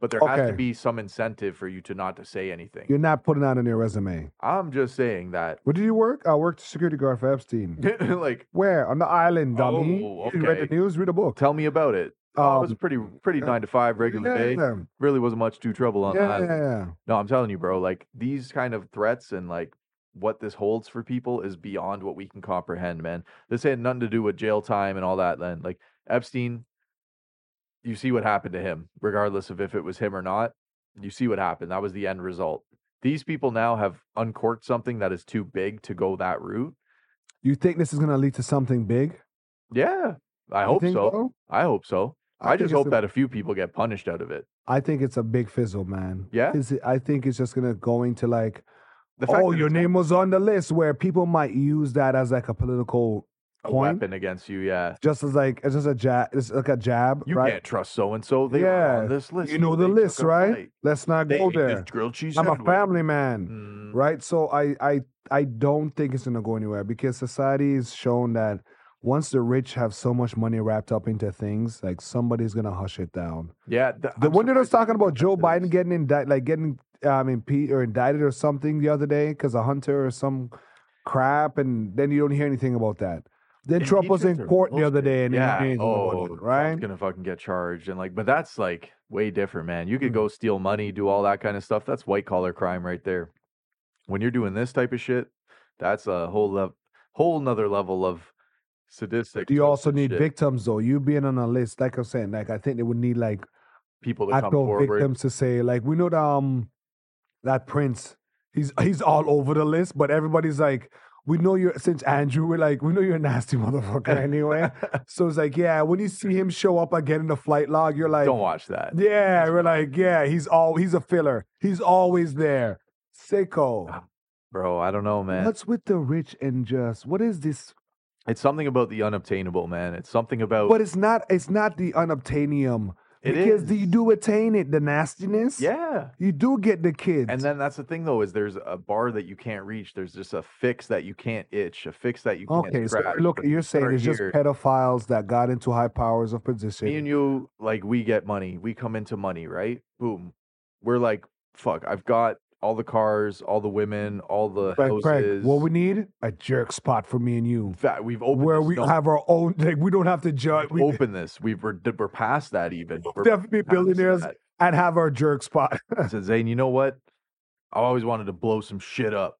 Speaker 2: But there has to
Speaker 1: Okay.
Speaker 2: be some incentive for you to not to say anything.
Speaker 1: You're not putting out on your resume.
Speaker 2: I'm just saying that [laughs]
Speaker 1: Where did you work? I worked security guard for Epstein.
Speaker 2: like
Speaker 1: Where? On the island, dummy.
Speaker 2: Oh,
Speaker 1: You read the
Speaker 2: okay.
Speaker 1: news, read a book.
Speaker 2: tell me about it. Oh, it was
Speaker 1: Um,
Speaker 2: pretty pretty
Speaker 1: yeah.
Speaker 2: 9 to 5 regular
Speaker 1: yeah,
Speaker 2: day.
Speaker 1: yeah,
Speaker 2: Really wasn't much too trouble on the
Speaker 1: yeah,
Speaker 2: island.
Speaker 1: yeah, yeah.
Speaker 2: No, I'm telling you, bro, like these kind of threats and like what this holds for people is beyond what we can comprehend, man. This had nothing to do with jail time and all that, then. Like Epstein, you see what happened to him, regardless of if it was him or not. You see what happened. That was the end result. These people now have uncorked something that is too big to go that route.
Speaker 1: You think this is going to lead to something big?
Speaker 2: Yeah, I
Speaker 1: You
Speaker 2: hope so.
Speaker 1: think so?
Speaker 2: I hope so. I,
Speaker 1: think
Speaker 2: just
Speaker 1: it's
Speaker 2: hope
Speaker 1: a-
Speaker 2: that a few people get punished out of it.
Speaker 1: I think it's a big fizzle, man.
Speaker 2: Yeah?
Speaker 1: Is it- I think it's just going to go into like,
Speaker 2: The fact
Speaker 1: oh,
Speaker 2: that
Speaker 1: your
Speaker 2: it's
Speaker 1: name was on the list, where people might use that as like a political
Speaker 2: a
Speaker 1: point.
Speaker 2: weapon against you, yeah.
Speaker 1: just as like it's just a jab it's like a jab
Speaker 2: You
Speaker 1: right
Speaker 2: can't trust so and so. They yeah.
Speaker 1: Yeah.
Speaker 2: on this list.
Speaker 1: you know the
Speaker 2: They took
Speaker 1: list
Speaker 2: a
Speaker 1: right
Speaker 2: flight.
Speaker 1: let's not
Speaker 2: They
Speaker 1: go
Speaker 2: ate this
Speaker 1: there
Speaker 2: grilled cheese
Speaker 1: i'm a
Speaker 2: sandwich.
Speaker 1: family man
Speaker 2: Mm,
Speaker 1: right so i i i don't think it's going to go anywhere because society has shown that once the rich have so much money wrapped up into things like somebody's going to hush it down
Speaker 2: Yeah, th-
Speaker 1: the
Speaker 2: I'm
Speaker 1: one that was
Speaker 2: surprised
Speaker 1: talking
Speaker 2: they didn't
Speaker 1: about
Speaker 2: get
Speaker 1: joe
Speaker 2: back to
Speaker 1: biden
Speaker 2: this.
Speaker 1: getting indicted like getting um impeached or indicted or something the other day because a hunter or some crap and then you don't hear anything about that then Trump was in
Speaker 2: Impeachments are
Speaker 1: court the other
Speaker 2: bullshit.
Speaker 1: day and you don't
Speaker 2: yeah,
Speaker 1: hear anything about
Speaker 2: oh,
Speaker 1: it, right?
Speaker 2: Trump's gonna fucking get charged and like, but that's like way different, man. You
Speaker 1: Hmm.
Speaker 2: could go steal money, do all that kind of stuff. That's white collar crime right there. When you're doing this type of shit, that's a whole lev- whole nother level of sadistic.
Speaker 1: Do you also
Speaker 2: twisted
Speaker 1: need
Speaker 2: shit.
Speaker 1: victims though? You being on a list, like I'm saying, like I think they would need like
Speaker 2: people to come
Speaker 1: actual
Speaker 2: forward?
Speaker 1: victims to say, like we know that um that Prince, he's he's all over the list, but everybody's like, we know you're since Andrew, we're like, we know you're a nasty [laughs] motherfucker
Speaker 2: [laughs]
Speaker 1: anyway. so it's like, yeah, when you see him show up again in the flight log, you're like,
Speaker 2: Don't watch that.
Speaker 1: yeah, we're like, yeah, he's all he's a filler, he's always there, sicko.
Speaker 2: Ah, Bro, I don't know, man.
Speaker 1: What's with the rich and just? What is this
Speaker 2: It's something about the unobtainable, man. It's something about
Speaker 1: But it's not it's not the unobtainium.
Speaker 2: It
Speaker 1: because
Speaker 2: is.
Speaker 1: you do attain it, the nastiness.
Speaker 2: yeah.
Speaker 1: You do get the kids.
Speaker 2: And then that's the thing though is there's a bar that you can't reach. There's just a fix that you can't itch, a fix that you can't
Speaker 1: Okay, so
Speaker 2: scratch.
Speaker 1: look,
Speaker 2: but
Speaker 1: you're
Speaker 2: that
Speaker 1: saying
Speaker 2: are
Speaker 1: it's just
Speaker 2: here.
Speaker 1: pedophiles that got into high powers of
Speaker 2: me and
Speaker 1: position.
Speaker 2: you like we get money. We come into money, right? Boom. We're like, fuck, I've got all the cars, all the women, all the
Speaker 1: Craig,
Speaker 2: houses.
Speaker 1: Craig, what we need? A jerk spot for me and you.
Speaker 2: Fa- we've opened
Speaker 1: Where
Speaker 2: this.
Speaker 1: we
Speaker 2: No,
Speaker 1: have our own [laughs] like we don't have to judge
Speaker 2: [laughs] we've
Speaker 1: we
Speaker 2: opened this. We've we're, we're past that even.
Speaker 1: [laughs]
Speaker 2: We're
Speaker 1: definitely
Speaker 2: past
Speaker 1: billionaires
Speaker 2: that.
Speaker 1: and have our
Speaker 2: [laughs]
Speaker 1: jerk spot. [laughs]
Speaker 2: I said, Zane, you know what? I always wanted to blow some shit up.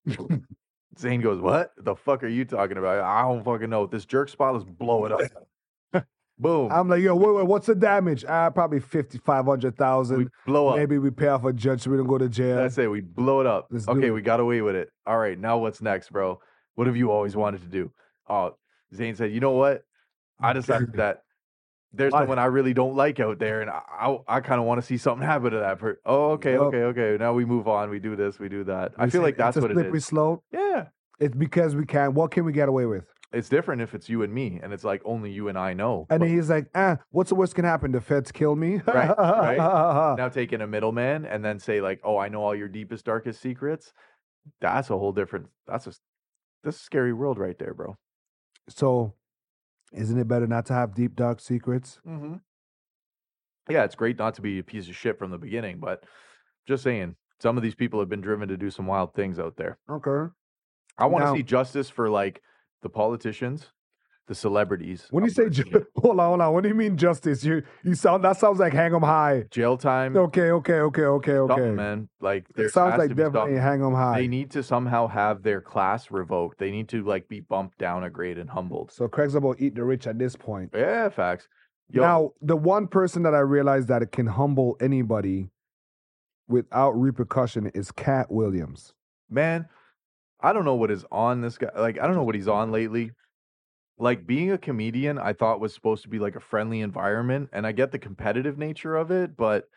Speaker 2: Zane goes, What the fuck are you talking about? I don't fucking know. This jerk spot, let's blow it up.
Speaker 1: [laughs]
Speaker 2: [laughs] Boom.
Speaker 1: I'm like, yo, wait, wait, what's the damage? Ah, probably 50, 500,000.
Speaker 2: we blow up.
Speaker 1: Maybe we pay off a judge so we don't go to jail.
Speaker 2: That's it. We blow it up.
Speaker 1: Let's do
Speaker 2: okay,
Speaker 1: it.
Speaker 2: we got away with it. All right, now what's next, bro? What have you always wanted to do? Oh, Zane said, you know what? I
Speaker 1: [laughs]
Speaker 2: decided that there's
Speaker 1: Life.
Speaker 2: someone I really don't like out there, and I I, I kind of want to see something happen to that person. Oh, okay,
Speaker 1: Yup.
Speaker 2: okay, okay. Now we move on. We do this. We do that. I
Speaker 1: We
Speaker 2: feel
Speaker 1: say
Speaker 2: like that's
Speaker 1: it's a
Speaker 2: what it
Speaker 1: slippery
Speaker 2: is.
Speaker 1: slope.
Speaker 2: Yeah,
Speaker 1: It's because we can't. What can we get away with?
Speaker 2: it's different if it's you and me, and it's like only you and I know.
Speaker 1: And
Speaker 2: But
Speaker 1: then he's like, ah, what's the worst can happen? The feds kill me?
Speaker 2: Right,
Speaker 1: [laughs]
Speaker 2: now take in a middleman and then say like, oh, I know all your deepest, darkest secrets. That's a whole different. That's a this is a scary world right there, bro.
Speaker 1: So, isn't it better not to have deep, dark secrets?
Speaker 2: Mm-hmm. Yeah, it's great not to be a piece of shit from the beginning, but just saying, some of these people have been driven to do some wild things out there.
Speaker 1: Okay.
Speaker 2: I want to
Speaker 1: Now-
Speaker 2: see justice for like the politicians, the celebrities.
Speaker 1: When you
Speaker 2: I'm
Speaker 1: say,
Speaker 2: working
Speaker 1: ju-
Speaker 2: it.
Speaker 1: [laughs] hold on, hold on. What do you mean justice? You you sound, that sounds like hang 'em high. [laughs]
Speaker 2: jail time,
Speaker 1: Okay, okay, okay, okay,
Speaker 2: something,
Speaker 1: okay.
Speaker 2: Mm. man, like there
Speaker 1: It sounds
Speaker 2: has
Speaker 1: like
Speaker 2: to be
Speaker 1: definitely
Speaker 2: something.
Speaker 1: hang 'em
Speaker 2: They
Speaker 1: high.
Speaker 2: need to somehow have their class revoked. They need to like be bumped down a grade and humbled.
Speaker 1: So Craig's about eat the rich at this point.
Speaker 2: Yeah, facts. Yo,
Speaker 1: Now, the one person that I realized that it can humble anybody without repercussion is Cat Williams.
Speaker 2: man, I don't know what is on this guy. Like, I don't know what he's on lately. Like, being a comedian, I thought was supposed to be like a friendly environment, and I get the competitive nature of it, but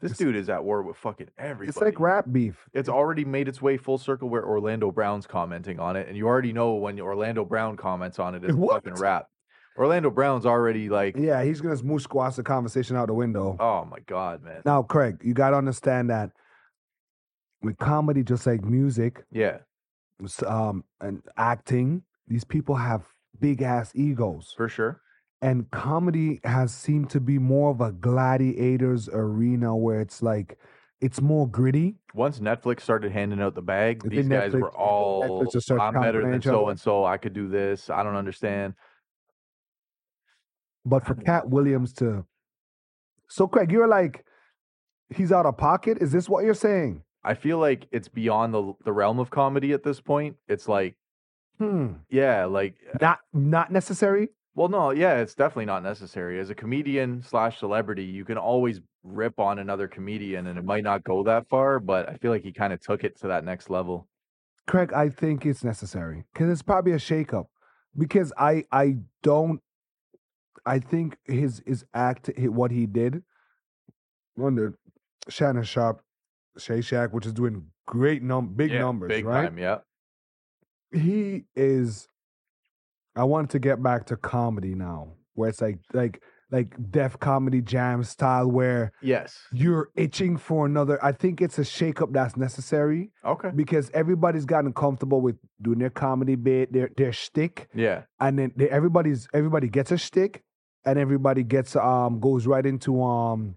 Speaker 2: this
Speaker 1: It's-
Speaker 2: dude is at war with fucking everybody.
Speaker 1: It's like rap beef.
Speaker 2: It's already made its way full circle where Orlando Brown's commenting on it, and you already know when Orlando Brown comments on it,
Speaker 1: [laughs]
Speaker 2: it's
Speaker 1: What?
Speaker 2: fucking rap. Orlando Brown's already like,
Speaker 1: Yeah, he's gonna smoosh squash the conversation out the window.
Speaker 2: oh my god, man.
Speaker 1: Now, Craig, you gotta understand that with comedy, just like music,
Speaker 2: Yeah,
Speaker 1: s- um, and acting, these people have big ass egos,
Speaker 2: for sure.
Speaker 1: and comedy has seemed to be more of a gladiators arena where it's like it's more gritty.
Speaker 2: once Netflix started handing out the bag,
Speaker 1: I
Speaker 2: these
Speaker 1: think
Speaker 2: guys
Speaker 1: Netflix-
Speaker 2: were all
Speaker 1: Netflix just started
Speaker 2: I'm better
Speaker 1: complimenting
Speaker 2: than
Speaker 1: each other."
Speaker 2: so and so. I could do this. I don't understand.
Speaker 1: But for
Speaker 2: Kinda.
Speaker 1: Cat Williams to, so Craig, you're like, he's out of pocket. Is this what you're saying?
Speaker 2: I feel like it's beyond the the realm of comedy at this point. It's like,
Speaker 1: Hmm.
Speaker 2: yeah, like eh,
Speaker 1: Not not necessary.
Speaker 2: well, no, yeah, it's definitely not necessary. As a comedian slash celebrity, you can always rip on another comedian and it might not go that far, but I feel like he kind of took it to that next level.
Speaker 1: Craig, I think it's necessary because it's probably a shakeup. Because I I don't I think his his act hi- what he did under Shannon Sharp, Shay Shack, which is doing great num big
Speaker 2: Yeah,
Speaker 1: numbers,
Speaker 2: big
Speaker 1: right?
Speaker 2: time, yeah.
Speaker 1: He is. I wanted to get back to comedy now, where it's like like like deaf comedy jam style, where
Speaker 2: Yes.
Speaker 1: you're itching for another. I think it's a shakeup that's necessary
Speaker 2: Okay.
Speaker 1: because everybody's gotten comfortable with doing their comedy bit, their their shtick,
Speaker 2: Yeah.
Speaker 1: and then they, everybody's everybody gets a shtick, and everybody gets um goes right into um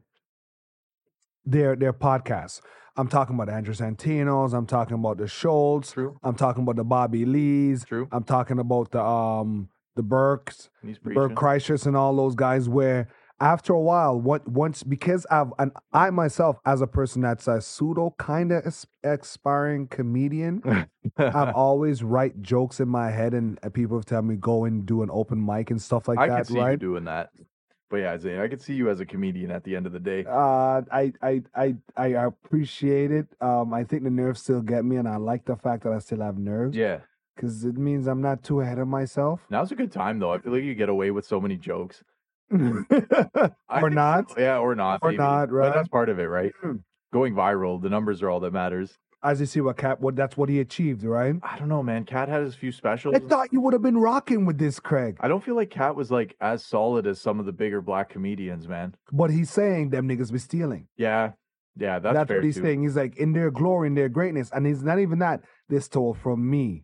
Speaker 1: their their podcasts. I'm talking about Andrew Santino's. I'm talking about the Schultz.
Speaker 2: True.
Speaker 1: I'm talking about the Bobby Lees.
Speaker 2: True.
Speaker 1: I'm talking about the um the Burks,
Speaker 2: He's
Speaker 1: Burke
Speaker 2: [laughs] preaching.
Speaker 1: Kreischer's, and all those guys. Where after a while, what once because I've and I myself as a person that's a pseudo kind of expiring comedian. I've
Speaker 2: [laughs]
Speaker 1: always write jokes in my head, and uh, people tell me go and do an open mic and stuff like
Speaker 2: I
Speaker 1: that.
Speaker 2: could see you
Speaker 1: right?
Speaker 2: doing that. But yeah, Zane, I could see you as a comedian at the end of the day.
Speaker 1: Uh, I, I, I, I appreciate it. Um, I think the nerves still get me, and I like the fact that I still have nerves
Speaker 2: Yeah.
Speaker 1: because it means I'm not too ahead of myself.
Speaker 2: Now's a good time though. I feel like you get away with so many jokes. [laughs] Mm-hmm.
Speaker 1: or
Speaker 2: I think so.
Speaker 1: not?
Speaker 2: Yeah, or not.
Speaker 1: Or
Speaker 2: maybe.
Speaker 1: not,
Speaker 2: But
Speaker 1: right?
Speaker 2: that's part of it, right?
Speaker 1: Mm.
Speaker 2: Going viral, the numbers are all that matters.
Speaker 1: As you see, what cap? What that's what he achieved, right?
Speaker 2: I don't know, man. Cat had his few specials.
Speaker 1: I thought you would have been rocking with this, Craig.
Speaker 2: I don't feel like Cat was like as solid as some of the bigger black comedians, man.
Speaker 1: But he's saying them niggas be stealing.
Speaker 2: Yeah. Yeah, that's, fair
Speaker 1: what he's
Speaker 2: too.
Speaker 1: saying. He's like in their glory, in their greatness, and he's not even that. This stole from me,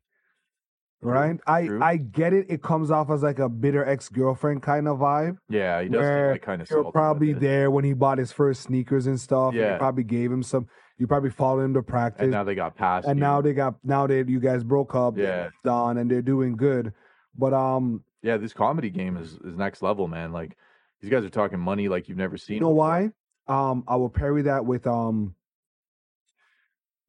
Speaker 2: True,
Speaker 1: right? I
Speaker 2: true.
Speaker 1: I get it. It comes off as like a bitter ex girlfriend kind of vibe.
Speaker 2: Yeah, he does seem
Speaker 1: Where
Speaker 2: like kind of
Speaker 1: You're probably there when he bought his first sneakers and stuff. and
Speaker 2: Yeah.
Speaker 1: you probably gave him some. You probably followed him to practice,
Speaker 2: And now they got past.
Speaker 1: and
Speaker 2: you.
Speaker 1: now they got now that you guys broke up. they
Speaker 2: Yeah.
Speaker 1: moved on and they're doing good. But um,
Speaker 2: yeah, this comedy game is is next level, man. Like these guys are talking money like you've never seen.
Speaker 1: you know why? Um, I will parry that with um,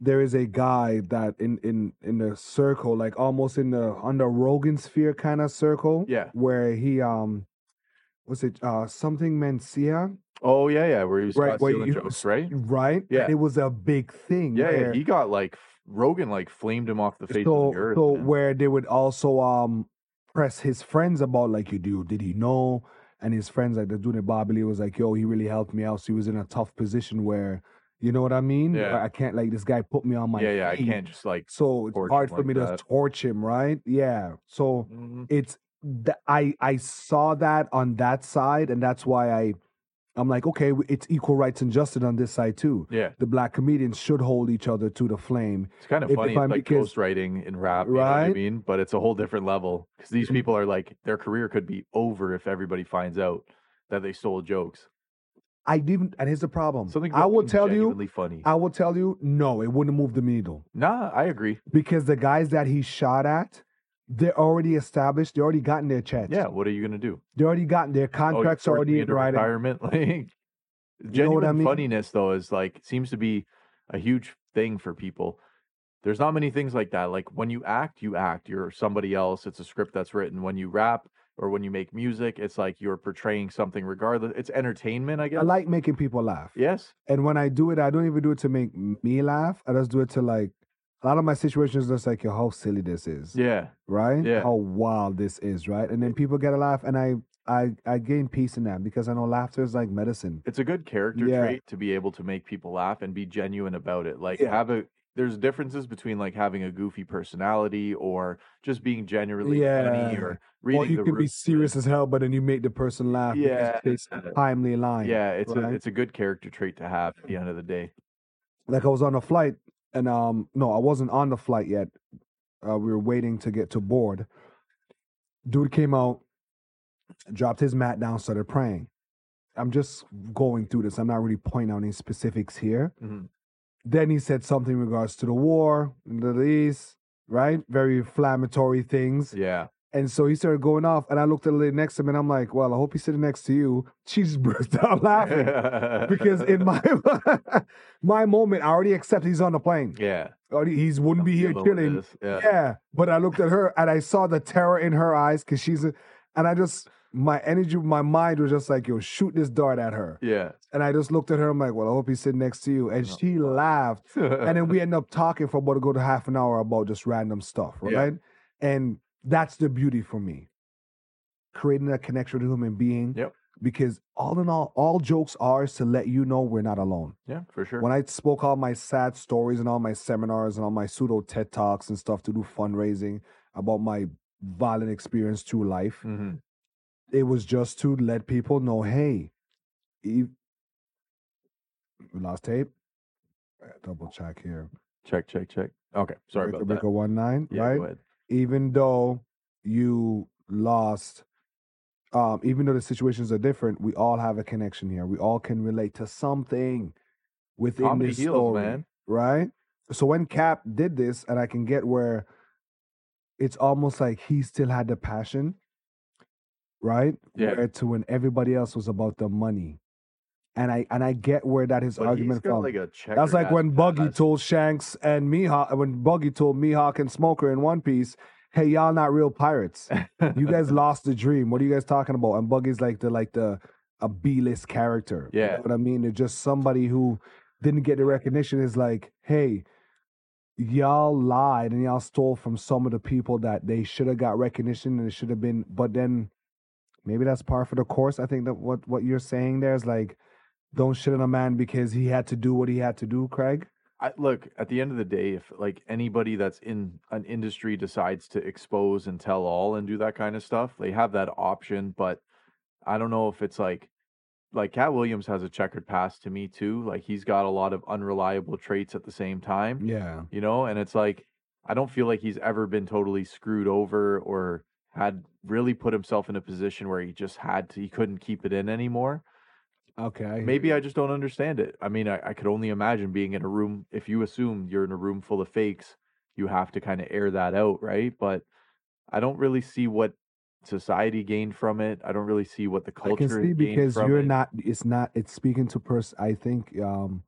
Speaker 1: there is a guy that in in in the circle, like almost in the under Rogan sphere kind of circle,
Speaker 2: Yeah.
Speaker 1: where he um, was it uh something Mencia,
Speaker 2: Oh yeah, yeah. Where he was
Speaker 1: Right,
Speaker 2: caught
Speaker 1: where
Speaker 2: stealing
Speaker 1: you-
Speaker 2: jokes, right?
Speaker 1: right?
Speaker 2: Yeah.
Speaker 1: it was a big thing.
Speaker 2: Yeah, yeah.
Speaker 1: where-
Speaker 2: He got like f- Rogan like flamed him off the face
Speaker 1: so
Speaker 2: of the earth.
Speaker 1: so
Speaker 2: man.
Speaker 1: where they would also um press his friends about like you do did he know and his friends like the dude at Bobby Lee was like yo he really helped me out so he was in a tough position where you know what I mean
Speaker 2: Yeah.
Speaker 1: Where I can't like this guy put me on my
Speaker 2: yeah, yeah. I
Speaker 1: feet,
Speaker 2: can't just like.
Speaker 1: so it's
Speaker 2: torch
Speaker 1: hard
Speaker 2: him
Speaker 1: for
Speaker 2: like
Speaker 1: me
Speaker 2: that.
Speaker 1: to torch him right yeah so
Speaker 2: mhm.
Speaker 1: it's th- I I saw that on that side and that's why I I'm like okay w- it's equal rights and justice on this side too
Speaker 2: Yeah,
Speaker 1: the black comedians should hold each other to the flame
Speaker 2: it's kind of
Speaker 1: If-
Speaker 2: funny.
Speaker 1: if
Speaker 2: It's
Speaker 1: I'm-
Speaker 2: like
Speaker 1: because-
Speaker 2: ghostwriting in rap, you know what I
Speaker 1: Right?
Speaker 2: mean? But it's a whole different level because these people are like their career could be over if everybody finds out that they stole jokes.
Speaker 1: I didn't and here's the problem
Speaker 2: Something
Speaker 1: Um, I
Speaker 2: about
Speaker 1: will
Speaker 2: being
Speaker 1: tell you
Speaker 2: genuinely funny.
Speaker 1: I will tell you, no, it wouldn't move the needle
Speaker 2: nah, I agree.
Speaker 1: because the guys that he shot at, they're already established. They already gotten their checks.
Speaker 2: Yeah, what are you gonna do?
Speaker 1: they already gotten their
Speaker 2: Oh, you're
Speaker 1: contracts
Speaker 2: forcing
Speaker 1: already
Speaker 2: me
Speaker 1: in
Speaker 2: into
Speaker 1: writing.
Speaker 2: retirement. [laughs] Like genuine
Speaker 1: know what I mean?
Speaker 2: funniness though is like seems to be a huge thing for people. There's not many things like that. Like when you act, you act. You're somebody else. It's a script that's written. When you rap or when you make music, it's like you're portraying something regardless. It's entertainment, I guess.
Speaker 1: I like making people laugh.
Speaker 2: yes.
Speaker 1: And when I do it, I don't even do it to make me laugh. I just do it to like a lot of my situations. Just like, yo, how silly this is,
Speaker 2: Yeah.
Speaker 1: right?
Speaker 2: Yeah.
Speaker 1: How wild this is, right? And then people get a laugh, and I, I, I gain peace in that because I know laughter is like medicine.
Speaker 2: It's a good character
Speaker 1: Yeah.
Speaker 2: trait to be able to make people laugh and be genuine about it. Like
Speaker 1: Yeah.
Speaker 2: have a there's differences between like having a goofy personality or just being genuinely funny
Speaker 1: Yeah.
Speaker 2: or reading
Speaker 1: Or you
Speaker 2: the
Speaker 1: can be
Speaker 2: room.
Speaker 1: serious as hell, but then you make the person laugh.
Speaker 2: Yeah.
Speaker 1: because it's a timely line.
Speaker 2: Yeah, it's a
Speaker 1: right?
Speaker 2: it's a good character trait to have at the end of the day.
Speaker 1: like I was on a flight and um no, I wasn't on the flight yet. Uh, we were waiting to get to board. Dude came out, dropped his mat down, started praying. I'm just going through this. I'm not really pointing out any specifics here.
Speaker 2: Mhm.
Speaker 1: Then he said something in regards to the war, in the Middle East, right? Very inflammatory things.
Speaker 2: Yeah,
Speaker 1: And so he started going off, and I looked at the lady next to him, and I'm like, "Well, I hope he's sitting next to you." She just [laughs] burst out laughing because
Speaker 2: [laughs]
Speaker 1: in my [laughs] my moment, I already accepted he's on the plane.
Speaker 2: yeah,
Speaker 1: Oh, he he's [laughs] wouldn't be here
Speaker 2: dealing with
Speaker 1: chilling.
Speaker 2: this,
Speaker 1: Yeah.
Speaker 2: Yeah.
Speaker 1: But I looked at her and I saw the terror in her eyes because she's, a, and I just, my energy, my mind was just like, yo, shoot this dart at her.
Speaker 2: yeah,
Speaker 1: And I just looked at her. I'm like, well, I hope he's sitting next to you. And
Speaker 2: No.
Speaker 1: she laughed. And then we end up talking for about a good half an hour about just random stuff,
Speaker 2: Yeah.
Speaker 1: right? And that's the beauty for me creating a connection with a human being.
Speaker 2: Yep.
Speaker 1: Because all in all, all jokes are is to let you know we're not alone
Speaker 2: [laughs] yeah, for sure.
Speaker 1: when I spoke all my sad stories and all my seminars and all my pseudo TED talks and stuff to do fundraising about my violent experience through life,
Speaker 2: Mhm.
Speaker 1: it was just to let people know, hey, e- we lost tape. Uh, Double check here.
Speaker 2: Check, check, check. Okay, sorry
Speaker 1: Rico,
Speaker 2: about that.
Speaker 1: Rico one nine,
Speaker 2: Yeah,
Speaker 1: right?
Speaker 2: go ahead.
Speaker 1: Even though you lost, um, even though the situations are different, we all have a connection here. We all can relate to something within
Speaker 2: Comedy
Speaker 1: this
Speaker 2: heals,
Speaker 1: story.
Speaker 2: man.
Speaker 1: right? So when Cap did this, and I can get where it's almost like he still had the passion, right?
Speaker 2: Yeah.
Speaker 1: Where to when everybody else was about the money, and I and I get where that his
Speaker 2: But he's
Speaker 1: argument
Speaker 2: got
Speaker 1: from.
Speaker 2: like a check.
Speaker 1: That's like when Buggy told Shanks and Mihawk, when Buggy told Mihawk and Smoker in One Piece, "Hey, y'all not real pirates. You guys lost the dream. What are you guys talking about?" And Buggy's like the like the a B list character. You
Speaker 2: Yeah.
Speaker 1: know what I mean, it's just somebody who didn't get the recognition. Is like, hey, y'all lied and y'all stole from some of the people that they should have got recognition and it should have been. But then maybe that's par for the course. I think that what what you're saying there is like. Don't shit on a man because he had to do what he had to do, Craig.
Speaker 2: I, look, at the end of the day, if like anybody that's in an industry decides to expose and tell all and do that kind of stuff, they have that option. But I don't know if it's like, like Cat Williams has a checkered past to me too. Like he's got a lot of unreliable traits at the same time,
Speaker 1: Yeah.
Speaker 2: you know. And it's like I don't feel like he's ever been totally screwed over or had really put himself in a position where he just had to, he couldn't keep it in anymore
Speaker 1: Okay. I hear
Speaker 2: maybe
Speaker 1: you.
Speaker 2: I just don't understand it. I mean, I, I could only imagine being in a room. If you assume you're in a room full of fakes, you have to kind of air that out, right? But I don't really see what society gained from it. I don't really see what the
Speaker 1: I can
Speaker 2: culture
Speaker 1: see
Speaker 2: gained
Speaker 1: because
Speaker 2: from
Speaker 1: you're
Speaker 2: it.
Speaker 1: not. It's not. It's speaking to person. I think. Um,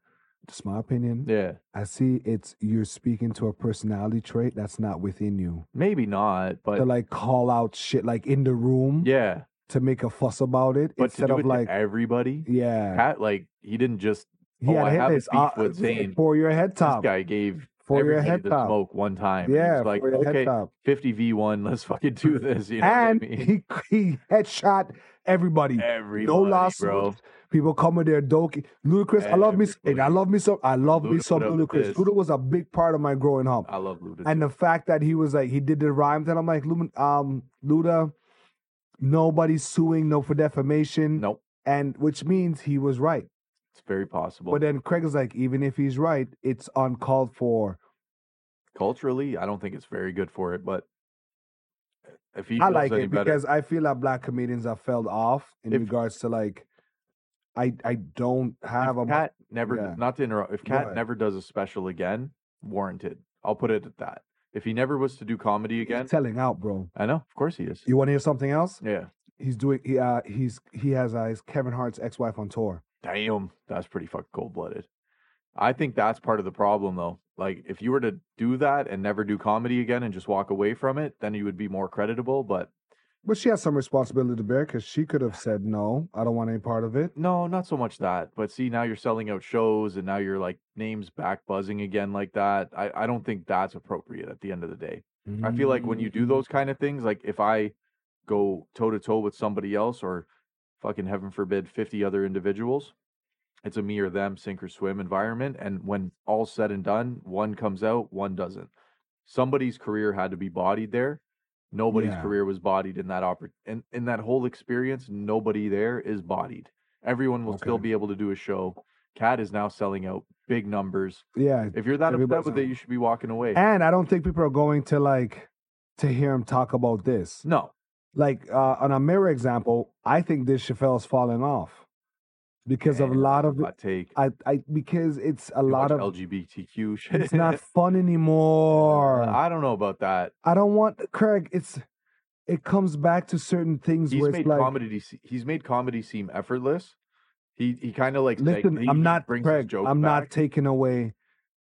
Speaker 1: Just my opinion.
Speaker 2: Yeah.
Speaker 1: I see it's you're speaking to a personality trait that's not within you.
Speaker 2: Maybe not, but
Speaker 1: to like call out shit like in the room
Speaker 2: yeah.
Speaker 1: to make a fuss about it
Speaker 2: But
Speaker 1: instead
Speaker 2: to do
Speaker 1: of
Speaker 2: it
Speaker 1: like
Speaker 2: to everybody,
Speaker 1: yeah.
Speaker 2: Pat, like he didn't just
Speaker 1: He
Speaker 2: Oh,
Speaker 1: had
Speaker 2: I
Speaker 1: hit
Speaker 2: have a
Speaker 1: this
Speaker 2: beef with Zayn.
Speaker 1: uh, for your head top.
Speaker 2: this guy gave
Speaker 1: For your
Speaker 2: everybody
Speaker 1: head
Speaker 2: the
Speaker 1: top.
Speaker 2: smoke one time. He
Speaker 1: Yeah,
Speaker 2: was like
Speaker 1: for your head
Speaker 2: okay,
Speaker 1: top.
Speaker 2: fifty v one, let's fucking
Speaker 1: [laughs]
Speaker 2: do this. You know
Speaker 1: and
Speaker 2: what I [laughs] mean?
Speaker 1: he he [laughs] headshot everybody.
Speaker 2: Everybody,
Speaker 1: lawsuits.
Speaker 2: bro.
Speaker 1: People come with their doki. Ludacris, I love me. s-
Speaker 2: Everybody.
Speaker 1: I love me some. I love me
Speaker 2: Luda
Speaker 1: some
Speaker 2: put up with
Speaker 1: Ludacris.
Speaker 2: this.
Speaker 1: Luda was a big part of my growing up.
Speaker 2: I love Ludacris.
Speaker 1: and the fact that he was like he did the rhymes and I'm like Lumen, um Luda nobody's suing no for defamation
Speaker 2: nope,
Speaker 1: and which means he was right
Speaker 2: it's very possible.
Speaker 1: but then Craig is like even if he's right it's uncalled for
Speaker 2: Culturally, I don't think it's very good for it, but if he
Speaker 1: I
Speaker 2: feels
Speaker 1: like
Speaker 2: any
Speaker 1: it
Speaker 2: better,
Speaker 1: because I feel that black comedians have fell off in
Speaker 2: If-
Speaker 1: regards to like I I don't have a
Speaker 2: if
Speaker 1: mu-
Speaker 2: Cat never,
Speaker 1: yeah.
Speaker 2: not to interrupt, if
Speaker 1: Go
Speaker 2: Cat
Speaker 1: ahead.
Speaker 2: never does a special again, warranted. I'll put it at that. If he never was to do comedy
Speaker 1: he's
Speaker 2: again,
Speaker 1: telling out bro
Speaker 2: I know, of course he is.
Speaker 1: you want to hear something else
Speaker 2: Yeah,
Speaker 1: he's doing he uh he's he has uh, his Kevin Hart's ex-wife on tour
Speaker 2: damn, that's pretty fucking cold blooded. I think that's part of the problem, though. Like, if you were to do that and never do comedy again and just walk away from it, then you would be more creditable. But
Speaker 1: but she has some responsibility to bear because she could have said no I don't want any part of it
Speaker 2: No, not so much that. But see, now you're selling out shows and now you're like names back buzzing again like that. I, I don't think that's appropriate at the end of the day. I feel like when you do
Speaker 1: Mm.
Speaker 2: those kind of things, like if I go toe to toe with somebody else or fucking heaven forbid 50 other individuals, it's a me or them sink or swim environment. And when all's said and done, one comes out, one doesn't. Somebody's career had to be bodied there. Nobody's
Speaker 1: Yeah.
Speaker 2: career was bodied in that oppor- in, in that whole experience. Nobody there is bodied. Everyone will still
Speaker 1: Okay.
Speaker 2: be able to do a show. Cat is now selling out big numbers.
Speaker 1: Yeah.
Speaker 2: If you're that upset
Speaker 1: Everybody's
Speaker 2: with it,
Speaker 1: out.
Speaker 2: you should be walking away.
Speaker 1: And I don't think people are going to like to hear him talk about this.
Speaker 2: no,
Speaker 1: Like uh, on a mirror example, I think this Chappelle's falling off because of a
Speaker 2: Man,
Speaker 1: lot of
Speaker 2: hot take.
Speaker 1: I, I because it's a
Speaker 2: Too
Speaker 1: lot
Speaker 2: much
Speaker 1: of
Speaker 2: LGBTQ [laughs] shit.
Speaker 1: it's not fun anymore.
Speaker 2: I don't know about that.
Speaker 1: I don't want Craig. It's it comes back to certain things
Speaker 2: He's
Speaker 1: where it's
Speaker 2: made
Speaker 1: like
Speaker 2: comedy. se- He's made comedy seem effortless. He he kind of like
Speaker 1: listen,
Speaker 2: stagnates,
Speaker 1: I'm not
Speaker 2: brings his
Speaker 1: Craig.
Speaker 2: joke
Speaker 1: I'm not
Speaker 2: back.
Speaker 1: taking away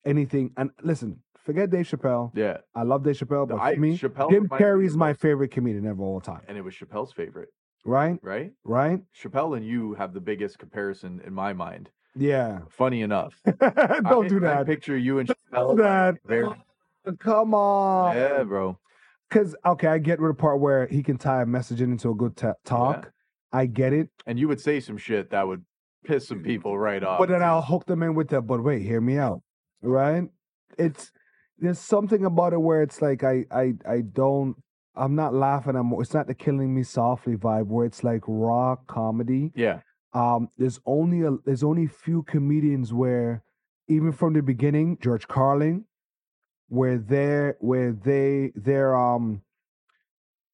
Speaker 1: anything. And listen, forget Dave Chappelle.
Speaker 2: Yeah,
Speaker 1: I love Dave Chappelle, but
Speaker 2: I,
Speaker 1: for me,
Speaker 2: Chappelle
Speaker 1: Jim
Speaker 2: reminds me
Speaker 1: Carrey's
Speaker 2: of
Speaker 1: my
Speaker 2: us,
Speaker 1: favorite comedian ever of all time.
Speaker 2: and it was Chappelle's favorite,
Speaker 1: Right,
Speaker 2: right?
Speaker 1: right.
Speaker 2: Chappelle and you have the biggest comparison in my mind. [laughs]
Speaker 1: Yeah. [laughs]
Speaker 2: Funny enough,
Speaker 1: Don't
Speaker 2: I,
Speaker 1: do
Speaker 2: I
Speaker 1: that.
Speaker 2: picture you and
Speaker 1: Don't
Speaker 2: Chappelle.
Speaker 1: do that. [laughs] Oh,
Speaker 2: Very,
Speaker 1: Come on.
Speaker 2: yeah, bro.
Speaker 1: Because, okay, I get rid of the part where he can tie messaging into a good ta- talk. I get it.
Speaker 2: And you would say some shit that would piss some people right off.
Speaker 1: But then I'll hook them in with that. But wait, hear me out. Right? It's, there's something about it where it's like, I, I, I don't, I'm not laughing. I'm, it's not the killing me softly vibe where it's like raw comedy.
Speaker 2: yeah,
Speaker 1: um, there's only a there's only few comedians where even from the beginning george carlin where their where they their um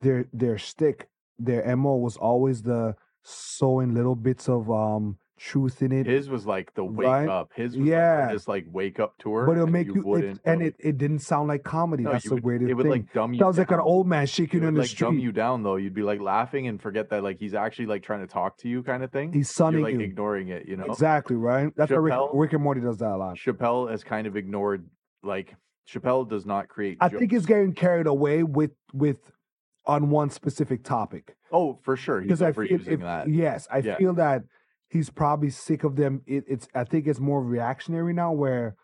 Speaker 1: their their stick their mo was always the sowing little bits of um truth in it
Speaker 2: his was like the wake
Speaker 1: Right?
Speaker 2: up. His was
Speaker 1: Yeah.
Speaker 2: like this like wake up tour.
Speaker 1: but it'll
Speaker 2: and
Speaker 1: make you, it,
Speaker 2: wouldn't
Speaker 1: and
Speaker 2: know.
Speaker 1: it, it didn't sound like comedy
Speaker 2: No,
Speaker 1: that's
Speaker 2: you
Speaker 1: the
Speaker 2: would-
Speaker 1: weirdest
Speaker 2: it would
Speaker 1: thing
Speaker 2: like dumb you.
Speaker 1: sounds like an
Speaker 2: down.
Speaker 1: old man shaking
Speaker 2: It
Speaker 1: on
Speaker 2: would
Speaker 1: the
Speaker 2: like dumb
Speaker 1: street
Speaker 2: you down though. You'd be like laughing and forget that like he's actually like trying to talk to you kind of [laughs] thing.
Speaker 1: he's
Speaker 2: You're
Speaker 1: sunning
Speaker 2: like
Speaker 1: you
Speaker 2: ignoring it, you know.
Speaker 1: exactly right that's why rick,
Speaker 2: Chappelle-
Speaker 1: rick and morty does that a lot
Speaker 2: Chappelle has kind of ignored like Chappelle does not create.
Speaker 1: I think
Speaker 2: jokes.
Speaker 1: it's getting carried away with with on one specific topic
Speaker 2: oh for sure he's
Speaker 1: because I feel
Speaker 2: overusing
Speaker 1: if,
Speaker 2: that.
Speaker 1: yes, I
Speaker 2: Yeah.
Speaker 1: feel that he's probably sick of them. It, it's I think it's more reactionary now where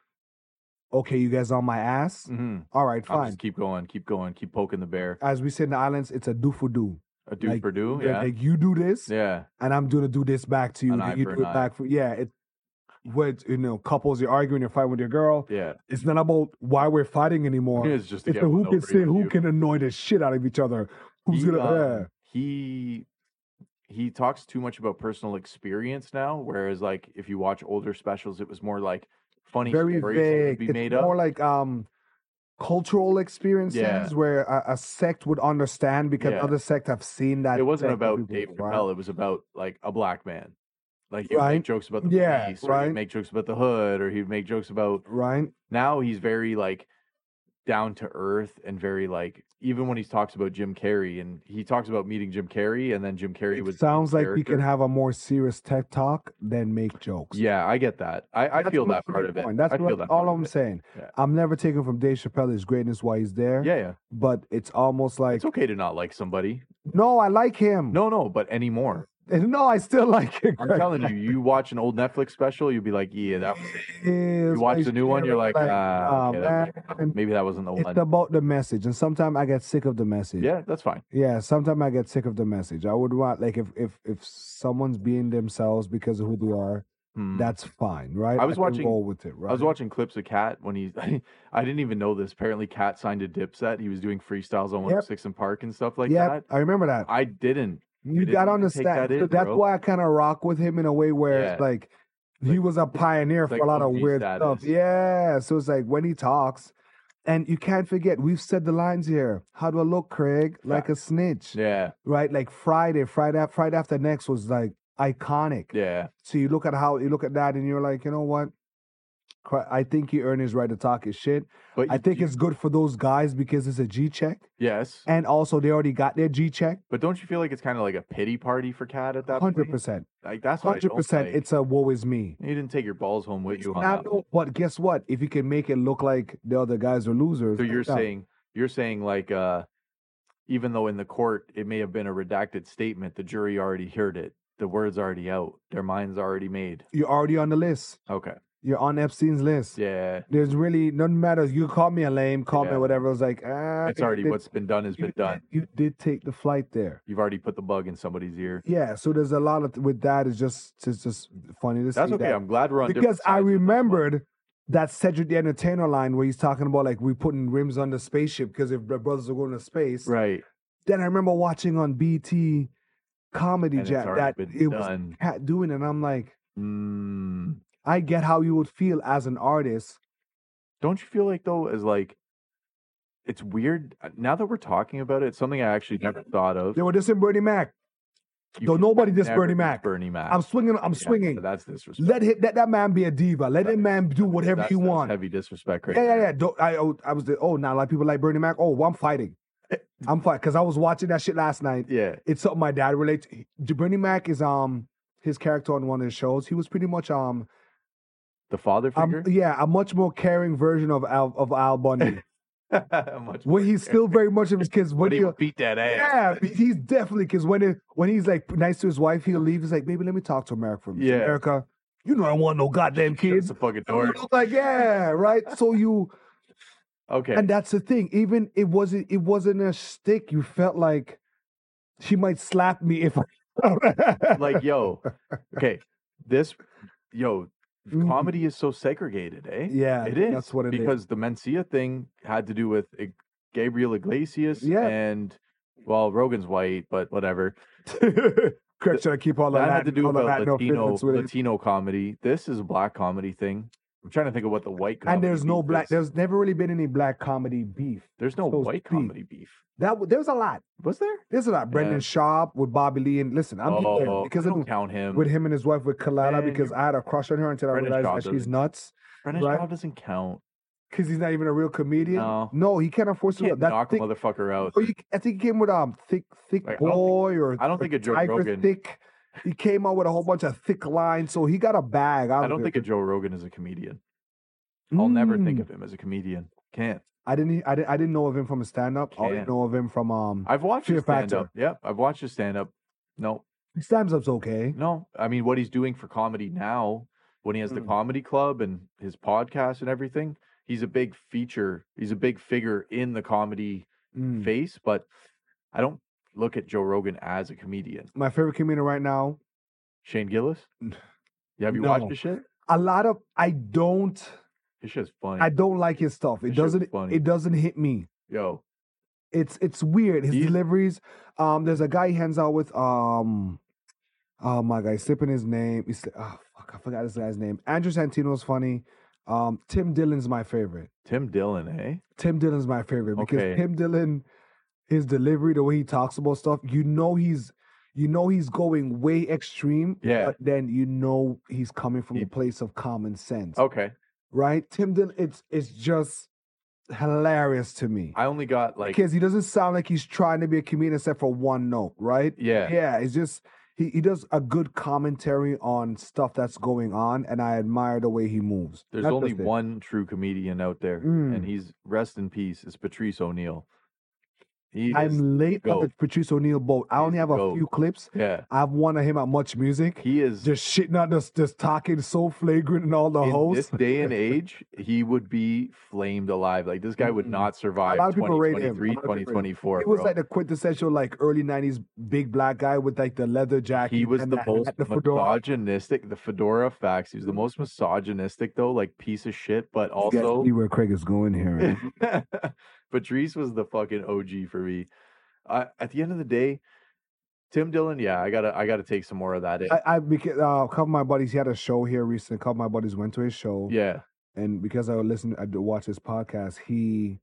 Speaker 1: okay, you guys on my ass.
Speaker 2: hmm
Speaker 1: All right,
Speaker 2: I'll
Speaker 1: fine.
Speaker 2: just keep going, keep going, keep poking the bear.
Speaker 1: As we say in the islands, it's a do for do.
Speaker 2: A dude
Speaker 1: like,
Speaker 2: for do,
Speaker 1: They're
Speaker 2: Oh, yeah,
Speaker 1: Like you do this,
Speaker 2: yeah.
Speaker 1: and I'm gonna do this back to you.
Speaker 2: An
Speaker 1: then
Speaker 2: eye
Speaker 1: you
Speaker 2: for
Speaker 1: do
Speaker 2: an
Speaker 1: it
Speaker 2: eye.
Speaker 1: back for yeah. It, what you know, couples you're arguing, you're fighting with your girl.
Speaker 2: Yeah,
Speaker 1: It's not about why we're fighting anymore.
Speaker 2: [laughs] it's just to
Speaker 1: It's
Speaker 2: get
Speaker 1: the
Speaker 2: one
Speaker 1: who can
Speaker 2: over
Speaker 1: say
Speaker 2: on
Speaker 1: who
Speaker 2: you.
Speaker 1: can annoy the shit out of each other. Who's
Speaker 2: he,
Speaker 1: gonna
Speaker 2: um,
Speaker 1: yeah.
Speaker 2: he he talks too much about personal experience now. Whereas like if you watch older specials, it was more like funny
Speaker 1: very
Speaker 2: stories that would
Speaker 1: vague.
Speaker 2: be
Speaker 1: It's
Speaker 2: made
Speaker 1: more
Speaker 2: up.
Speaker 1: like um cultural experiences where a, a sect would understand because
Speaker 2: Yeah.
Speaker 1: other sect have seen that.
Speaker 2: It wasn't
Speaker 1: sect of
Speaker 2: about
Speaker 1: people,
Speaker 2: Dave
Speaker 1: right?
Speaker 2: Chappelle. It was about like a black man. Like he would
Speaker 1: Right.
Speaker 2: make jokes about the
Speaker 1: Yeah,
Speaker 2: police, or
Speaker 1: right.
Speaker 2: he'd make jokes about the hood, or he'd make jokes about.
Speaker 1: Right?
Speaker 2: Now he's very like down to earth and very like even when he talks about Jim Carrey and he talks about meeting Jim Carrey and then Jim Carrey
Speaker 1: It
Speaker 2: was the
Speaker 1: sounds like we
Speaker 2: character.
Speaker 1: can have a more serious tech talk than make jokes.
Speaker 2: Yeah, I get that. I, I
Speaker 1: That's
Speaker 2: feel
Speaker 1: my
Speaker 2: that part of it.
Speaker 1: point. That's
Speaker 2: I feel
Speaker 1: what-
Speaker 2: that
Speaker 1: all
Speaker 2: part of
Speaker 1: I'm
Speaker 2: it.
Speaker 1: saying.
Speaker 2: Yeah.
Speaker 1: I'm never taking from Dave Chappelle his greatness while he's there.
Speaker 2: Yeah, yeah.
Speaker 1: But it's almost like
Speaker 2: It's okay to not like somebody.
Speaker 1: no, I like him.
Speaker 2: No, no, but anymore.
Speaker 1: And no, I still [laughs] like it.
Speaker 2: I'm
Speaker 1: Greg.
Speaker 2: telling you, you watch an old Netflix special, you'll be like, yeah, that was,
Speaker 1: Yeah,
Speaker 2: you
Speaker 1: it's
Speaker 2: watch
Speaker 1: like
Speaker 2: the new one, you're
Speaker 1: generic,
Speaker 2: like, ah,
Speaker 1: ah,
Speaker 2: okay, that-
Speaker 1: man,
Speaker 2: maybe that wasn't the one.
Speaker 1: It's about the message, and sometimes I get sick of the message.
Speaker 2: yeah, that's fine.
Speaker 1: yeah. Sometimes I get sick of the message. I would want like if if if someone's being themselves because of who they are,
Speaker 2: Hmm.
Speaker 1: that's fine, right?
Speaker 2: I was
Speaker 1: can
Speaker 2: watching-
Speaker 1: roll with it, right?
Speaker 2: I was watching clips of Cat when he. [laughs] I didn't even know this. Apparently, Cat signed a Dipset. He was doing freestyles on
Speaker 1: Yep.
Speaker 2: 106 and Park and stuff like
Speaker 1: yeah,
Speaker 2: that.
Speaker 1: I remember that.
Speaker 2: I didn't.
Speaker 1: You
Speaker 2: didn't
Speaker 1: gotta
Speaker 2: even take that
Speaker 1: understand. so
Speaker 2: in,
Speaker 1: that's
Speaker 2: bro.
Speaker 1: why I kind of rock with him in a way where it's
Speaker 2: Yeah.
Speaker 1: like he
Speaker 2: Like-
Speaker 1: was a pioneer for
Speaker 2: like
Speaker 1: a lot of
Speaker 2: OG
Speaker 1: weird stuff.
Speaker 2: status.
Speaker 1: Yeah. So it's like when he talks, and you can't forget, we've said the lines here. How do I look, Craig? Like a snitch,
Speaker 2: Yeah,
Speaker 1: right? Like Friday, Friday, af- Friday after next was like iconic.
Speaker 2: yeah,
Speaker 1: So you look at how you look at that, and you're like, you know what? Cra- I think he earned his right to talk his shit.
Speaker 2: but
Speaker 1: I
Speaker 2: you-
Speaker 1: think
Speaker 2: you-
Speaker 1: it's good for those guys because it's a G check,
Speaker 2: yes.
Speaker 1: and also they already got their G check.
Speaker 2: But don't you feel like it's kind of like a pity party for Cat at that
Speaker 1: Hundred
Speaker 2: point?
Speaker 1: percent,
Speaker 2: Like that's what I
Speaker 1: hundred
Speaker 2: don't
Speaker 1: percent.
Speaker 2: like.
Speaker 1: It's a woe is me.
Speaker 2: you didn't take your balls home with you on
Speaker 1: I
Speaker 2: that. one.
Speaker 1: know, but guess what? If you can make it look like the other guys are losers,
Speaker 2: So you're
Speaker 1: yeah.
Speaker 2: saying you're saying like uh even though in the court it may have been a redacted statement, the jury already heard it. The words already out. Their minds already made.
Speaker 1: you're already on the list.
Speaker 2: Okay.
Speaker 1: You're on Epstein's list.
Speaker 2: Yeah.
Speaker 1: There's really nothing matters. You call me a lame, call me
Speaker 2: Yeah.
Speaker 1: whatever. I was like, ah,
Speaker 2: It's
Speaker 1: you
Speaker 2: already
Speaker 1: did-
Speaker 2: what's been done has
Speaker 1: you
Speaker 2: been done.
Speaker 1: did- You did take the flight there.
Speaker 2: You've already put the bug in somebody's ear.
Speaker 1: Yeah. So there's a lot of with that. It's just it's just funny to
Speaker 2: That's
Speaker 1: see
Speaker 2: okay.
Speaker 1: that
Speaker 2: I'm glad we're on different
Speaker 1: because I
Speaker 2: sides with this one.
Speaker 1: remembered. That Cedric the Entertainer line where he's talking about like we putting rims on the spaceship because if the brothers are going to space,
Speaker 2: Right.
Speaker 1: then I remember watching on BT Comedy
Speaker 2: And it's
Speaker 1: Jack that
Speaker 2: already been
Speaker 1: it was
Speaker 2: done.
Speaker 1: Cat doing, it, and I'm like,
Speaker 2: Mm.
Speaker 1: I get how you would feel as an artist.
Speaker 2: Don't you feel like though as like it's weird uh, now that we're talking about it, it's something I actually never thought of.
Speaker 1: They were dissing Bernie Mac.
Speaker 2: You
Speaker 1: Yo,
Speaker 2: can
Speaker 1: nobody dissed
Speaker 2: never
Speaker 1: Bernie
Speaker 2: diss
Speaker 1: Mac.
Speaker 2: Bernie Mac.
Speaker 1: I'm swinging. I'm
Speaker 2: Yeah,
Speaker 1: swinging.
Speaker 2: That's disrespect.
Speaker 1: Let hit, let that man be a diva. Let that man
Speaker 2: [laughs]
Speaker 1: do whatever
Speaker 2: that's,
Speaker 1: you
Speaker 2: that's
Speaker 1: want.
Speaker 2: Heavy disrespect, right?
Speaker 1: Yeah, yeah,
Speaker 2: there.
Speaker 1: yeah. Don't, I, oh, I was the, oh, now a lot of people like Bernie Mac. Oh, well, I'm
Speaker 2: [laughs]
Speaker 1: fighting. I'm fighting because I was watching that shit last night.
Speaker 2: Yeah.
Speaker 1: It's something my dad relates. to. Bernie Mac is um his character on one of his shows. He was pretty much um
Speaker 2: The father figure? [laughs]
Speaker 1: I'm, yeah, a much more caring version of Al, of Al Bundy,
Speaker 2: Much more
Speaker 1: where he's
Speaker 2: care-
Speaker 1: still very much of
Speaker 2: [laughs]
Speaker 1: his kids. When
Speaker 2: But he
Speaker 1: he'll,
Speaker 2: would beat that ass.
Speaker 1: yeah, he- he's definitely because when it, when he's like nice to his wife, he'll leave. He's like, "Baby, let me talk to America for a minute."
Speaker 2: Yeah.
Speaker 1: Erica, you know I don't want no goddamn
Speaker 2: It's
Speaker 1: kids.
Speaker 2: a fucking door.
Speaker 1: I'm like, yeah, right. So
Speaker 2: [laughs]
Speaker 1: you,
Speaker 2: Okay.
Speaker 1: and that's the thing. Even it wasn't it wasn't a stick. You felt like she might slap me [laughs] if I [laughs]
Speaker 2: like, yo, okay. This yo,
Speaker 1: Mm.
Speaker 2: comedy is so segregated, eh?
Speaker 1: Yeah,
Speaker 2: It is.
Speaker 1: That's what it is.
Speaker 2: because the Mencia thing had to do with I- Gabriel Iglesias
Speaker 1: Yeah.
Speaker 2: and well, Rogan's white, but whatever. [laughs]
Speaker 1: Correct, should I keep all of
Speaker 2: that
Speaker 1: that?
Speaker 2: had to do
Speaker 1: all
Speaker 2: with
Speaker 1: of that, no
Speaker 2: Latino
Speaker 1: fitments with it?
Speaker 2: Latino comedy. This is a black comedy thing. I'm trying to think of what the white comedy
Speaker 1: and there's no
Speaker 2: beef
Speaker 1: black.
Speaker 2: is.
Speaker 1: There's never really been any black comedy beef.
Speaker 2: there's no
Speaker 1: supposed to
Speaker 2: white
Speaker 1: be.
Speaker 2: comedy beef.
Speaker 1: That w- there's a lot.
Speaker 2: Was there?
Speaker 1: There's a lot. Brendan Sharp with Bobby Lee and listen, I'm just there
Speaker 2: Oh,
Speaker 1: because
Speaker 2: I
Speaker 1: of
Speaker 2: don't count him.
Speaker 1: with him and his wife with Kalala
Speaker 2: Man,
Speaker 1: because
Speaker 2: you-
Speaker 1: I had a crush on her until I
Speaker 2: Brendan
Speaker 1: realized
Speaker 2: Sharp
Speaker 1: that she's
Speaker 2: doesn't-
Speaker 1: nuts
Speaker 2: Brendan
Speaker 1: right?
Speaker 2: Schaub doesn't count.
Speaker 1: because he's not even a real comedian.
Speaker 2: No.
Speaker 1: he can't afford
Speaker 2: You
Speaker 1: to.
Speaker 2: can't
Speaker 1: That
Speaker 2: knock
Speaker 1: thick,
Speaker 2: a motherfucker out.
Speaker 1: oh, he- I think he came with um thick, thick
Speaker 2: Like, I don't think-
Speaker 1: boy or
Speaker 2: I don't
Speaker 1: or
Speaker 2: think a Joe
Speaker 1: tiger
Speaker 2: Rogan-
Speaker 1: thick. He came out with a whole bunch of thick lines, so he got a bag. Out
Speaker 2: I
Speaker 1: of
Speaker 2: don't
Speaker 1: it.
Speaker 2: think a Joe Rogan is a comedian. I'll never think of him as a comedian. Can't.
Speaker 1: Mm. I didn't. e, I didn't. I didn't know of him from a stand up. I didn't
Speaker 2: Can't.
Speaker 1: know of him from um.
Speaker 2: I've watched his
Speaker 1: Fear Factor.
Speaker 2: stand up. Yep, I've watched his stand up. No,
Speaker 1: Stand up's okay.
Speaker 2: no. I mean, what he's doing for comedy now, when he has the
Speaker 1: Mm.
Speaker 2: comedy club and his podcast and everything, he's a big feature. He's a big figure in the comedy
Speaker 1: Mm.
Speaker 2: face. But I don't look at Joe Rogan as a comedian.
Speaker 1: My favorite comedian right now.
Speaker 2: Shane Gillis.
Speaker 1: N-
Speaker 2: Have you watched
Speaker 1: no.
Speaker 2: his shit?
Speaker 1: A lot of I don't.
Speaker 2: His shit's funny.
Speaker 1: I don't like his stuff. It
Speaker 2: That shit was
Speaker 1: doesn't.
Speaker 2: funny.
Speaker 1: It doesn't hit me.
Speaker 2: Yo,
Speaker 1: It's it's weird. His
Speaker 2: He-
Speaker 1: deliveries. Um, there's a guy he hangs out with. Um, oh my god, he's slipping his name. He's oh fuck, I forgot this guy's name. Andrew Santino's funny. Um, Tim Dillon's my favorite.
Speaker 2: Tim Dillon, eh?
Speaker 1: Tim Dillon's my favorite because
Speaker 2: Okay.
Speaker 1: Tim Dillon, his delivery, the way he talks about stuff, you know he's you know he's going way extreme,
Speaker 2: Yeah.
Speaker 1: but then you know he's coming from
Speaker 2: He-
Speaker 1: a place of common sense.
Speaker 2: Okay.
Speaker 1: Right? Tim Dillon, it's it's just hilarious to me.
Speaker 2: I only got like
Speaker 1: because he doesn't sound like he's trying to be a comedian except for one note, right?
Speaker 2: yeah,
Speaker 1: Yeah, it's just he, he does a good commentary on stuff that's going on, and I admire the way he moves.
Speaker 2: There's
Speaker 1: Not
Speaker 2: only
Speaker 1: just it.
Speaker 2: one true comedian out there,
Speaker 1: Mm.
Speaker 2: and he's rest in peace. Is Patrice O'Neill? He is,
Speaker 1: I'm late on the
Speaker 2: goat.
Speaker 1: Patrice O'Neill boat. I
Speaker 2: He's
Speaker 1: only
Speaker 2: the
Speaker 1: have a
Speaker 2: goat.
Speaker 1: few clips.
Speaker 2: yeah,
Speaker 1: I have one of him at Much Music,
Speaker 2: he is.
Speaker 1: just shitting on us, just talking so flagrant and all the
Speaker 2: in
Speaker 1: hosts.
Speaker 2: this day and age, he would be flamed alive. Like this guy would
Speaker 1: Mm.
Speaker 2: not survive.
Speaker 1: lot of people rate him. A
Speaker 2: 2023,
Speaker 1: lot of people rate him.
Speaker 2: 2024.
Speaker 1: He was
Speaker 2: bro.
Speaker 1: like the quintessential like early '90s big black guy with like the leather jacket.
Speaker 2: he was
Speaker 1: and
Speaker 2: the
Speaker 1: hat,
Speaker 2: most
Speaker 1: the fedora.
Speaker 2: misogynistic. The fedora facts. He was the most misogynistic, though, like piece of shit. But
Speaker 1: You guys
Speaker 2: also, [laughs]
Speaker 1: see where Craig is going [laughs] here. right?
Speaker 2: Patrice was the fucking OG for me. I, at the end of the day, Tim Dillon. Yeah, I gotta, I gotta take some more of that in.
Speaker 1: I, I because uh, a couple of my buddies he had a show here recently. A couple of my buddies went to his show,
Speaker 2: yeah,
Speaker 1: and because I would listen, I would watch his podcast. He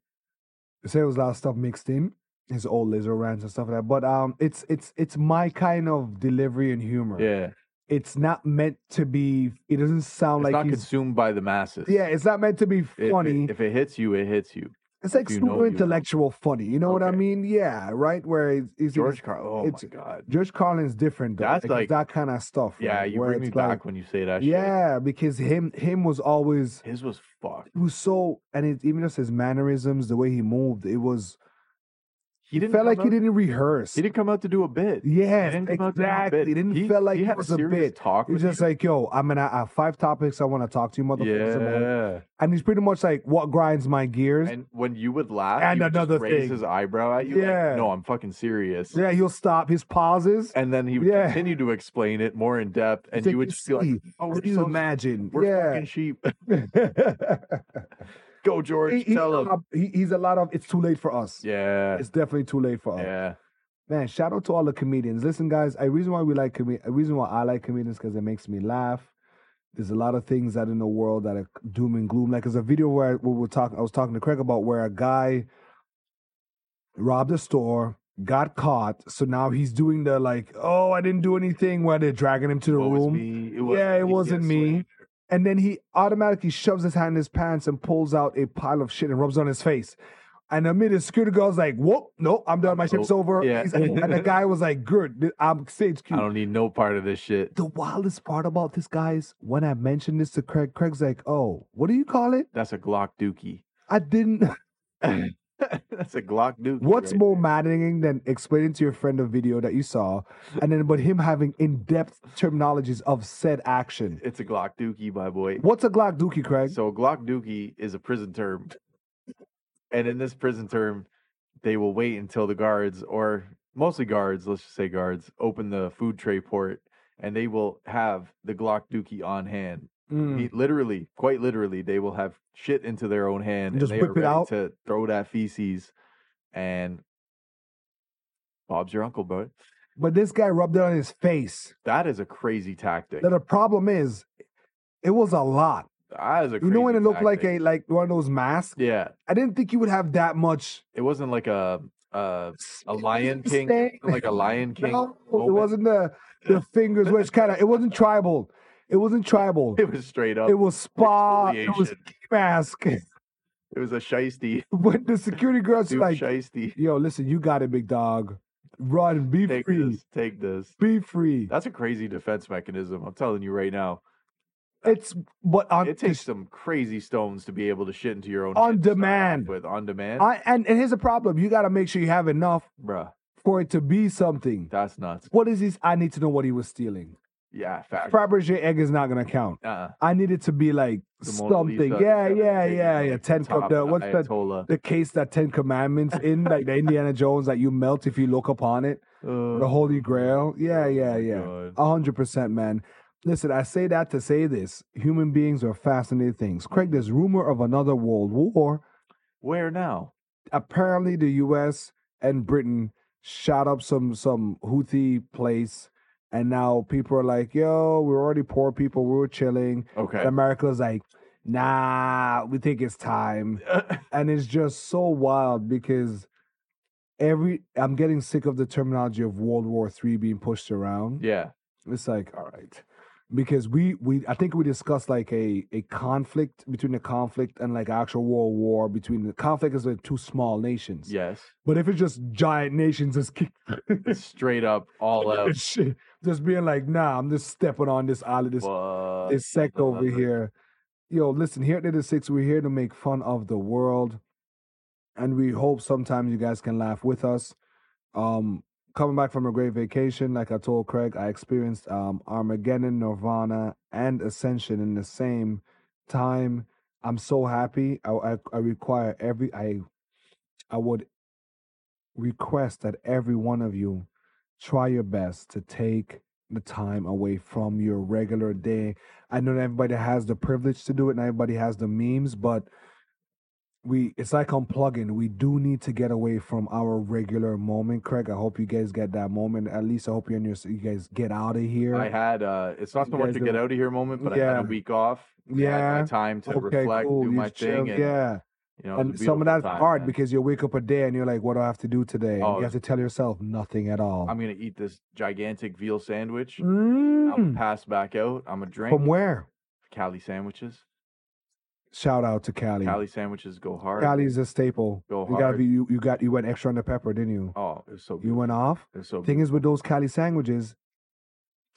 Speaker 1: said it was a lot of stuff mixed in his old lizard rants and stuff like that. But um, it's it's it's my kind of delivery and humor.
Speaker 2: yeah.
Speaker 1: It's not meant to be. It doesn't sound
Speaker 2: It's
Speaker 1: like
Speaker 2: not
Speaker 1: he's.
Speaker 2: consumed by the masses.
Speaker 1: yeah, it's not meant to be
Speaker 2: If it-
Speaker 1: funny.
Speaker 2: If it, hits you, it hits you.
Speaker 1: it's like
Speaker 2: you know,
Speaker 1: super
Speaker 2: you know.
Speaker 1: intellectual funny. You know what I
Speaker 2: Okay.
Speaker 1: mean? Yeah, right. Where it's, it's
Speaker 2: George Carlin. Oh
Speaker 1: it's-
Speaker 2: my god.
Speaker 1: George Carlin's different. Though.
Speaker 2: That's
Speaker 1: it's
Speaker 2: like-
Speaker 1: that kind of stuff.
Speaker 2: Yeah,
Speaker 1: right,
Speaker 2: you
Speaker 1: where
Speaker 2: bring me
Speaker 1: it's like-
Speaker 2: back when you say that. shit.
Speaker 1: Yeah, because him him was always
Speaker 2: his was fucked.
Speaker 1: he was so and it, even just his mannerisms, the way he moved, it was
Speaker 2: He didn't
Speaker 1: felt
Speaker 2: come
Speaker 1: like he
Speaker 2: out-
Speaker 1: didn't rehearse.
Speaker 2: He didn't come out to do a bit.
Speaker 1: yes,
Speaker 2: He didn't come out to do a
Speaker 1: exactly. It
Speaker 2: bit.
Speaker 1: didn't
Speaker 2: He-
Speaker 1: feel like
Speaker 2: he
Speaker 1: it
Speaker 2: had a
Speaker 1: was a
Speaker 2: serious
Speaker 1: bit.
Speaker 2: Talk.
Speaker 1: He was
Speaker 2: with
Speaker 1: just like, yo, I mean, I I have five topics I want to talk to you,
Speaker 2: you.
Speaker 1: motherfuckers. about."
Speaker 2: yeah.
Speaker 1: And he's pretty much like, what grinds my gears?
Speaker 2: And when you would laugh,
Speaker 1: And
Speaker 2: he would just
Speaker 1: another
Speaker 2: raise
Speaker 1: thing.
Speaker 2: his eyebrow at you. like,
Speaker 1: Yeah.
Speaker 2: no, I'm fucking serious.
Speaker 1: yeah, he'll stop his pauses.
Speaker 2: And then he would
Speaker 1: Yeah.
Speaker 2: continue to explain it more in depth, and
Speaker 1: He's like,
Speaker 2: you would just be like,
Speaker 1: "See,
Speaker 2: "Oh, we're
Speaker 1: Could you
Speaker 2: so-
Speaker 1: imagine?
Speaker 2: we're fucking
Speaker 1: [laughs] yeah.
Speaker 2: sheep." [laughs] Go, George.
Speaker 1: He- he's,
Speaker 2: tell
Speaker 1: a [laughs]
Speaker 2: him.
Speaker 1: lot- he- he's a lot of it's too late for us.
Speaker 2: Yeah.
Speaker 1: It's definitely too late for us.
Speaker 2: Yeah.
Speaker 1: Man, shout out to all the comedians. Listen, guys, a reason why we like com- a reason why I like comedians because it makes me laugh. There's a lot of things that in the world that are doom and gloom. Like there's a video where I, where we're talking, I was talking to Craig about where a guy robbed a store, got caught, so now he's doing the like, oh, I didn't do anything, where they're dragging him to the
Speaker 2: What was
Speaker 1: room,
Speaker 2: me? It
Speaker 1: Yeah, it
Speaker 2: me.
Speaker 1: wasn't
Speaker 2: Yes,
Speaker 1: me.
Speaker 2: wait.
Speaker 1: and then he automatically shoves his hand in his pants and pulls out a pile of shit and rubs it on his face. And the minute security girl's like, "Whoop, nope, I'm done. My shift's over."
Speaker 2: Yeah.
Speaker 1: He's like- and the guy was like, "Good, th- I'm stage
Speaker 2: I
Speaker 1: cute."
Speaker 2: don't need no part of this shit.
Speaker 1: The wildest part about this, guys, when I mentioned this to Craig, Craig's like, "Oh, what do you call it?
Speaker 2: That's a Glock Dookie. [laughs]
Speaker 1: I didn't." [laughs]
Speaker 2: That's a Glock Dookie.
Speaker 1: What's
Speaker 2: right
Speaker 1: more maddening than explaining to your friend a video that you saw, and then but him having in-depth terminologies of said action?
Speaker 2: there. It's a Glock Dookie, my boy.
Speaker 1: What's a Glock Dookie, Craig?
Speaker 2: So Glock Dookie is a prison term, and in this prison term, they will wait until the guards, or mostly guards, let's just say guards, open the food tray port, and they will have the Glock Dookie on hand.
Speaker 1: Mm.
Speaker 2: He- literally, quite literally, they will have shit into their own hand,
Speaker 1: Just
Speaker 2: and they are
Speaker 1: whip it
Speaker 2: ready
Speaker 1: out.
Speaker 2: to throw that feces. And Bob's your uncle, bro.
Speaker 1: But this guy rubbed it on his face.
Speaker 2: That is a crazy tactic.
Speaker 1: Now, the problem is, it was a lot.
Speaker 2: That is a
Speaker 1: You know
Speaker 2: crazy
Speaker 1: when it looked like
Speaker 2: tactic.
Speaker 1: a like one of those masks.
Speaker 2: yeah.
Speaker 1: I didn't think you would have that much.
Speaker 2: It wasn't like a uh, a Lion King,
Speaker 1: stain.
Speaker 2: [laughs] like a Lion
Speaker 1: [laughs]
Speaker 2: King.
Speaker 1: No, it
Speaker 2: moment.
Speaker 1: wasn't the
Speaker 2: [laughs]
Speaker 1: the fingers, which kind of it wasn't tribal. It wasn't tribal.
Speaker 2: It was straight up.
Speaker 1: It was spa. It was
Speaker 2: exfoliation.
Speaker 1: mask. [laughs]
Speaker 2: It was a shisty,
Speaker 1: but the security girls
Speaker 2: dude,
Speaker 1: like,
Speaker 2: shisty.
Speaker 1: yo, listen, you got it, big dog. Run, be
Speaker 2: [laughs] Take
Speaker 1: free,
Speaker 2: this, take this.
Speaker 1: be free.
Speaker 2: That's a crazy defense mechanism. I'm telling you right now.
Speaker 1: It's but on
Speaker 2: It takes some crazy stones to be able to shit into your own
Speaker 1: On
Speaker 2: hand to start off
Speaker 1: demand.
Speaker 2: With on demand,
Speaker 1: I, and and here's a problem. You got to make sure you have enough
Speaker 2: bruh,
Speaker 1: for it to be something.
Speaker 2: that's nuts.
Speaker 1: What is this? I need to know what he was stealing.
Speaker 2: Yeah, fact.
Speaker 1: Fabergé egg is not gonna count.
Speaker 2: uh,
Speaker 1: I need it to be like
Speaker 2: the Mona
Speaker 1: something.
Speaker 2: Lisa,
Speaker 1: Yeah,
Speaker 2: Seven
Speaker 1: yeah,
Speaker 2: Days,
Speaker 1: yeah,
Speaker 2: like,
Speaker 1: yeah. Ten cup.
Speaker 2: top
Speaker 1: The, what's that?
Speaker 2: Ayatollah.
Speaker 1: The case that Ten Commandments in, like the Indiana Jones that you melt if you look upon it, the Holy
Speaker 2: Uh,
Speaker 1: Grail. Yeah,
Speaker 2: oh
Speaker 1: yeah,
Speaker 2: my
Speaker 1: yeah. Uh,
Speaker 2: God.
Speaker 1: A hundred percent, man. Listen, I say that to say this: human beings are fascinating things. Craig, there's rumor of another world war.
Speaker 2: Where now?
Speaker 1: apparently the U.S. and Britain shot up some some Houthi place, and now people are like, "Yo, we're already poor people. We were chilling."
Speaker 2: Okay.
Speaker 1: And America's like, "Nah, we think it's time," and it's just so wild because every I'm getting sick of the terminology of World War Three being pushed around.
Speaker 2: [laughs] yeah.
Speaker 1: It's like, all right, because we we I think we discussed like a a conflict between the conflict and like actual world war between the conflict is like two small nations.
Speaker 2: Yes.
Speaker 1: But if it's just giant nations just keep
Speaker 2: It's
Speaker 1: [laughs]
Speaker 2: straight up all out.
Speaker 1: shit, just being like, nah, I'm just stepping on this island, this
Speaker 2: Fuck
Speaker 1: this sect over
Speaker 2: mother-
Speaker 1: here. Yo, listen, here at the Six, we're here to make fun of the world. And we hope sometimes you guys can laugh with us. Um, coming back from a great vacation, like I told Craig, I experienced um, Armageddon, Nirvana, and Ascension in the same time. I'm so happy. I, I, I require every I I would request that every one of you try your best to take the time away from your regular day I know that everybody has the privilege to do it and everybody has the memes, but we it's like unplugging. We do need to get away from our regular moment, Craig. I hope you guys get that moment. At least I hope you and your you guys get out of here.
Speaker 2: I had uh it's not
Speaker 1: You
Speaker 2: so much
Speaker 1: guys
Speaker 2: to get
Speaker 1: don't-
Speaker 2: out of here moment, but I had
Speaker 1: Yeah.
Speaker 2: a week off. and I had my
Speaker 1: Yeah.
Speaker 2: time to
Speaker 1: okay,
Speaker 2: reflect,
Speaker 1: cool.
Speaker 2: do
Speaker 1: you
Speaker 2: my
Speaker 1: chill,
Speaker 2: thing, and
Speaker 1: yeah.
Speaker 2: you know, it was
Speaker 1: And
Speaker 2: a
Speaker 1: some of
Speaker 2: beautiful
Speaker 1: that's
Speaker 2: time,
Speaker 1: hard
Speaker 2: man.
Speaker 1: because you wake up a day and you're like, "What do I have to do today?"
Speaker 2: Oh,
Speaker 1: and you have to tell yourself nothing at all.
Speaker 2: I'm gonna eat this gigantic veal sandwich. I'm gonna
Speaker 1: Mm.
Speaker 2: pass back out. I'm gonna drink
Speaker 1: From where?
Speaker 2: Cali sandwiches.
Speaker 1: Shout out to Cali.
Speaker 2: Cali sandwiches go hard.
Speaker 1: Cali's a staple.
Speaker 2: Go
Speaker 1: you gotta
Speaker 2: hard.
Speaker 1: be you, you got you went extra on the pepper, didn't you?
Speaker 2: Oh, it's so
Speaker 1: You
Speaker 2: good.
Speaker 1: went off.
Speaker 2: It's so
Speaker 1: Thing
Speaker 2: good.
Speaker 1: is, with those Cali sandwiches,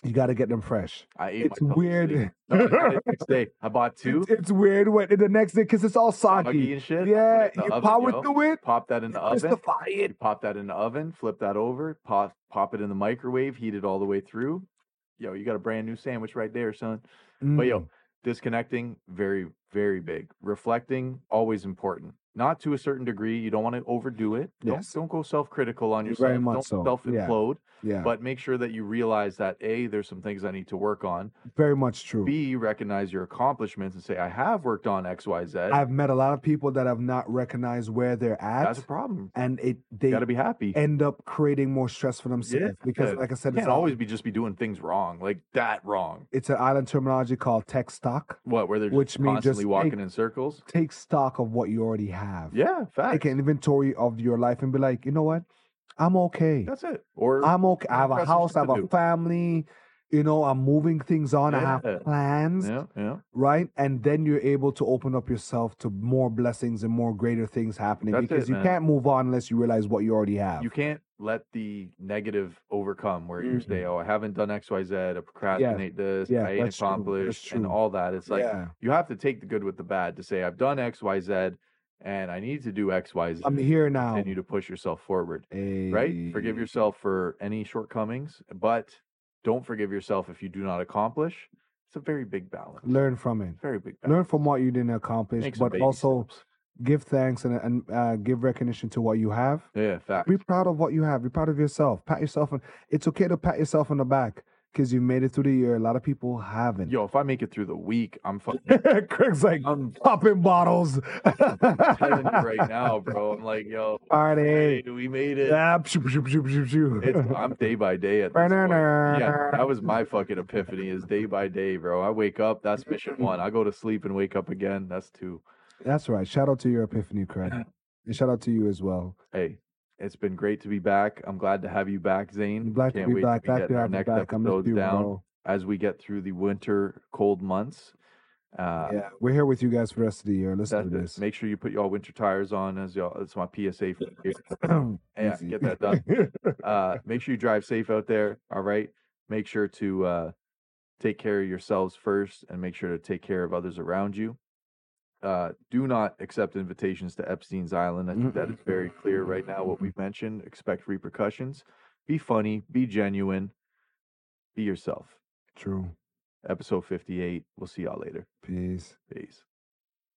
Speaker 1: you got to get them fresh.
Speaker 2: I ate
Speaker 1: It's
Speaker 2: myself to sleep.
Speaker 1: [laughs] weird.
Speaker 2: No, I had it next day. I bought two.
Speaker 1: [laughs] It's, it's weird when the next day because it's all
Speaker 2: Soggy
Speaker 1: sake.
Speaker 2: and shit.
Speaker 1: Yeah,
Speaker 2: Put it in
Speaker 1: you
Speaker 2: the oven,
Speaker 1: power
Speaker 2: yo.
Speaker 1: through it.
Speaker 2: Pop that in the oven.
Speaker 1: Justify
Speaker 2: You
Speaker 1: it.
Speaker 2: pop that in the oven, flip that over, pop pop it in the microwave, heat it all the way through. Yo, you got a brand new sandwich right there, son. But yo,
Speaker 1: Mm.
Speaker 2: disconnecting, very, very big. Reflecting, always important. Not to a certain degree. You don't want to overdo it.
Speaker 1: Yes.
Speaker 2: Don't, don't go self critical on yourself.
Speaker 1: Very much
Speaker 2: don't
Speaker 1: so,
Speaker 2: self
Speaker 1: yeah.
Speaker 2: implode,
Speaker 1: yeah,
Speaker 2: but make sure that you realize that A, there's some things I need to work on.
Speaker 1: very much true.
Speaker 2: B, recognize your accomplishments and say, I have worked on XYZ.
Speaker 1: I've met a lot of people that have not recognized where they're
Speaker 2: That's a
Speaker 1: at,
Speaker 2: problem.
Speaker 1: and it
Speaker 2: You
Speaker 1: they
Speaker 2: got to be happy.
Speaker 1: end up creating more stress for themselves because,
Speaker 2: Yeah.
Speaker 1: like I said,
Speaker 2: can't
Speaker 1: it's, a-
Speaker 2: always be just be doing things wrong, like that wrong.
Speaker 1: it's an island terminology called tech stock.
Speaker 2: What, where they're just
Speaker 1: Which means
Speaker 2: constantly
Speaker 1: just
Speaker 2: walking
Speaker 1: take-
Speaker 2: in circles?
Speaker 1: Take stock of what you already have.
Speaker 2: Yeah,
Speaker 1: Take
Speaker 2: facts.
Speaker 1: an inventory of your life and be like, you know what, I'm okay.
Speaker 2: That's it. Or
Speaker 1: I'm okay. I have a
Speaker 2: got some
Speaker 1: house.
Speaker 2: shit
Speaker 1: I have
Speaker 2: to
Speaker 1: a
Speaker 2: do.
Speaker 1: family. You know, I'm moving things on. I
Speaker 2: Yeah.
Speaker 1: have plans,
Speaker 2: yeah, yeah.
Speaker 1: right? And then you're able to open up yourself to more blessings and more greater things happening
Speaker 2: That's
Speaker 1: because
Speaker 2: it,
Speaker 1: you
Speaker 2: man.
Speaker 1: can't move on unless you realize what you already have.
Speaker 2: You can't let the negative overcome where you say, "Oh, I haven't done X, Y, Z. I procrastinate this.
Speaker 1: Mm-hmm. Yeah,
Speaker 2: I ain't
Speaker 1: that's true. That's
Speaker 2: accomplished, and
Speaker 1: true.
Speaker 2: all that." It's like
Speaker 1: yeah,
Speaker 2: you have to take the good with the bad to say, "I've done X, Y, Z, and I need to do X, Y, Z."
Speaker 1: I'm here now.
Speaker 2: Continue to push yourself forward. right? Forgive
Speaker 1: Ayy.
Speaker 2: yourself for any shortcomings, but don't forgive yourself if you do not accomplish. It's a very big balance.
Speaker 1: Learn from it.
Speaker 2: Very big balance.
Speaker 1: Learn from what you didn't accomplish,
Speaker 2: Make some
Speaker 1: but
Speaker 2: baby
Speaker 1: also
Speaker 2: steps.
Speaker 1: give thanks and, and uh, give recognition to what you have.
Speaker 2: yeah, fact.
Speaker 1: Be proud of what you have. Be proud of yourself. Pat yourself on. It's okay to pat yourself on the back because you made it through the year. A lot of people haven't.
Speaker 2: Yo, Um, if I make it through the week, I'm fucking.
Speaker 1: [laughs] Craig's like
Speaker 2: I'm
Speaker 1: popping bottles. [laughs]
Speaker 2: telling you right now, bro. I'm like, yo,
Speaker 1: Party.
Speaker 2: hey, we made it.
Speaker 1: Yeah, pshoo, pshoo, pshoo, pshoo, pshoo. [laughs]
Speaker 2: It's, I'm day by day at this point. Yeah, that was my fucking epiphany. Is day by day, bro. I wake up, that's mission one. I go to sleep and wake up again. That's two.
Speaker 1: That's right. Shout out to your epiphany, Craig. And shout out to you as well.
Speaker 2: Hey, it's been great to be back. I'm glad to have you back, Zane.
Speaker 1: I'm glad
Speaker 2: Can't
Speaker 1: to
Speaker 2: wait
Speaker 1: be back.
Speaker 2: to be
Speaker 1: Glad
Speaker 2: getting
Speaker 1: to
Speaker 2: our
Speaker 1: have you
Speaker 2: next
Speaker 1: back. I miss
Speaker 2: episodes
Speaker 1: you,
Speaker 2: down
Speaker 1: bro.
Speaker 2: as we get through the winter cold months. Uh,
Speaker 1: yeah, we're here with you guys for the rest of the year. Listen
Speaker 2: that's
Speaker 1: to [clears throat]
Speaker 2: it.
Speaker 1: this.
Speaker 2: Make sure you put y'all winter tires on as y'all. It's my PSA for you.
Speaker 1: [clears throat]
Speaker 2: Yeah,
Speaker 1: Easy. [laughs]
Speaker 2: get that done. Uh, make sure you drive safe out there. All right. Make sure to uh, take care of yourselves first, and make sure to take care of others around you. Uh, do not accept invitations to Epstein's Island. I think that is very clear right now. What we've mentioned, expect repercussions. Be funny. Be genuine. Be yourself.
Speaker 1: True.
Speaker 2: Episode fifty-eight. We'll see y'all later.
Speaker 1: Peace.
Speaker 2: Peace.